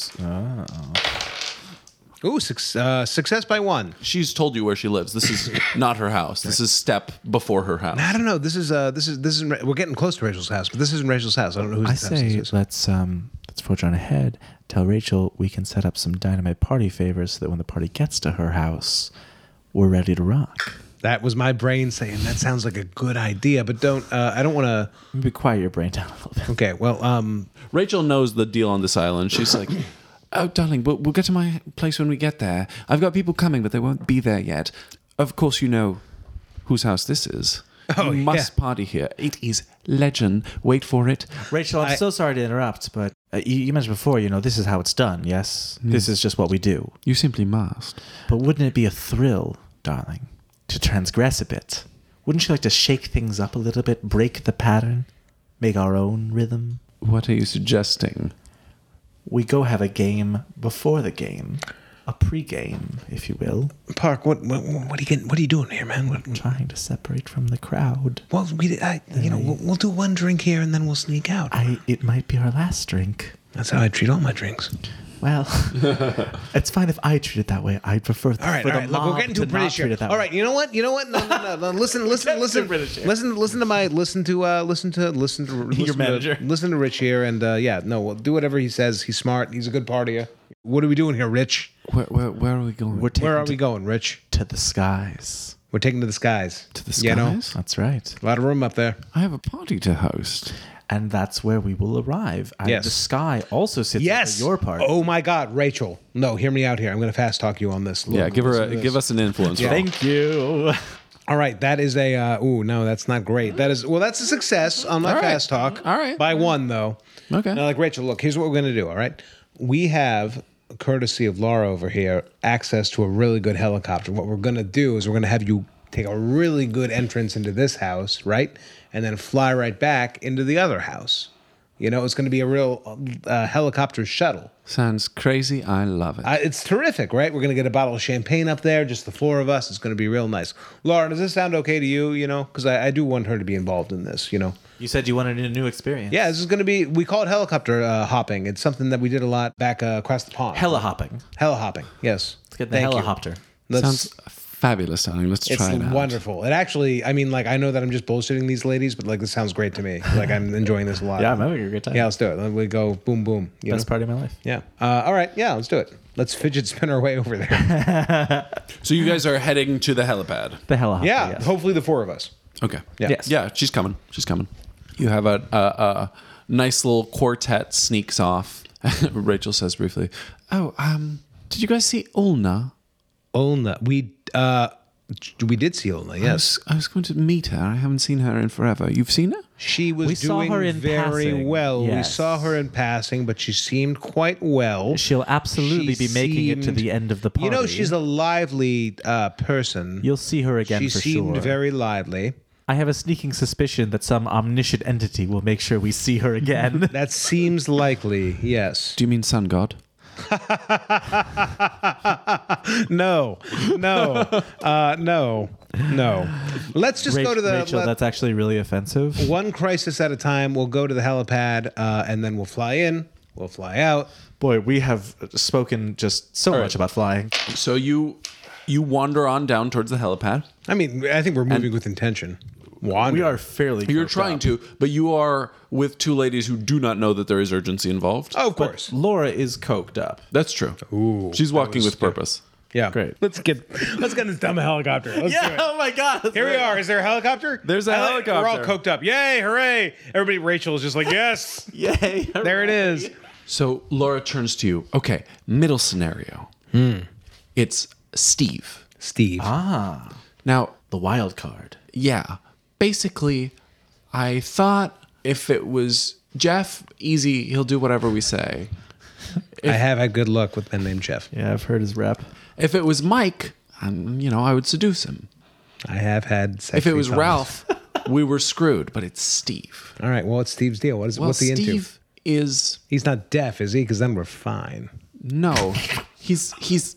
S2: Ooh, suc- uh, success by one.
S1: She's told you where she lives. This is not her house. This is step before her house.
S2: I don't know. This is uh, this is this is we're getting close to Rachel's house, but this isn't Rachel's house. I don't know whose
S3: I
S2: house
S3: say
S2: this is.
S3: let's um let's forge on ahead. Tell Rachel we can set up some dynamite party favors so that when the party gets to her house, we're ready to rock.
S2: That was my brain saying that sounds like a good idea, but don't. Uh, I don't want to.
S3: Maybe quiet your brain down a little bit.
S2: Okay, well, um,
S1: Rachel knows the deal on this island. She's like, "Oh, darling, we'll, we'll get to my place when we get there. I've got people coming, but they won't be there yet. Of course, you know whose house this is.
S2: Oh,
S1: you must
S2: yeah.
S1: party here. It is legend. Wait for it.
S3: Rachel, I'm
S2: I-
S3: so sorry to interrupt, but uh, you, you mentioned before, you know, this is how it's done. Yes, this is just what we do.
S1: You simply must."
S3: But wouldn't it be a thrill, darling, to transgress a bit? Wouldn't you like to shake things up a little bit, break the pattern, make our own rhythm?
S1: What are you suggesting?
S3: We go have a game before the game, a pre-game, if you will,
S2: Park, what, what what are you getting? What are you doing here, man? What,
S3: trying to separate from the crowd.
S2: well, we, I, you know, we'll, we'll do one drink here and then we'll sneak out.
S3: I it might be our last drink.
S2: That's how I treat all my drinks.
S3: Well, it's fine if I treat it that way. I'd prefer
S2: All right,
S3: for
S2: all
S3: the
S2: right. Look, we're
S3: mob
S2: getting too
S3: to
S2: British
S3: not treat
S2: here.
S3: it that
S2: All
S3: way.
S2: right, you know what? You know what? No, no, no. no. Listen, listen, listen, listen, listen to my, listen to, uh, listen to, listen to listen
S10: Your
S2: to-
S10: manager.
S2: listen to Rich here, and uh, yeah, no, we'll do whatever he says. He's smart. He's a good partier. What are we doing here, Rich?
S1: Where, where, where are we going?
S3: We're taking
S2: Where are we going, Rich?
S3: to the skies.
S2: We're taking to the skies.
S1: to the skies.
S2: You know,
S3: That's right.
S2: a lot of room up there.
S1: I have a party to host.
S3: and that's where we will arrive. And
S2: Yes.
S3: the sky also sits
S2: Yes,
S3: over your part.
S2: Oh my God, Rachel. No, hear me out here. I'm going to fast talk you on this.
S1: Yeah,
S2: Look,
S1: Uh, give her
S2: listen
S1: a,
S2: to this.
S1: give us an influence. roll.
S3: Thank you.
S2: All right, that is a. Uh, ooh, no, that's not great. That is well, that's a success on my
S1: All right.
S2: fast talk.
S1: All right.
S2: by one though.
S1: Okay.
S2: Now, like Rachel, look, here's what we're gonna do. All right, we have courtesy of Laura over here access to a really good helicopter. What we're gonna do is we're gonna have you take a really good entrance into this house, right, and then fly right back into the other house. You know, it's gonna be a real uh, helicopter shuttle.
S1: Sounds crazy. I love it.
S2: Uh, it's terrific, right? We're gonna get a bottle of champagne up there, just the four of us. It's gonna be real nice. Laura, does this sound okay to you? You know, because I, I do want her to be involved in this. You know,
S10: You said you wanted a new experience.
S2: yeah, this is gonna be. We call it helicopter uh, hopping. It's something that we did a lot back uh, across the pond.
S10: Hella hopping.
S2: Heli hopping. Yes. Let's
S10: Get the helihopter.
S1: Sounds fabulous, darling. Let's
S2: it's
S1: try it out.
S2: wonderful. It actually, I mean, like I know that I'm just bullshitting these ladies, but like this sounds great to me. Like I'm enjoying this a lot.
S10: Yeah, I'm having a good time.
S2: Yeah, let's do it. Then We go boom, boom. You
S10: Best
S2: know?
S10: party of my life.
S2: Yeah. Uh, all right. Yeah, let's do it. Let's fidget spin our way over there.
S1: So you guys are heading to the helipad.
S3: The hell
S2: yeah. Hopefully the four of us.
S1: Okay.
S2: Yeah.
S3: Yes.
S1: Yeah, she's coming. She's coming. You have a, a, a nice little quartet sneaks off. Rachel says briefly, "Oh, um, did you guys see Ulna?
S2: Olna. We uh we did see Olna,
S1: I
S2: yes.
S1: was, I was going to meet her. I haven't seen her in forever. You've seen her?
S2: She was
S3: We saw
S2: doing
S3: her in
S2: very
S3: passing,
S2: well. We
S3: yes.
S2: saw her in passing, but she seemed quite well.
S3: She'll absolutely
S2: She
S3: be making it to
S2: seemed-
S3: the end of the party.
S2: You know, she's a lively uh, person.
S3: You'll see her again
S2: she
S3: for
S2: seemed
S3: sure.
S2: very lively.
S3: I have a sneaking suspicion that some omniscient entity will make sure we see her again.
S2: That seems likely, yes.
S1: Do you mean Sun God?
S2: No, no, uh, no, no. Let's just go to the
S3: Rachel,
S2: let-
S3: that's actually really offensive.
S2: one crisis at a time. We'll go to the helipad, uh, and then we'll fly in. We'll fly out.
S3: Boy, we have spoken just so much about flying.
S1: So you you wander on down towards the helipad.
S2: I mean, I think we're moving with intention. Wander.
S3: We are fairly.
S1: You're
S3: coked
S1: trying
S3: up.
S1: to, but you are with two ladies who do not know that there is urgency involved.
S2: Oh, of course.
S3: Laura is coked up.
S1: That's true.
S2: Ooh,
S1: she's
S2: that
S1: walking
S2: was-
S1: with purpose.
S2: Yeah. Oh
S3: Great.
S2: Let's get let's get in this dumb helicopter. Let's do it.
S3: my god.
S2: Here we are. Is there a helicopter?
S1: There's a
S2: I like- We're all
S1: helicopter.
S2: coked up. Yay, hooray. Everybody Rachel is just like, yes.
S3: Yay.
S2: there it is.
S1: So Laura turns to you. Okay, middle scenario.
S2: Hmm.
S1: It's Steve.
S2: Steve.
S1: Ah, Now,
S3: The wild card.
S1: yeah, basically, I thought if it was Jeff, easy, he'll do whatever we say.
S2: I have had good luck with men named Jeff.
S3: Yeah, I've heard his rap.
S1: If it was Mike, um, you know, I would seduce him.
S2: I have had sex.
S1: If it was Ralph, we were screwed. But it's Steve.
S2: All right, well, what's Steve's deal? What is
S1: Well,
S2: what's he
S1: Steve
S2: into?
S1: is
S2: He's not deaf, is he? Because then we're fine.
S1: no. He's he's.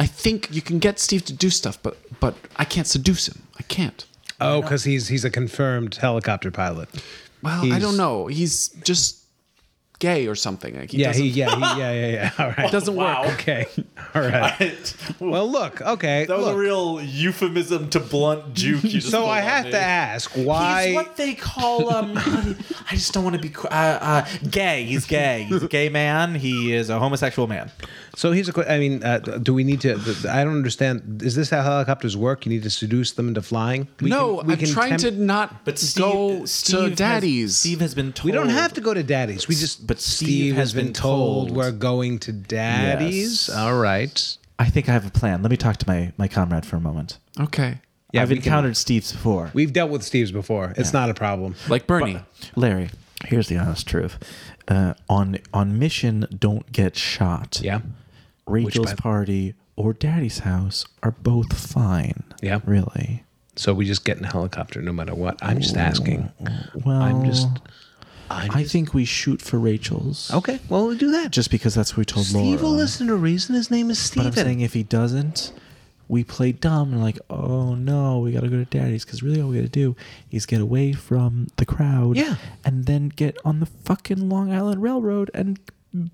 S1: I think you can get Steve to do stuff, but but I can't seduce him. I can't.
S2: Oh, because he's he's a confirmed helicopter pilot.
S1: Well, I
S2: He's-
S1: don't know. He's just gay or something. Like he
S2: Yeah,
S1: doesn't,
S2: he, yeah, he, yeah, yeah, yeah. All right.
S1: doesn't work.
S2: Okay. All right. Well, look. Okay.
S3: That was
S2: look.
S3: a real euphemism to blunt juke. You just
S2: so
S3: pulled
S2: I
S3: on
S2: have
S3: me.
S2: to ask
S3: He's
S2: why.
S3: what they call um. I just don't want to be qu- uh, uh, gay. He's gay. He's a gay man. He is a homosexual man.
S2: So here's a question. I mean, uh, do we need to? th- I don't understand. Is this how helicopters work? You need to seduce them into flying? We
S1: no,
S2: can- we
S1: I'm
S2: can
S1: trying
S2: tempt-
S1: to not
S3: But Steve,
S1: go
S3: Steve
S1: to
S3: has-
S1: daddy's.
S3: Steve has been told.
S2: We don't have to go to daddy's. We just.
S3: But Steve has been told.
S2: we're going to daddy's.
S3: Yes.
S2: All right.
S3: I think I have a plan. Let me talk to my my comrade for a moment.
S1: okay.
S2: Yeah,
S3: I've
S2: we can-
S3: encountered Steve's before.
S2: We've dealt with Steve's before. It's not a problem.
S1: Like Bernie.
S3: Larry, here's the honest truth. Uh, on on mission, don't get shot.
S2: Yeah.
S3: Rachel's
S2: by-
S3: party or Daddy's house are both fine.
S2: Yeah.
S3: really.
S2: So we just get in a helicopter no matter what. I'm just asking.
S3: Well,
S2: I'm just.
S3: I think we shoot for Rachel's.
S2: Okay. Well, we'll do that.
S3: Just because that's what we told
S2: Steve will
S3: Laura.
S2: listen to reason. His name is
S3: But I'm saying
S2: Steven.
S3: if he doesn't, we play dumb and like, oh no, we gotta go to daddy's because really all we gotta do is get away from the crowd,
S2: Yeah.
S3: and then get on the fucking Long Island Railroad and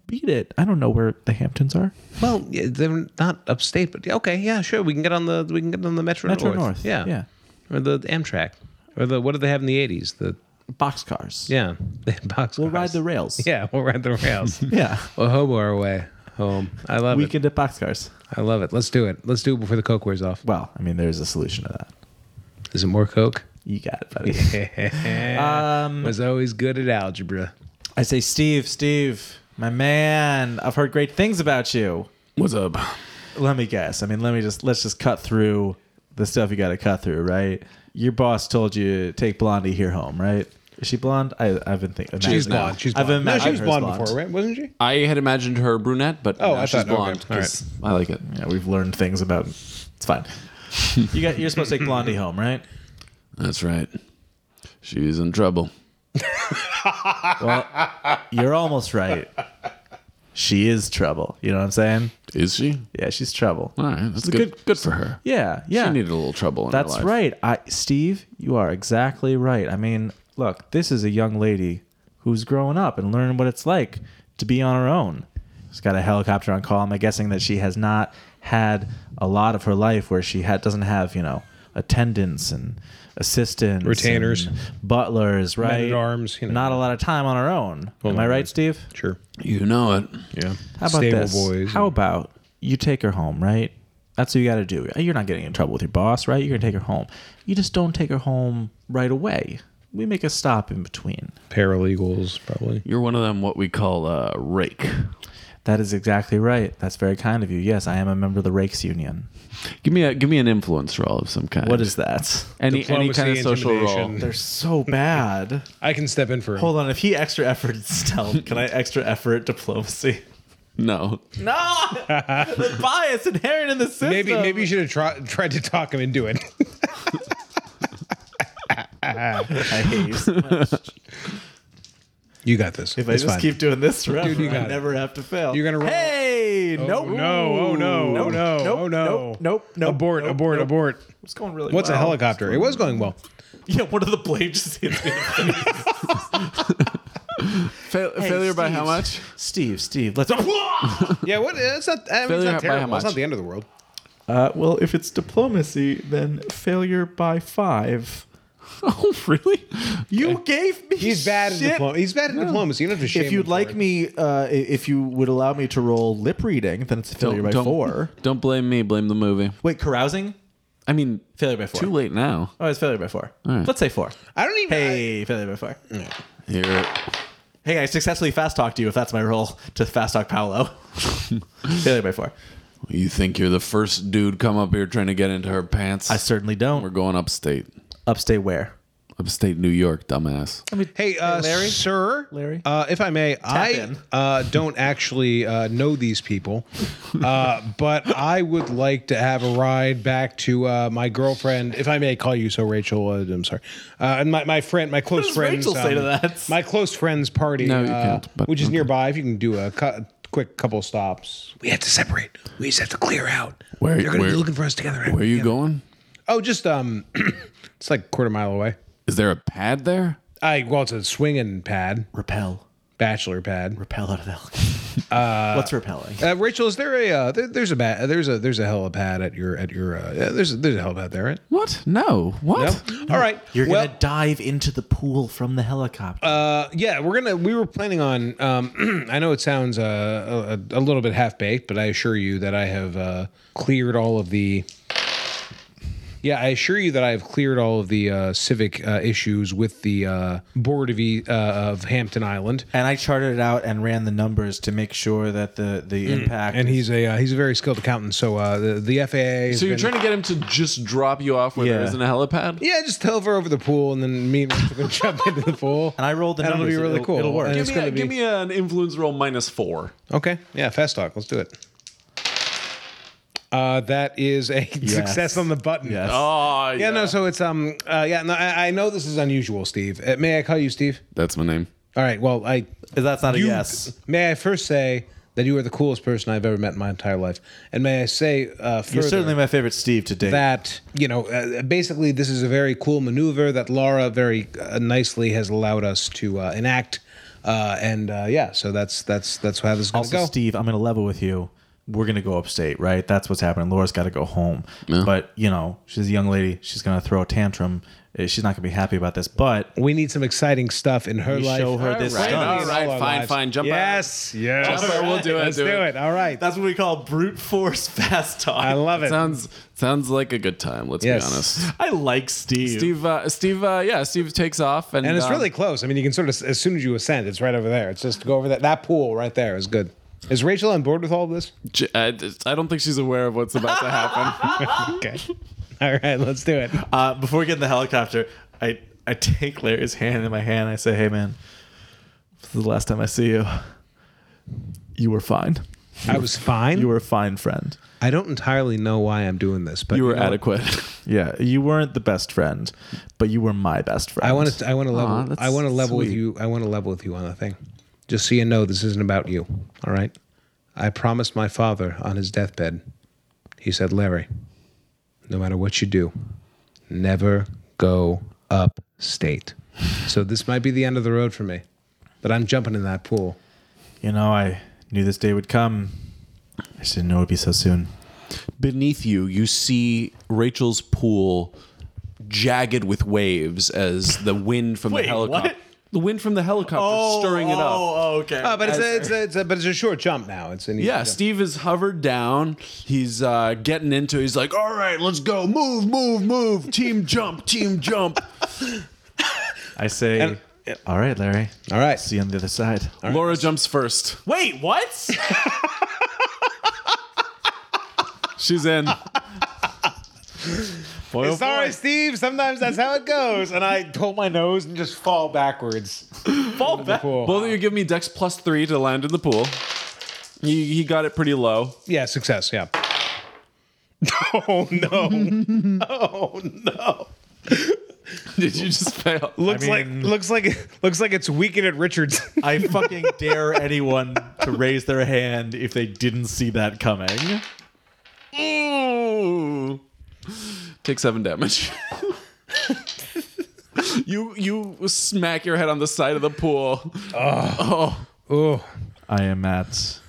S3: beat it. I don't know where the Hamptons are.
S2: Well, yeah, they're not upstate, but yeah, okay, yeah, sure. We can get on the we can get on the Metro,
S3: Metro
S2: North.
S3: North,
S2: Yeah.
S3: yeah.
S2: Or the Amtrak. Or the what did they have in the eighties? The
S3: Boxcars.
S2: yeah. The box
S3: we'll ride the rails.
S2: Yeah, we'll ride the rails.
S3: yeah.
S2: We'll hobo our way home. I love it.
S3: Weekend at Boxcars.
S2: I love it. Let's do it. Let's do it before the Coke wears off.
S3: Well, I mean, there's a solution to that.
S2: Is it more Coke?
S3: You got it, buddy.
S2: Um, was always good at algebra.
S3: I say, Steve, Steve, my man, I've heard great things about you.
S1: What's up?
S3: let me guess. I mean, let me just let's just cut through the stuff you got to cut through, right? Your boss told you to take Blondie here home, right? Is she blonde? I, I've been thinking.
S2: She's
S3: imagining-
S2: blonde. She's
S3: I've
S2: blonde. no,
S3: imagined
S2: she was
S3: her as
S2: blonde, before, right? Wasn't she?
S1: I had imagined her brunette, but
S2: Oh,
S1: now
S2: I
S1: she's
S2: thought- okay.
S1: blonde.
S2: All right.
S1: 'cause I like it.
S3: Yeah, we've learned things about. It's fine. you got. You're supposed to take Blondie home, right?
S1: That's right. She's in trouble.
S3: You're almost right. She is trouble. You know what I'm saying?
S1: Is she?
S3: Yeah, she's trouble.
S1: All right. That's
S3: It's a
S1: good. Good, for her.
S3: Yeah, yeah.
S1: She needed a little trouble in her
S3: That's
S1: life.
S3: right. I Steve, you are exactly right. I mean, look, this is a young lady who's growing up and learning what it's like to be on her own. She's got a helicopter on call. I'm guessing that she has not had a lot of her life where she had doesn't have, you know, attendants and assistants,
S2: Retainers.
S3: and butlers, right?
S2: arms, you know. Oh
S3: Not a lot of time on her own. Am I right, Steve?
S2: Sure.
S1: You know it.
S2: Yeah.
S3: How about
S2: Stable
S3: this?
S2: boys.
S3: How about you take her home, right? That's what you got to do. You're not getting in trouble with your boss, right? You're gonna take her home. You just don't take her home right away. We make a stop in between.
S2: paralegals, probably.
S1: You're one of them. What we call a rake.
S3: That is exactly right. That's very kind of you. Yes, I am a member of the Rakes Union.
S1: Give me a give me an influence role of some kind.
S3: What is that?
S1: any any kind of
S2: Diplomacy,
S1: social role?
S2: intimidation.
S3: They're so bad.
S2: I can step in for him.
S3: Hold on, if he extra effort stealth, can I extra effort diplomacy?
S1: No.
S3: No, the bias inherent in the system.
S2: Maybe maybe you should have try, tried to talk him into it.
S3: I hate you so much.
S2: You got this.
S3: If I just keep doing this forever,
S2: Dude, you got
S3: I
S2: it.
S3: never have to fail.
S2: You're gonna roll.
S3: Hey, nope.
S2: no, oh no, oh
S3: Nope,
S2: no,
S3: nope,
S2: oh no.
S3: Nope, nope, nope,
S2: abort,
S3: nope,
S2: abort,
S3: nope.
S2: abort.
S3: It's going really
S2: What's a
S3: well.
S2: helicopter? It was going well.
S3: Yeah, one of the blades just hits me.
S1: Fail,
S3: Hey,
S1: failure by
S3: Steve.
S1: how much?
S3: Steve, Steve, let's. uh,
S2: Yeah, what? It's not. I mean, it's
S1: Failure by
S2: not terrible.
S1: how
S2: It's not
S1: much?
S2: the end of the world.
S3: Uh, well, if it's diplomacy, then failure by five.
S1: Oh, really?
S3: You gave me.
S2: He's bad at
S3: shit.
S2: diplomacy. He's bad at diplomacy. You don't have to shame
S5: If you'd
S2: him
S5: like
S2: for it.
S5: me, uh, i- if you would allow me to roll lip reading, then it's a failure by four.
S1: Don't blame me. Blame the movie.
S3: Wait, carousing?
S1: I mean,
S3: Failure by four.
S1: too late now.
S3: Oh, it's failure by four.
S1: right.
S3: Let's say four.
S2: I don't even.
S3: Hey, failure by four.
S1: Here,
S3: Hey, I successfully fast talked you. If that's my role to fast talk Paolo. failure by four.
S1: you think you're the first dude come up here trying to get into her pants?
S3: I certainly
S1: We're
S3: don't.
S1: going upstate,
S3: Upstate where?
S1: upstate New York, dumbass.
S2: Hey, uh,
S3: Larry?
S2: sir,
S3: Larry?
S2: Uh, if I may, I
S3: in.
S2: uh, don't actually uh, know these people, uh, but I would like to have a ride back to uh, my girlfriend. If I may call you so, Rachel. Uh, I'm sorry, uh, and my, my friend, my close
S3: does
S2: friends. um,
S3: Rachel say to that?
S2: My close friend's party,
S1: No, you
S2: uh,
S1: can't, but-
S2: which is
S1: okay.
S2: nearby. If you can do a cu- quick couple stops, we have to separate. We just have to clear out.
S1: Where-
S2: They're going to
S1: where-
S2: be looking for us together.
S1: Where are you going?
S2: Oh, just um, it's like a quarter mile away.
S1: Is there a pad there?
S2: I well, it's a swinging pad,
S3: Repel.
S2: bachelor pad.
S3: Repel out of hell. What's repelling?
S2: Uh, Rachel, is there a uh, there, there's a ba- there's a there's a helipad at your at your uh, yeah, there's a, there's a helipad there, right?
S1: What? No. What?
S2: No? All right.
S3: You're
S2: well,
S3: gonna dive into the pool from the helicopter.
S2: uh, yeah, we're gonna we were planning on. Um, I know it sounds uh, a, a little bit half baked, but I assure you that I have uh, cleared all of the. Yeah, I assure you that I have cleared all of the uh, civic uh, issues with the uh, board of e, uh, of Hampton Island,
S3: and I charted it out and ran the numbers to make sure that the the impact.
S2: and he's a uh, he's a very skilled accountant. So uh, the the FAA. has
S1: So you're
S2: been-
S1: trying to get him to just drop you off where there
S3: Yeah.
S1: isn't a helipad?
S2: Yeah, just hover over the pool, and then me and Rachel can jump into the pool.
S3: And I rolled the
S2: and It'll
S3: numbers.
S2: be really
S3: It'll-
S2: cool.
S3: it'll work.
S2: And
S1: Give
S2: it's
S1: me, a,
S2: gonna be
S1: give me an influence roll minus four.
S2: okay. Yeah, fast talk. Let's do it. Uh, that is a success on the button.
S3: Yes.
S1: Oh,
S2: Yeah, no. So it's um. Uh, yeah, no. I, I know this is unusual, Steve. Uh, may I call you Steve?
S1: That's my name.
S2: All right. Well, I
S3: That's not a yes.
S2: may I first say that you are the coolest person I've ever met in my entire life, and may I say uh, further.
S3: You're certainly my favorite Steve today.
S2: that you know uh, basically this is a very cool maneuver that Laura very uh, nicely has allowed us to uh, enact uh, and uh, yeah so that's that's that's how this is going to
S3: also,
S2: go
S3: Steve, I'm gonna level with you. We're gonna go upstate, right? That's what's happening. Laura's got to go home, but you know she's a young lady. She's gonna throw a tantrum. Uh, She's not gonna be happy about this. But
S2: we need some exciting stuff in her
S3: We
S2: life
S3: show her this
S2: All
S3: stuff.
S2: in
S1: All right,
S2: our
S1: fine, fine, jump out.
S2: yes yes
S1: Jump out, we'll do it,
S2: let's
S1: do
S2: do
S1: it.
S2: it all right
S3: that's what we call brute force fast talk.
S2: I love it
S1: Sounds sounds like a good time. Let's
S2: Yes.
S1: be honest.
S3: I like Steve.
S1: Steve, uh, Steve, uh, yeah, Steve takes off, and
S2: and it's
S1: uh,
S2: really close I mean you can sort of as soon as you ascend it's right over there it's just go over that that pool right there is good is Rachel on board with all of this
S1: j- I, I don't think she's aware of what's about to happen.
S2: okay all right let's do it
S3: Uh, before we get in the helicopter, I I take Larry's hand in my hand. I say, "Hey, man, this is the last time I see you. You were fine.
S2: I was fine
S3: You were a fine friend.
S2: I don't entirely know why I'm doing this but
S1: you were
S2: know what?
S1: adequate.
S3: Yeah, you weren't the best friend, but you were my best friend.
S2: I want to. I want to level.
S1: Aw, that's
S2: I want to level with
S1: sweet.
S2: you. I want to level with you on the thing. Just so you know, this isn't about you. All right. I promised my father on his deathbed. He said, "Larry, no matter what you do, never go upstate." So this might be the end of the road for me, but I'm jumping in that pool.
S3: You know, I knew this day would come. I just didn't know it would be so soon.
S1: Beneath you, you see Rachel's pool jagged with waves as the wind from
S3: Wait,
S1: the helicopter.
S3: what?
S1: The wind from the helicopter stirring it up.
S3: Oh, okay.
S2: Oh, but it's a, it's, a, it's a but it's a short jump now. It's an easy
S1: Yeah,
S2: jump.
S1: Steve is hovered down. He's uh, getting into. He's like, "All right, let's go. Move, move, move. Team jump, team jump."
S3: I say, all right, Larry.
S2: All right.
S3: See you on the other side.
S1: Laura jumps first.
S3: Wait, what?
S1: She's in.
S3: Boy, oh
S2: Sorry,
S3: boy.
S2: Steve. Sometimes that's how it goes. And I hold my nose and just fall backwards.
S3: Fall back.
S2: Cool.
S1: Both of you give me dex plus three to land in the pool. He, he got it pretty low.
S2: Yeah, success. Yeah. Oh no! oh no!
S1: Did you just fail?
S2: Looks
S3: I mean-
S2: like looks like looks like it's weekend at Richards.
S3: I fucking dare anyone to raise their hand if they didn't see that coming.
S1: Ooh. Take seven damage. you you smack your head on the side of the pool.
S2: oh,
S3: I am at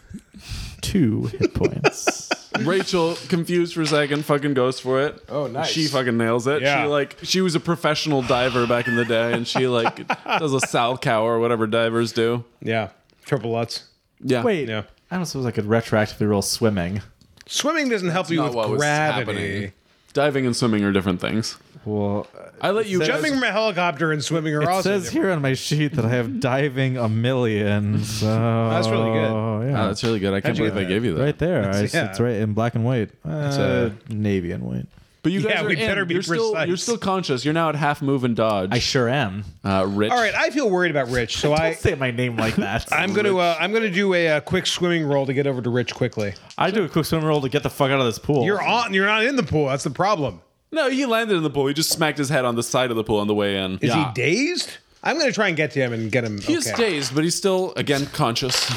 S3: two hit points.
S1: Rachel, confused for a second, fucking goes for it.
S2: Oh, nice.
S1: She fucking nails it.
S2: Yeah.
S1: She like she was a professional diver back in the day, and she like does a sow cow or whatever divers do.
S2: yeah, triple lots.
S1: Yeah.
S3: Wait,
S2: Yeah.
S3: I don't suppose I could retroactively roll swimming.
S2: Swimming doesn't help you
S1: not
S2: with
S1: what was
S2: gravity.
S1: happening. Diving and swimming are different things.
S3: Well,
S1: I let you
S2: Jumping from a helicopter and swimming are
S3: it
S2: also
S3: says
S2: different.
S3: here on my sheet that I have diving a million. So
S2: that's really good.
S1: Oh,
S3: Yeah,
S1: that's really good. I can't
S2: you
S1: believe I
S2: get
S1: gave you that.
S3: right there. I,
S2: yeah.
S3: It's right in black and white. Uh, navy and white.
S1: But you guys
S2: Yeah,
S1: are
S2: we
S1: in.
S2: better be
S1: you're Still,
S2: precise.
S1: you're still conscious. You're now at half move and dodge.
S3: I sure am.
S1: uh, Rich.
S2: All right, I feel worried about Rich, so I.
S3: Don't say my name like that.
S2: I'm gonna uh, I'm gonna do a, uh quick swimming roll to get over to Rich quickly.
S3: I do a quick swim roll to get the fuck out of this pool.
S2: You're on. You're not in the pool. That's the problem.
S1: No, he landed in the pool. He just smacked his head on the side of the pool on the way in.
S2: Is he dazed? I'm gonna try and get to him and get him.
S1: He's
S2: okay.
S1: dazed, but he's still again conscious.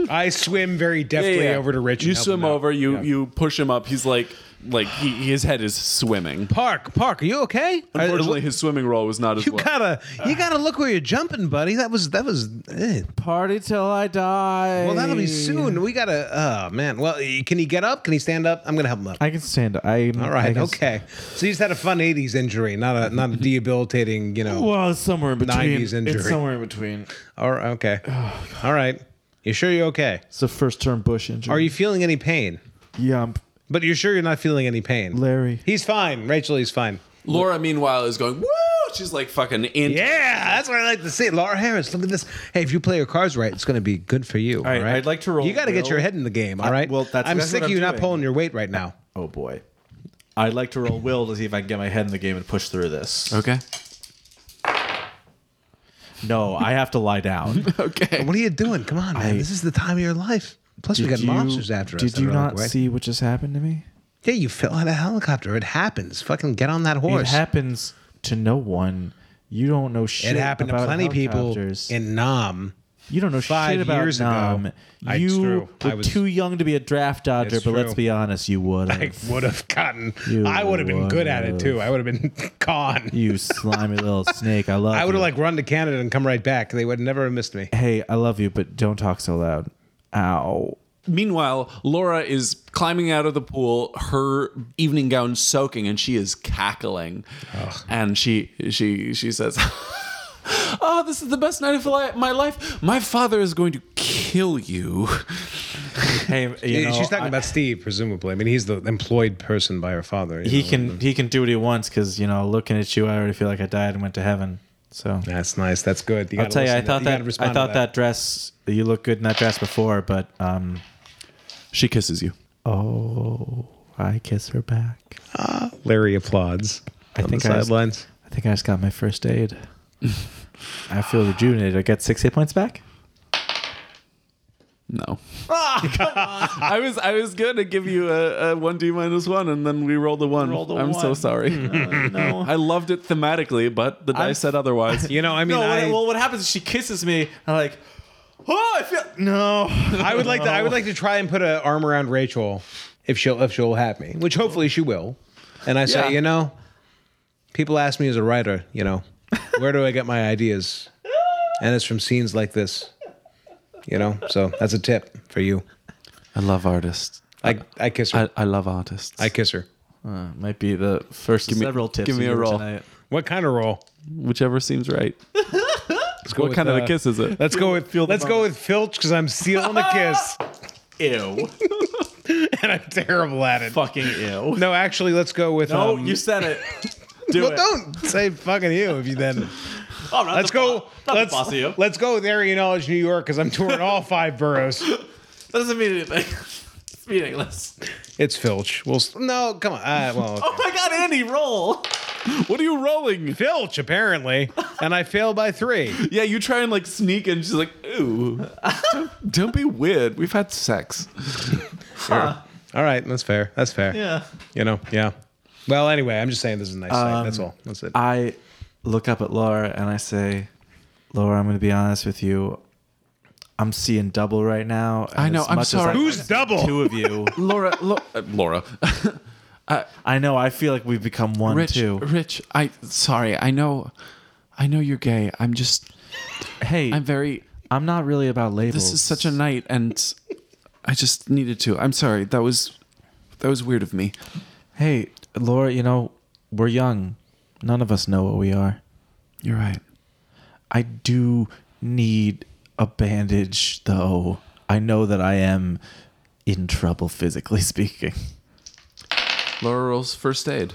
S2: I swim very deftly over to Rich.
S1: You
S2: and help
S1: swim
S2: him out.
S1: over. You you push him up. He's like Like he, his head is swimming.
S2: Park, Park, are you okay? Are-
S1: Unfortunately, Ah. his swimming roll was not as
S2: you
S1: well.
S2: gotta, you gotta look where you're jumping, buddy. That was, that was. eh.
S3: Party till I die.
S2: Well, that'll be soon. We gotta. Oh man. Well, can he get up? Can he stand up? I'm gonna help him up.
S3: I can stand. I
S2: All right. Okay. So you just had a fun '80s injury, not a not a debilitating. You know.
S3: Well, it's somewhere in between.
S2: 90s injury.
S3: It's somewhere in between.
S2: All right. Okay. All right. You sure you're okay?
S3: It's a first term Bush injury.
S2: Are you feeling any pain?
S3: Yeah, I'm-
S2: But you're sure you're not feeling any pain,
S3: Larry.
S2: He's fine. Rachel, he's fine.
S1: Laura, meanwhile, is going woo. She's like fucking in.
S2: Yeah, that's what I like to see. Laura Harris, look at this. Hey, if you play your cards right, it's going to be good for you. All
S3: right, I'd like to roll
S2: You got to get
S3: will.
S2: your head in the game. All
S3: I-
S2: right.
S3: well, that's
S2: I'm
S3: exactly
S2: sick
S3: what
S2: of you
S3: I'm
S2: not
S3: doing.
S2: pulling your weight right now.
S3: Oh boy. I'd like to roll will to see if I can get my head in the game and push through this.
S1: Okay.
S3: No, I have to lie down.
S1: Okay.
S2: What are you doing? Come on, man.
S3: I-
S2: this is the time of your life. Plus, we got monsters after us.
S5: Did
S2: I
S5: you
S2: don't know,
S5: not
S2: right?
S5: see what just happened to me?
S2: Yeah, you fell out of a helicopter. It happens. Fucking get on that
S3: it
S2: horse.
S3: happens to no one. You don't know shit.
S2: It happened to
S3: about
S2: plenty of people
S3: helicopters.
S2: in Nam.
S3: you don't know
S2: five
S3: shit about
S2: years ago.
S3: Nam.
S2: I- it's
S3: you
S2: true. I
S3: were
S2: was-
S3: too young to be a draft dodger,
S2: It's
S3: but let's
S2: true.
S3: be honest, you would.
S2: I
S3: have
S2: would have gotten.
S3: You
S2: I would have been good at it
S3: would've.
S2: too. I would have been gone.
S3: You slimy little snake. I love.
S2: I would
S3: you.
S2: have like run to Canada and come right back. They would never have missed me.
S3: Hey, I love you, but don't talk so loud. Ow.
S1: Meanwhile, Laura is climbing out of the pool, her evening gown soaking, and she is cackling. And she she she says, "Oh, this is the best night of li- my life. My father is going to kill you."
S3: Hey, you know,
S2: She's talking
S3: I-
S2: about Steve, presumably. I mean, he's the employed person by her father. you
S3: he
S2: know.
S3: can he can do what he wants because you know, looking at you, I already feel like I died and went to heaven. So
S2: That's nice. That's good. You
S3: I'll
S2: gotta
S3: tell you,
S2: listen
S3: I
S2: to-
S3: thought that,
S2: gotta
S3: I
S2: respond to
S3: thought that. dress you looked good in that dress before, but um,
S1: She kisses you.
S3: oh, I kiss her back.
S2: Larry applauds.
S3: I
S2: on
S3: think
S2: the
S3: I was-
S2: sidelines.
S3: I think I just got my first aid. I feel rejuvenated. I get six hit points back.
S1: No. I was I was gonna give you a, a one d minus one, and then we rolled a one.
S3: Rolled a
S1: I'm so
S3: one.
S1: sorry. I loved it thematically, but the dice said otherwise.
S2: You know, I mean,
S3: no,
S2: I,
S3: what- well, what happens is she kisses me. I'm like, oh, I feel no.
S2: I would like to. I would like to try and put an arm around Rachel if she'll if she'll have me, which hopefully she will. And I
S1: Yeah.
S2: say, you know, people ask me as a writer, you know, where do I get my ideas? And it's from scenes like this, you know. So that's a tip for you.
S1: I love artists.
S2: I I kiss her.
S1: I love artists.
S2: I kiss her.
S3: Uh, might be the first
S1: me-
S3: several tips.
S1: give me
S3: you
S1: a
S3: give
S1: roll.
S3: tonight.
S2: What kind of role?
S1: Whichever seems right.
S2: Let's go
S1: What
S2: with,
S1: kind of
S2: uh,
S1: a kiss is it?
S2: Let's go with
S3: feel the
S2: let's go with Filch because I'm stealing a kiss
S3: Ew,
S2: and I'm terrible at it.
S3: fucking ew.
S2: No, actually, let's go with.
S1: Oh,
S3: No,
S2: um,
S3: you said it. Do
S2: well,
S3: it.
S2: don't say fucking you if you then.
S3: Oh, not
S2: Let's
S3: the
S2: go.
S3: bo- not the
S2: Let's,
S3: boss of you.
S2: let's go with Area Knowledge New York because I'm touring all five boroughs.
S3: That doesn't mean anything. it's meaningless.
S2: It's Filch. We'll s- no, come on. Uh, well,
S3: Oh my god, Andy, roll.
S1: What are you rolling?
S2: Filch apparently, and I fail by three.
S1: Yeah, you try and like sneak, and she's like, "Ooh, don't, don't be weird. We've had sex."
S2: All right, that's fair. That's fair.
S3: Yeah.
S2: You know. Yeah. Well, anyway, I'm just saying this is a nice sight. That's all. That's it.
S3: Um, I look up at Laura and I say, Laura, I'm going to be honest with you. I'm seeing double right now. and
S1: I know,
S3: as
S1: I'm
S3: much as
S1: sorry.
S3: I-
S2: Who's double?
S3: Two of you.
S1: Laura, Lo- uh, Laura,
S3: I know. I feel like we've become one
S1: Rich,
S3: too.
S1: Rich. I sorry. I know, I know you're gay. I'm just,
S3: Hey,
S1: I'm
S3: I'm,
S1: very.
S3: not really about labels.
S1: This is such a night, and I just needed to. I'm sorry. That was, that was weird of me.
S3: Hey, Laura, you know, we're young. None of us know what we are.
S1: You're right.
S3: I do need a bandage, though. I know that I am in trouble, physically speaking.
S1: Laura rolls first aid.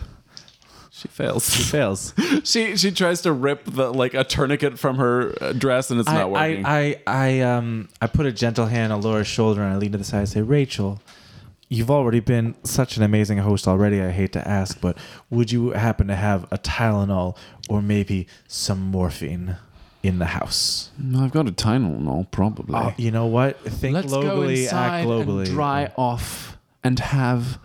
S1: She fails.
S3: Fails.
S1: She she tries to rip the like a tourniquet from her uh, dress, and it's
S3: I,
S1: not working.
S3: I, I, I, um, I put a gentle hand on Laura's shoulder and I lean to the side and say, Rachel, you've already been such an amazing host already. I hate to ask, but would you happen to have a Tylenol or maybe some morphine in the house?
S1: No, I've got a Tylenol, probably.
S3: Uh, you know what? Think
S1: Ah. Let's go
S3: globally,
S1: inside
S3: act globally.
S1: and dry off and have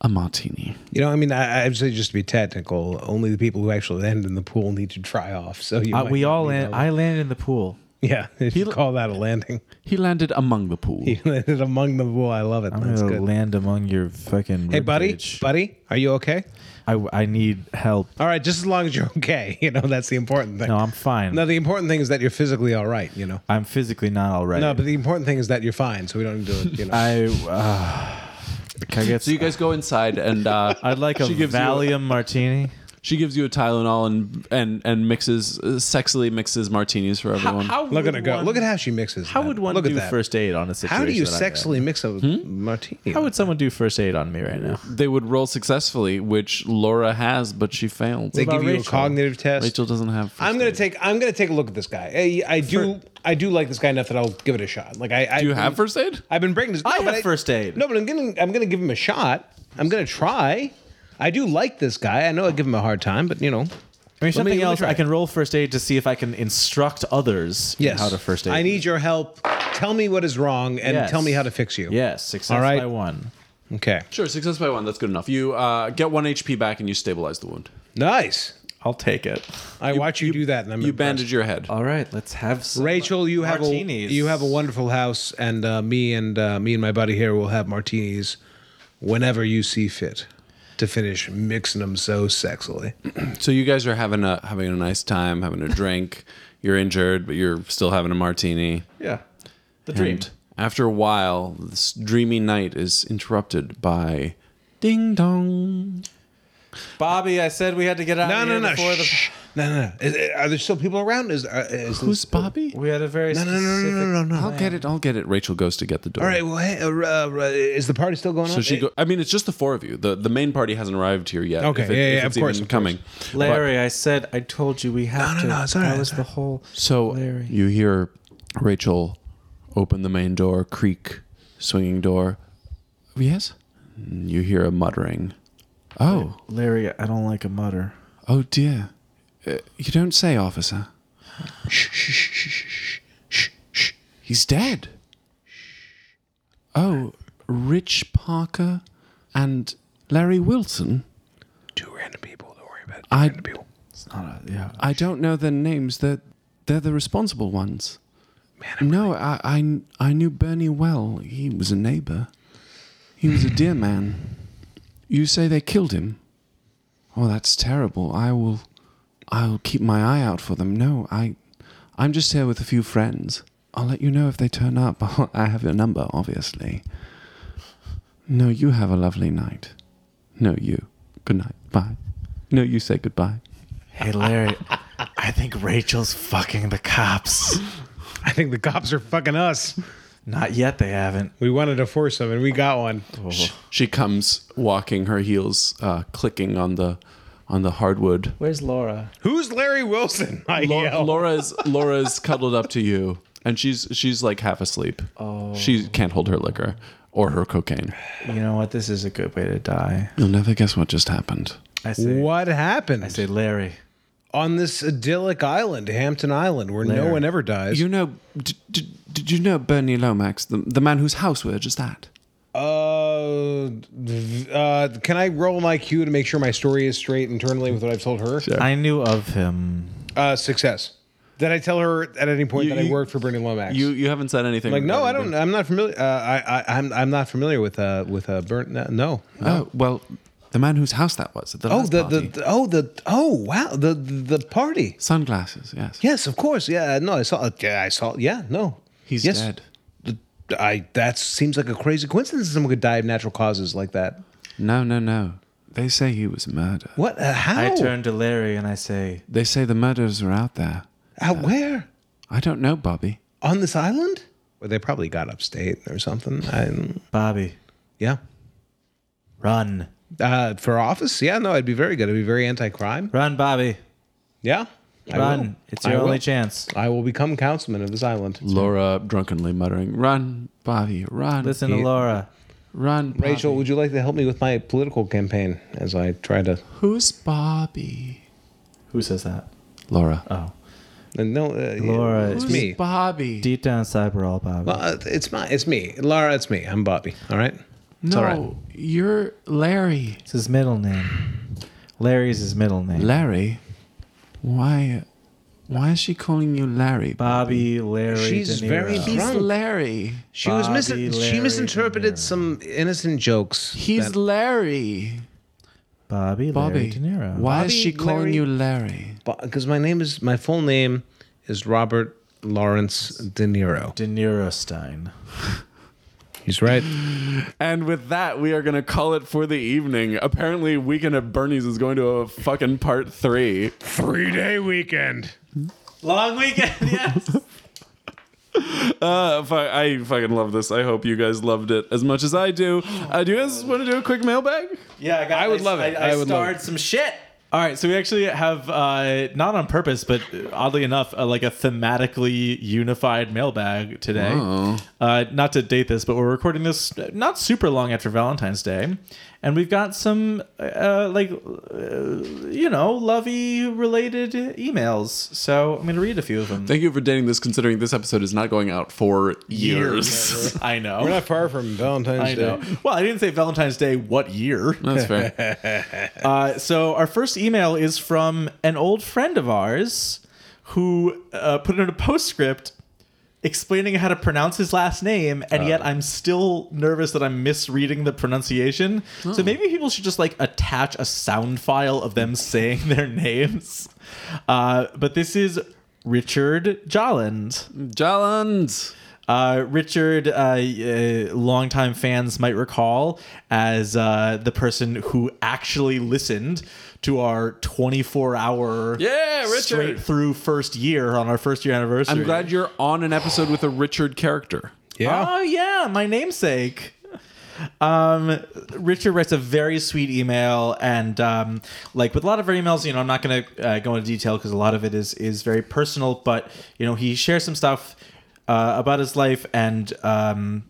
S1: a martini.
S2: You know, I mean, I, I'd say just to be technical, only the people who actually land in the pool need to try off. So you
S3: Uh,
S2: might
S3: we
S2: not
S3: all
S2: need
S3: land.
S2: all-
S3: I landed in the pool.
S2: Yeah, if you call that a landing,
S1: He landed among the pool.
S2: you landed among the wall. I love it. That's
S5: gonna
S2: good.
S5: land among your fucking.
S2: hey, buddy,
S5: ribcage.
S2: buddy, are you okay?
S5: I, I need help.
S2: All right, just as long as you're okay. You know, that's the important thing.
S5: No, I'm fine.
S2: No, the important thing is that you're physically all right. You know.
S5: I'm physically not all right.
S2: No, but the important thing is that you're fine, so we don't need to. You know.
S5: I. Uh, can I get?
S1: So you guys go inside and uh,
S5: I'd like a
S1: She gives you a-
S5: Valium martini.
S1: she gives you a Tylenol and and and mixes uh, sexily mixes martinis for everyone.
S2: look at her
S5: would
S2: go.
S5: one-
S2: Look at how she mixes.
S5: How
S2: that.
S5: would one
S2: look
S5: do
S2: at that.
S5: first aid on a situation?
S2: How do you
S5: that I'm in?
S2: sexually mix a
S5: Hmm?
S2: martini?
S5: How would someone do first aid on me right now?
S1: They would roll successfully, which Laura has, but she failed.
S2: they
S5: about
S2: give you a
S5: Rachel?
S2: cognitive test?
S1: Rachel doesn't have. first
S2: I'm gonna
S1: aid.
S2: take. I'm gonna take a look at this guy. I, I do. I do like this guy enough that I'll give it a shot. Like I. I
S1: Do you have first aid?
S2: I've been breaking this.
S3: I
S2: but
S3: have first aid.
S2: No, but I'm gonna. I'm gonna give him a shot. I'm gonna try. I do like this guy. I know I give him a hard time, but you know.
S3: I mean,
S2: Let me-
S3: something
S2: let me
S3: else.
S2: try.
S3: I can roll first aid to see if I can instruct others in
S2: Yes.
S3: how to first aid.
S2: I need your help. Tell me what is wrong and
S3: Yes.
S2: tell me how to fix you.
S3: Yes, success
S2: All right.
S3: by one.
S2: Okay.
S1: Sure, success by one. That's good enough. You uh, get one HP back and you stabilize the wound.
S2: Nice.
S3: I'll take it.
S2: I watch you, do that, and I'm
S1: You
S2: impressed.
S1: bandage your head.
S3: All right, let's have some
S2: Rachel, you have
S3: martinis.
S2: a you have a wonderful house, and uh, me and uh, me and my buddy here will have martinis whenever you see fit to finish mixing them so sexily.
S1: So you guys are having a having a nice time, having a drink. You're injured, but you're still having a martini.
S3: yeah, the dream.
S1: And after a while, this dreamy night is interrupted by ding dong.
S3: Bobby, I said we had to get out
S2: No,
S3: of
S2: no,
S3: here
S2: no,
S3: before the.
S2: shh. no, no, no. Is- is- Are there still people around? Is, uh, is
S1: Who's Bobby?
S3: We had a very
S2: No, no, no, no,
S3: specific.
S2: no, no, no, no.
S1: I'll get it. I'll get it. Rachel goes to get the door.
S2: All right. Well, hey, uh, uh, uh, is the party still going on?
S1: So she go- I mean, it's just the four of you. the The main party hasn't arrived here yet.
S2: Okay, yeah, yeah,
S1: if
S2: of
S1: it's
S2: course,
S1: even
S2: of course.
S1: coming.
S3: Larry, I said I told you we have
S2: No, no,
S3: to.
S2: no, it's all right,
S3: That was
S2: it's all
S3: the whole.
S1: So
S3: Larry.
S1: you hear Rachel open the main door, creak, swinging door. Yes. You hear a muttering. Oh,
S5: Larry, I don't like a mutter.
S1: oh dear. Uh, you don't say, officer.
S2: Shh, shh, shh, shh, shh, shh, shh.
S1: He's dead. Oh, Rich Parker and Larry Wilson.
S2: Two random people. Don't worry about it. Two
S1: I-
S2: random people.
S5: It's not a yeah.
S1: I don't know their names. They're, they're the responsible ones. no, I, I, I knew Bernie well. He was a neighbor. He was a dear man. You say they killed him? Oh, that's terrible. I will, I'll keep my eye out for them. No, I, I'm just here with a few friends. I'll let you know if they turn up. I have your number, obviously. No, you have a lovely night. No, you. Good night. Bye. No, you say goodbye.
S5: Hey Larry, I think Rachel's fucking the cops.
S2: I think the cops are fucking us.
S5: Not yet. They haven't.
S2: We wanted to force them, and we got one.
S1: She, she comes walking, her heels uh, clicking on the on the hardwood.
S5: Where's Laura?
S2: Who's Larry Wilson? I
S1: Lau-
S2: yell.
S1: Laura's Laura's cuddled up to you, and she's she's like half asleep. Oh. She can't hold her liquor or her cocaine.
S5: You know what? This is a good way to die.
S1: You'll never guess what just happened.
S5: I say.
S2: What happened?
S5: I say, Larry.
S2: on this idyllic island, Hampton Island, where no
S5: Larry.
S2: one ever dies.
S1: You know, did, did, did you know Bernie Lomax, the, the man whose house we were just at?
S2: uh, v- uh, can I roll my cue to make sure my story is straight internally with what I've told her?
S3: I knew of him.
S2: Uh, success. Did I tell her at any point
S1: You-
S2: that
S1: you-
S2: I worked for Bernie Lomax?
S1: You you haven't said anything.
S2: like no, I
S1: regarding
S2: don't. I'm not familiar. Uh, I, I I'm I'm not familiar with uh with uh Bern. No. no.
S1: Bernie. Oh well, the man whose house that was. At the
S2: Oh
S1: last
S2: the, the
S1: party.
S2: the oh the oh wow the the the party.
S1: sunglasses. Yes.
S2: Yes, of course. Yeah, no, I saw. Yeah, I saw. Yeah, no.
S1: He's
S2: yes,
S1: dead.
S2: I that seems like a crazy coincidence. Someone could die of natural causes like that.
S1: No, no, no. They say he was murdered.
S2: What? Uh, how?
S3: I turn to Larry and I say,
S1: They say the murderers are out there.
S2: How- where?
S1: I don't know, Bobby.
S2: On this island? Well, they probably got upstate or something. I,
S3: Bobby,
S2: yeah.
S3: run,
S2: Uh, for office? Yeah, no, I'd be very good. I'd be very anti-crime.
S3: run, Bobby,
S2: Yeah. I will.
S3: run. It's
S2: I
S3: your
S2: will.
S3: only chance.
S2: I will become councilman of this island.
S1: Laura drunkenly muttering, "Run, Bobby, run,
S3: Listen to Laura.
S1: run." Bobby.
S2: Rachel, would you like to help me with my political campaign as I try to? uh,
S1: who's Bobby?
S3: Who says that?
S1: Laura.
S2: Uh, No, uh,
S3: Laura,
S2: it's
S3: who's
S2: me.
S1: Bobby.
S3: Deep down inside, we're all Bobby.
S2: Well, uh, it's my, it's me, Laura. It's me. I'm Bobby. All right. It's
S1: no,
S2: all right.
S1: you're Larry.
S3: It's his middle name. Larry's his middle name.
S1: Larry. Why? Why is she calling you Larry?
S3: Bobby, Larry,
S2: She's
S3: De Niro.
S2: very
S1: He's
S2: drunk.
S1: Larry.
S2: She was mis-
S3: Bobby, Larry,
S2: she misinterpreted some innocent jokes.
S1: He's
S2: that-
S1: Larry.
S3: Bobby, Larry
S1: Bobby.
S3: De Niro.
S1: Why
S2: Bobby,
S1: is she calling
S2: Larry.
S1: you Larry?
S2: because my name is my full name is Robert Lawrence De Niro.
S3: De Niro Stein.
S2: He's right.
S1: And with that, we are going to call it for the evening. Apparently, Weekend at Bernie's is going to a fucking part three.
S2: Three day weekend.
S3: Long weekend, yes.
S1: Uh, fu- I fucking love this. I hope you guys loved it as much as I do. Uh, do you guys want to do a quick mailbag?
S3: Yeah, I, got,
S2: I would love it.
S3: I,
S2: I would love
S3: starred some shit. All right, so we actually have uh, not on purpose, but oddly enough, uh, like a thematically unified mailbag today.
S2: Oh.
S3: Uh, not to date this, but we're recording this uh, not super long after Valentine's Day, and we've got some uh, like uh, you know lovey related emails. So I'm going to read a few of them.
S1: Thank you for dating this, considering this episode is not going out for years.
S3: I know.
S2: We're not far from Valentine's
S3: I
S2: Day.
S3: know. Well, I didn't say Valentine's Day. What year?
S1: That's fair.
S3: Uh, so our first email is from an old friend of ours who uh, put in a postscript explaining how to pronounce his last name and yet i'm still nervous that i'm misreading the pronunciation so maybe people should just like attach a sound file of them saying their names uh, but this is richard jolland
S1: Jolland.
S3: uh, Richard, uh, uh, longtime fans might recall as uh, the person who actually listened to our 24 hour
S1: Yeah, Richard.
S3: straight through first year on our first year anniversary.
S1: I'm glad you're on an episode with a Richard character.
S2: Yeah.
S3: Oh yeah, my namesake. Um, Richard writes a very sweet email, and um, like with a lot of our emails, you know, I'm not going to uh, go into detail because a lot of it is is very personal. But you know, he shares some stuff uh, about his life, and um,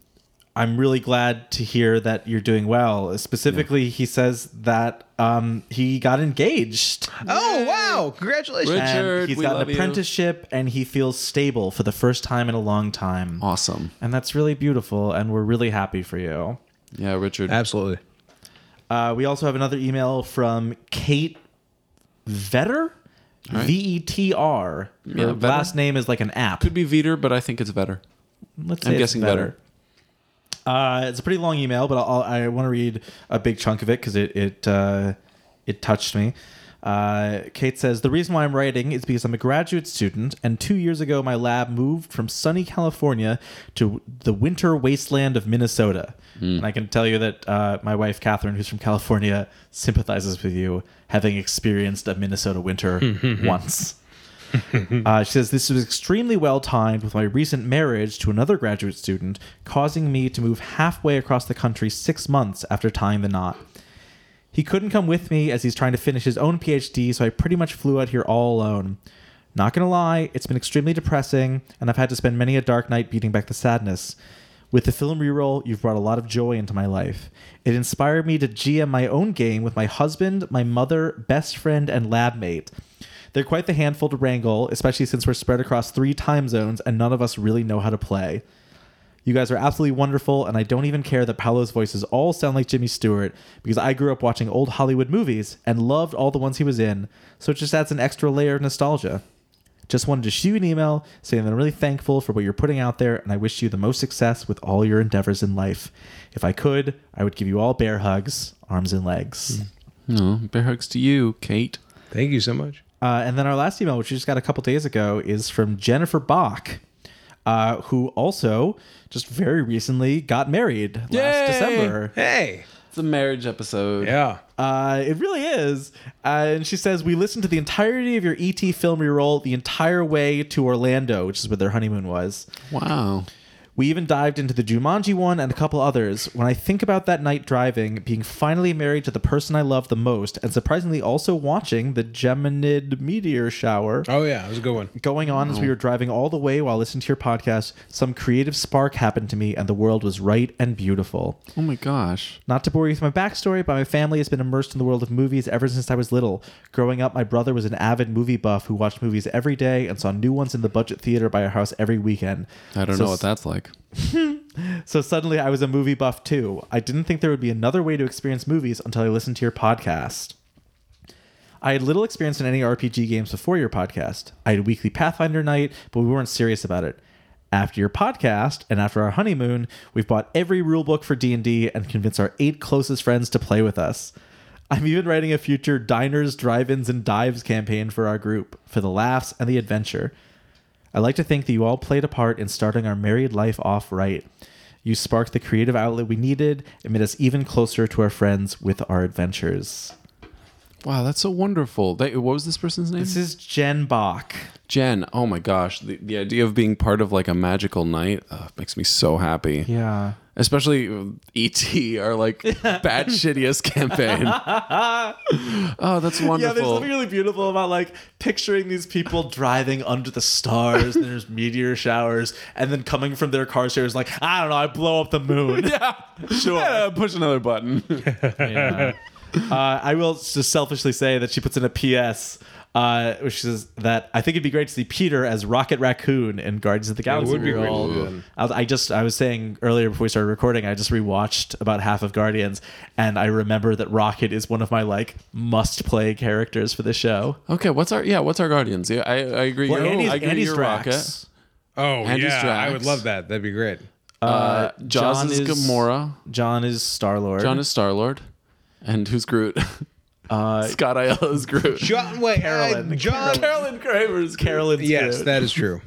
S3: I'm really glad to hear that you're doing well. Uh, Specifically, he says that um, he got engaged.
S2: Oh wow! Congratulations.
S1: Rich- Richard,
S3: and he's
S1: we
S3: got
S1: love
S3: an
S1: you.
S3: apprenticeship and he feels stable for the first time in a long time.
S1: Awesome.
S3: And that's really beautiful, and we're really happy for you.
S1: Yeah, Richard.
S2: Absolutely.
S3: Uh, we also have another email from Kate Vetter, V E T R. Her
S1: Vetter.
S3: last name is like an app.
S1: Could be Veter, but I think it's better.
S3: Let's
S1: I'm
S3: say it's
S1: guessing Vetter.
S3: Uh, it's a pretty long email, but I'll, I want to read a big chunk of it because it it uh, it touched me. Uh, Kate says the reason why I'm writing is because I'm a graduate student, and two years ago my lab moved from sunny California to the winter wasteland of Minnesota.
S1: Hmm.
S3: And I can tell you that uh, my wife Catherine, who's from California, sympathizes with you, having experienced a Minnesota winter once. Uh, she says this was extremely well timed with my recent marriage to another graduate student, causing me to move halfway across the country six months after tying the knot. He couldn't come with me as he's trying to finish his own PhD, so I pretty much flew out here all alone. Not gonna lie, it's been extremely depressing, and I've had to spend many a dark night beating back the sadness. With the film reroll, you've brought a lot of joy into my life. It inspired me to GM my own game with my husband, my mother, best friend, and lab mate. They're quite the handful to wrangle, especially since we're spread across three time zones and none of us really know how to play. You guys are absolutely wonderful, and I don't even care that Paolo's voices all sound like Jimmy Stewart because I grew up watching old Hollywood movies and loved all the ones he was in, so it just adds an extra layer of nostalgia. Just wanted to shoot you an email saying that I'm really thankful for what you're putting out there, and I wish you the most success with all your endeavors in life. If I could, I would give you all bear hugs, arms and legs.
S1: No, Oh, bear hugs to you, Kate.
S2: Thank you so much.
S3: Uh, and then our last email, which we just got a couple days ago, is from Jennifer Bach, uh, who also just very recently got married last
S1: Yay!
S3: December.
S2: Hey.
S1: It's a marriage episode.
S2: Yeah.
S3: Uh, it really is. Uh, and she says, We listened to the entirety of your ET film reroll the entire way to Orlando, which is where their honeymoon was.
S1: Wow.
S3: We even dived into the Jumanji one and a couple others. When I think about that night driving, being finally married to the person I love the most, and surprisingly also watching the Geminid meteor shower
S2: Oh yeah, it was a good one.
S3: going on as we were driving all the way while listening to your podcast, some creative spark happened to me and the world was right and beautiful.
S1: Oh my gosh.
S3: Not to bore you with my backstory, but my family has been immersed in the world of movies ever since I was little. Growing up, my brother was an avid movie buff who watched movies every day and saw new ones in the budget theater by our house every weekend.
S1: I don't
S3: So
S1: know what that's like.
S3: so suddenly I was a movie buff too. I didn't think there would be another way to experience movies until I listened to your podcast. I had little experience in any RPG games before your podcast. I had weekly Pathfinder night, but we weren't serious about it. After your podcast and after our honeymoon, we've bought every rulebook for D&D and convinced our eight closest friends to play with us. I'm even writing a future diners, drive-ins, and dives campaign for our group for the laughs and the adventure. I like to think that you all played a part in starting our married life off right. You sparked the creative outlet we needed and made us even closer to our friends with our adventures.
S1: Wow, that's so wonderful. That, what was this person's name?
S3: This is Jen Bach.
S1: Jen. Oh my gosh, the, the idea of being part of like a magical night uh, makes me so happy.
S3: Yeah.
S1: Especially uh, ET, our like bad shittiest campaign. oh, that's
S3: Yeah, there's
S1: wonderful.
S3: something really beautiful about like picturing these people driving under the stars, and there's meteor showers, and then coming from their car shares like, I don't know, I blow up the moon.
S1: yeah,
S3: Sure.
S1: Yeah, push another button.
S3: Yeah. Uh, I will just selfishly say that she puts in a PS, uh, which is that I think it'd be great to see Peter as Rocket Raccoon in Guardians of the Galaxy.
S2: would be
S3: We were
S2: great to
S3: all-
S2: see him.
S3: I, was- I just I was saying earlier before we started recording, I just rewatched about half of Guardians, and I remember that Rocket is one of my like must-play characters for the show.
S1: okay, what's our yeah? What's our guardians? Yeah, I, I agree.
S3: Well,
S1: You're-
S3: Andy's,
S1: I agree.
S3: Andy's
S1: you're
S3: Drax.
S1: Rocket.
S2: Oh,
S1: Andy's
S2: yeah. I would
S1: Drax.
S2: love that. That'd be great.
S1: Uh, Jaws
S3: John
S1: is,
S3: is-
S1: Gamora.
S3: John is Star Lord.
S1: John is Star Lord. And who's Groot?
S3: uh,
S1: Scott Ayala is Groot.
S2: John, wait,
S3: Carolyn.
S2: uh, John.
S1: Carolyn Kramer is Carolyn.
S3: Carolyn's
S2: Yes,
S3: Groot.
S2: that is true.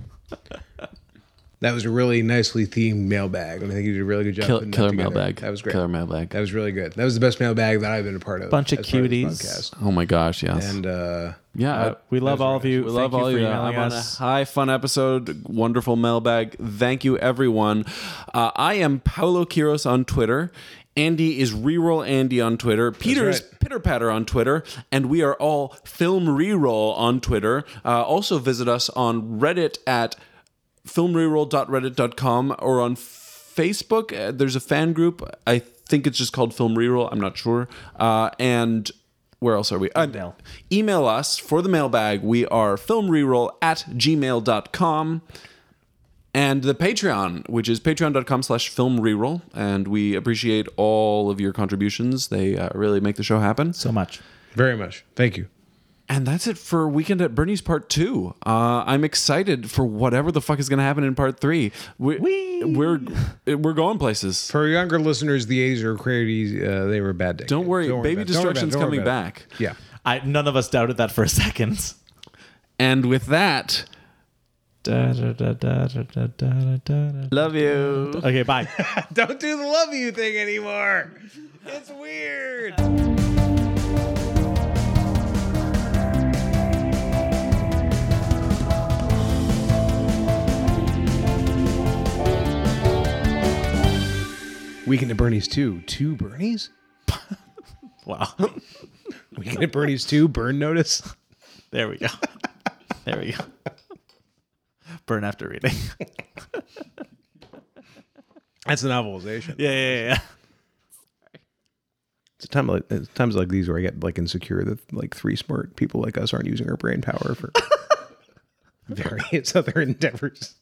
S2: That was a really nicely themed mailbag, and I think you did a really good job.
S1: Kill,
S2: putting that
S1: killer
S2: together.
S1: mailbag.
S2: That was great.
S1: Killer mailbag.
S2: That was really good. That was the best mailbag that I've been a part of.
S3: Bunch of
S2: as part this
S3: cuties.
S2: podcast.
S1: Oh my gosh, yes.
S2: And uh,
S1: yeah.
S3: Uh, we love all of you.
S1: we
S3: Thank
S1: love
S3: you
S1: all
S3: for
S1: you.
S3: emailing
S1: I'm on a
S3: us.
S1: high fun episode. Wonderful mailbag. Thank you, everyone. Uh, I am Paolo Quiros on Twitter. Andy is Reroll Andy on Twitter. Peter's
S2: right.
S1: Pitter Patter on Twitter. And we are all Film Reroll on Twitter. Uh, also visit us on Reddit at filmreroll.reddit.com or on Facebook. Uh, there's a fan group. I think it's just called Film Reroll. I'm not sure. Uh, and where else are we? Uh,
S3: Email.
S1: Email us for the mailbag. We are filmreroll at gmail.com. And the Patreon, which is patreon.com slash film reroll. And we appreciate all of your contributions. They uh, really make the show happen.
S3: so much.
S2: very much. Thank you.
S1: And that's it for Weekend at Bernie's Part 2. Uh, I'm excited for whatever the fuck is going to happen in Part 3. We,
S3: Whee!
S1: We're we're going places.
S2: For younger listeners, the A's are crazy. Uh, they were a bad day.
S1: Don't worry, Baby
S2: about it. Don't worry about it.
S1: Destruction's
S2: Don't worry
S1: coming
S2: about it.
S1: back.
S2: Yeah.
S3: I none of us doubted that for a second.
S1: And with that, love you.
S3: Okay, bye.
S2: Don't do the love you thing anymore. It's weird. Weekend at Bernie's 2. Two Bernies?
S3: wow.
S2: Weekend at Bernie's 2, burn notice.
S3: There we go. There we go. Burn after reading.
S2: That's a novelization.
S3: yeah, yeah, yeah.
S2: It's a time like, it's times like these where I get like insecure that like three smart people like us aren't using our brain power for various other endeavors.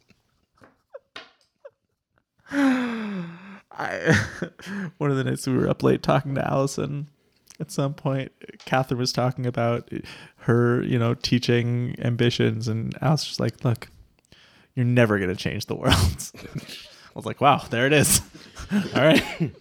S3: I, one of the nights we were up late talking to Allison. At some point, Catherine was talking about her, you know, teaching ambitions, and Alice was like, "Look, you're never gonna change the world." I was like, "Wow, there it is." All right.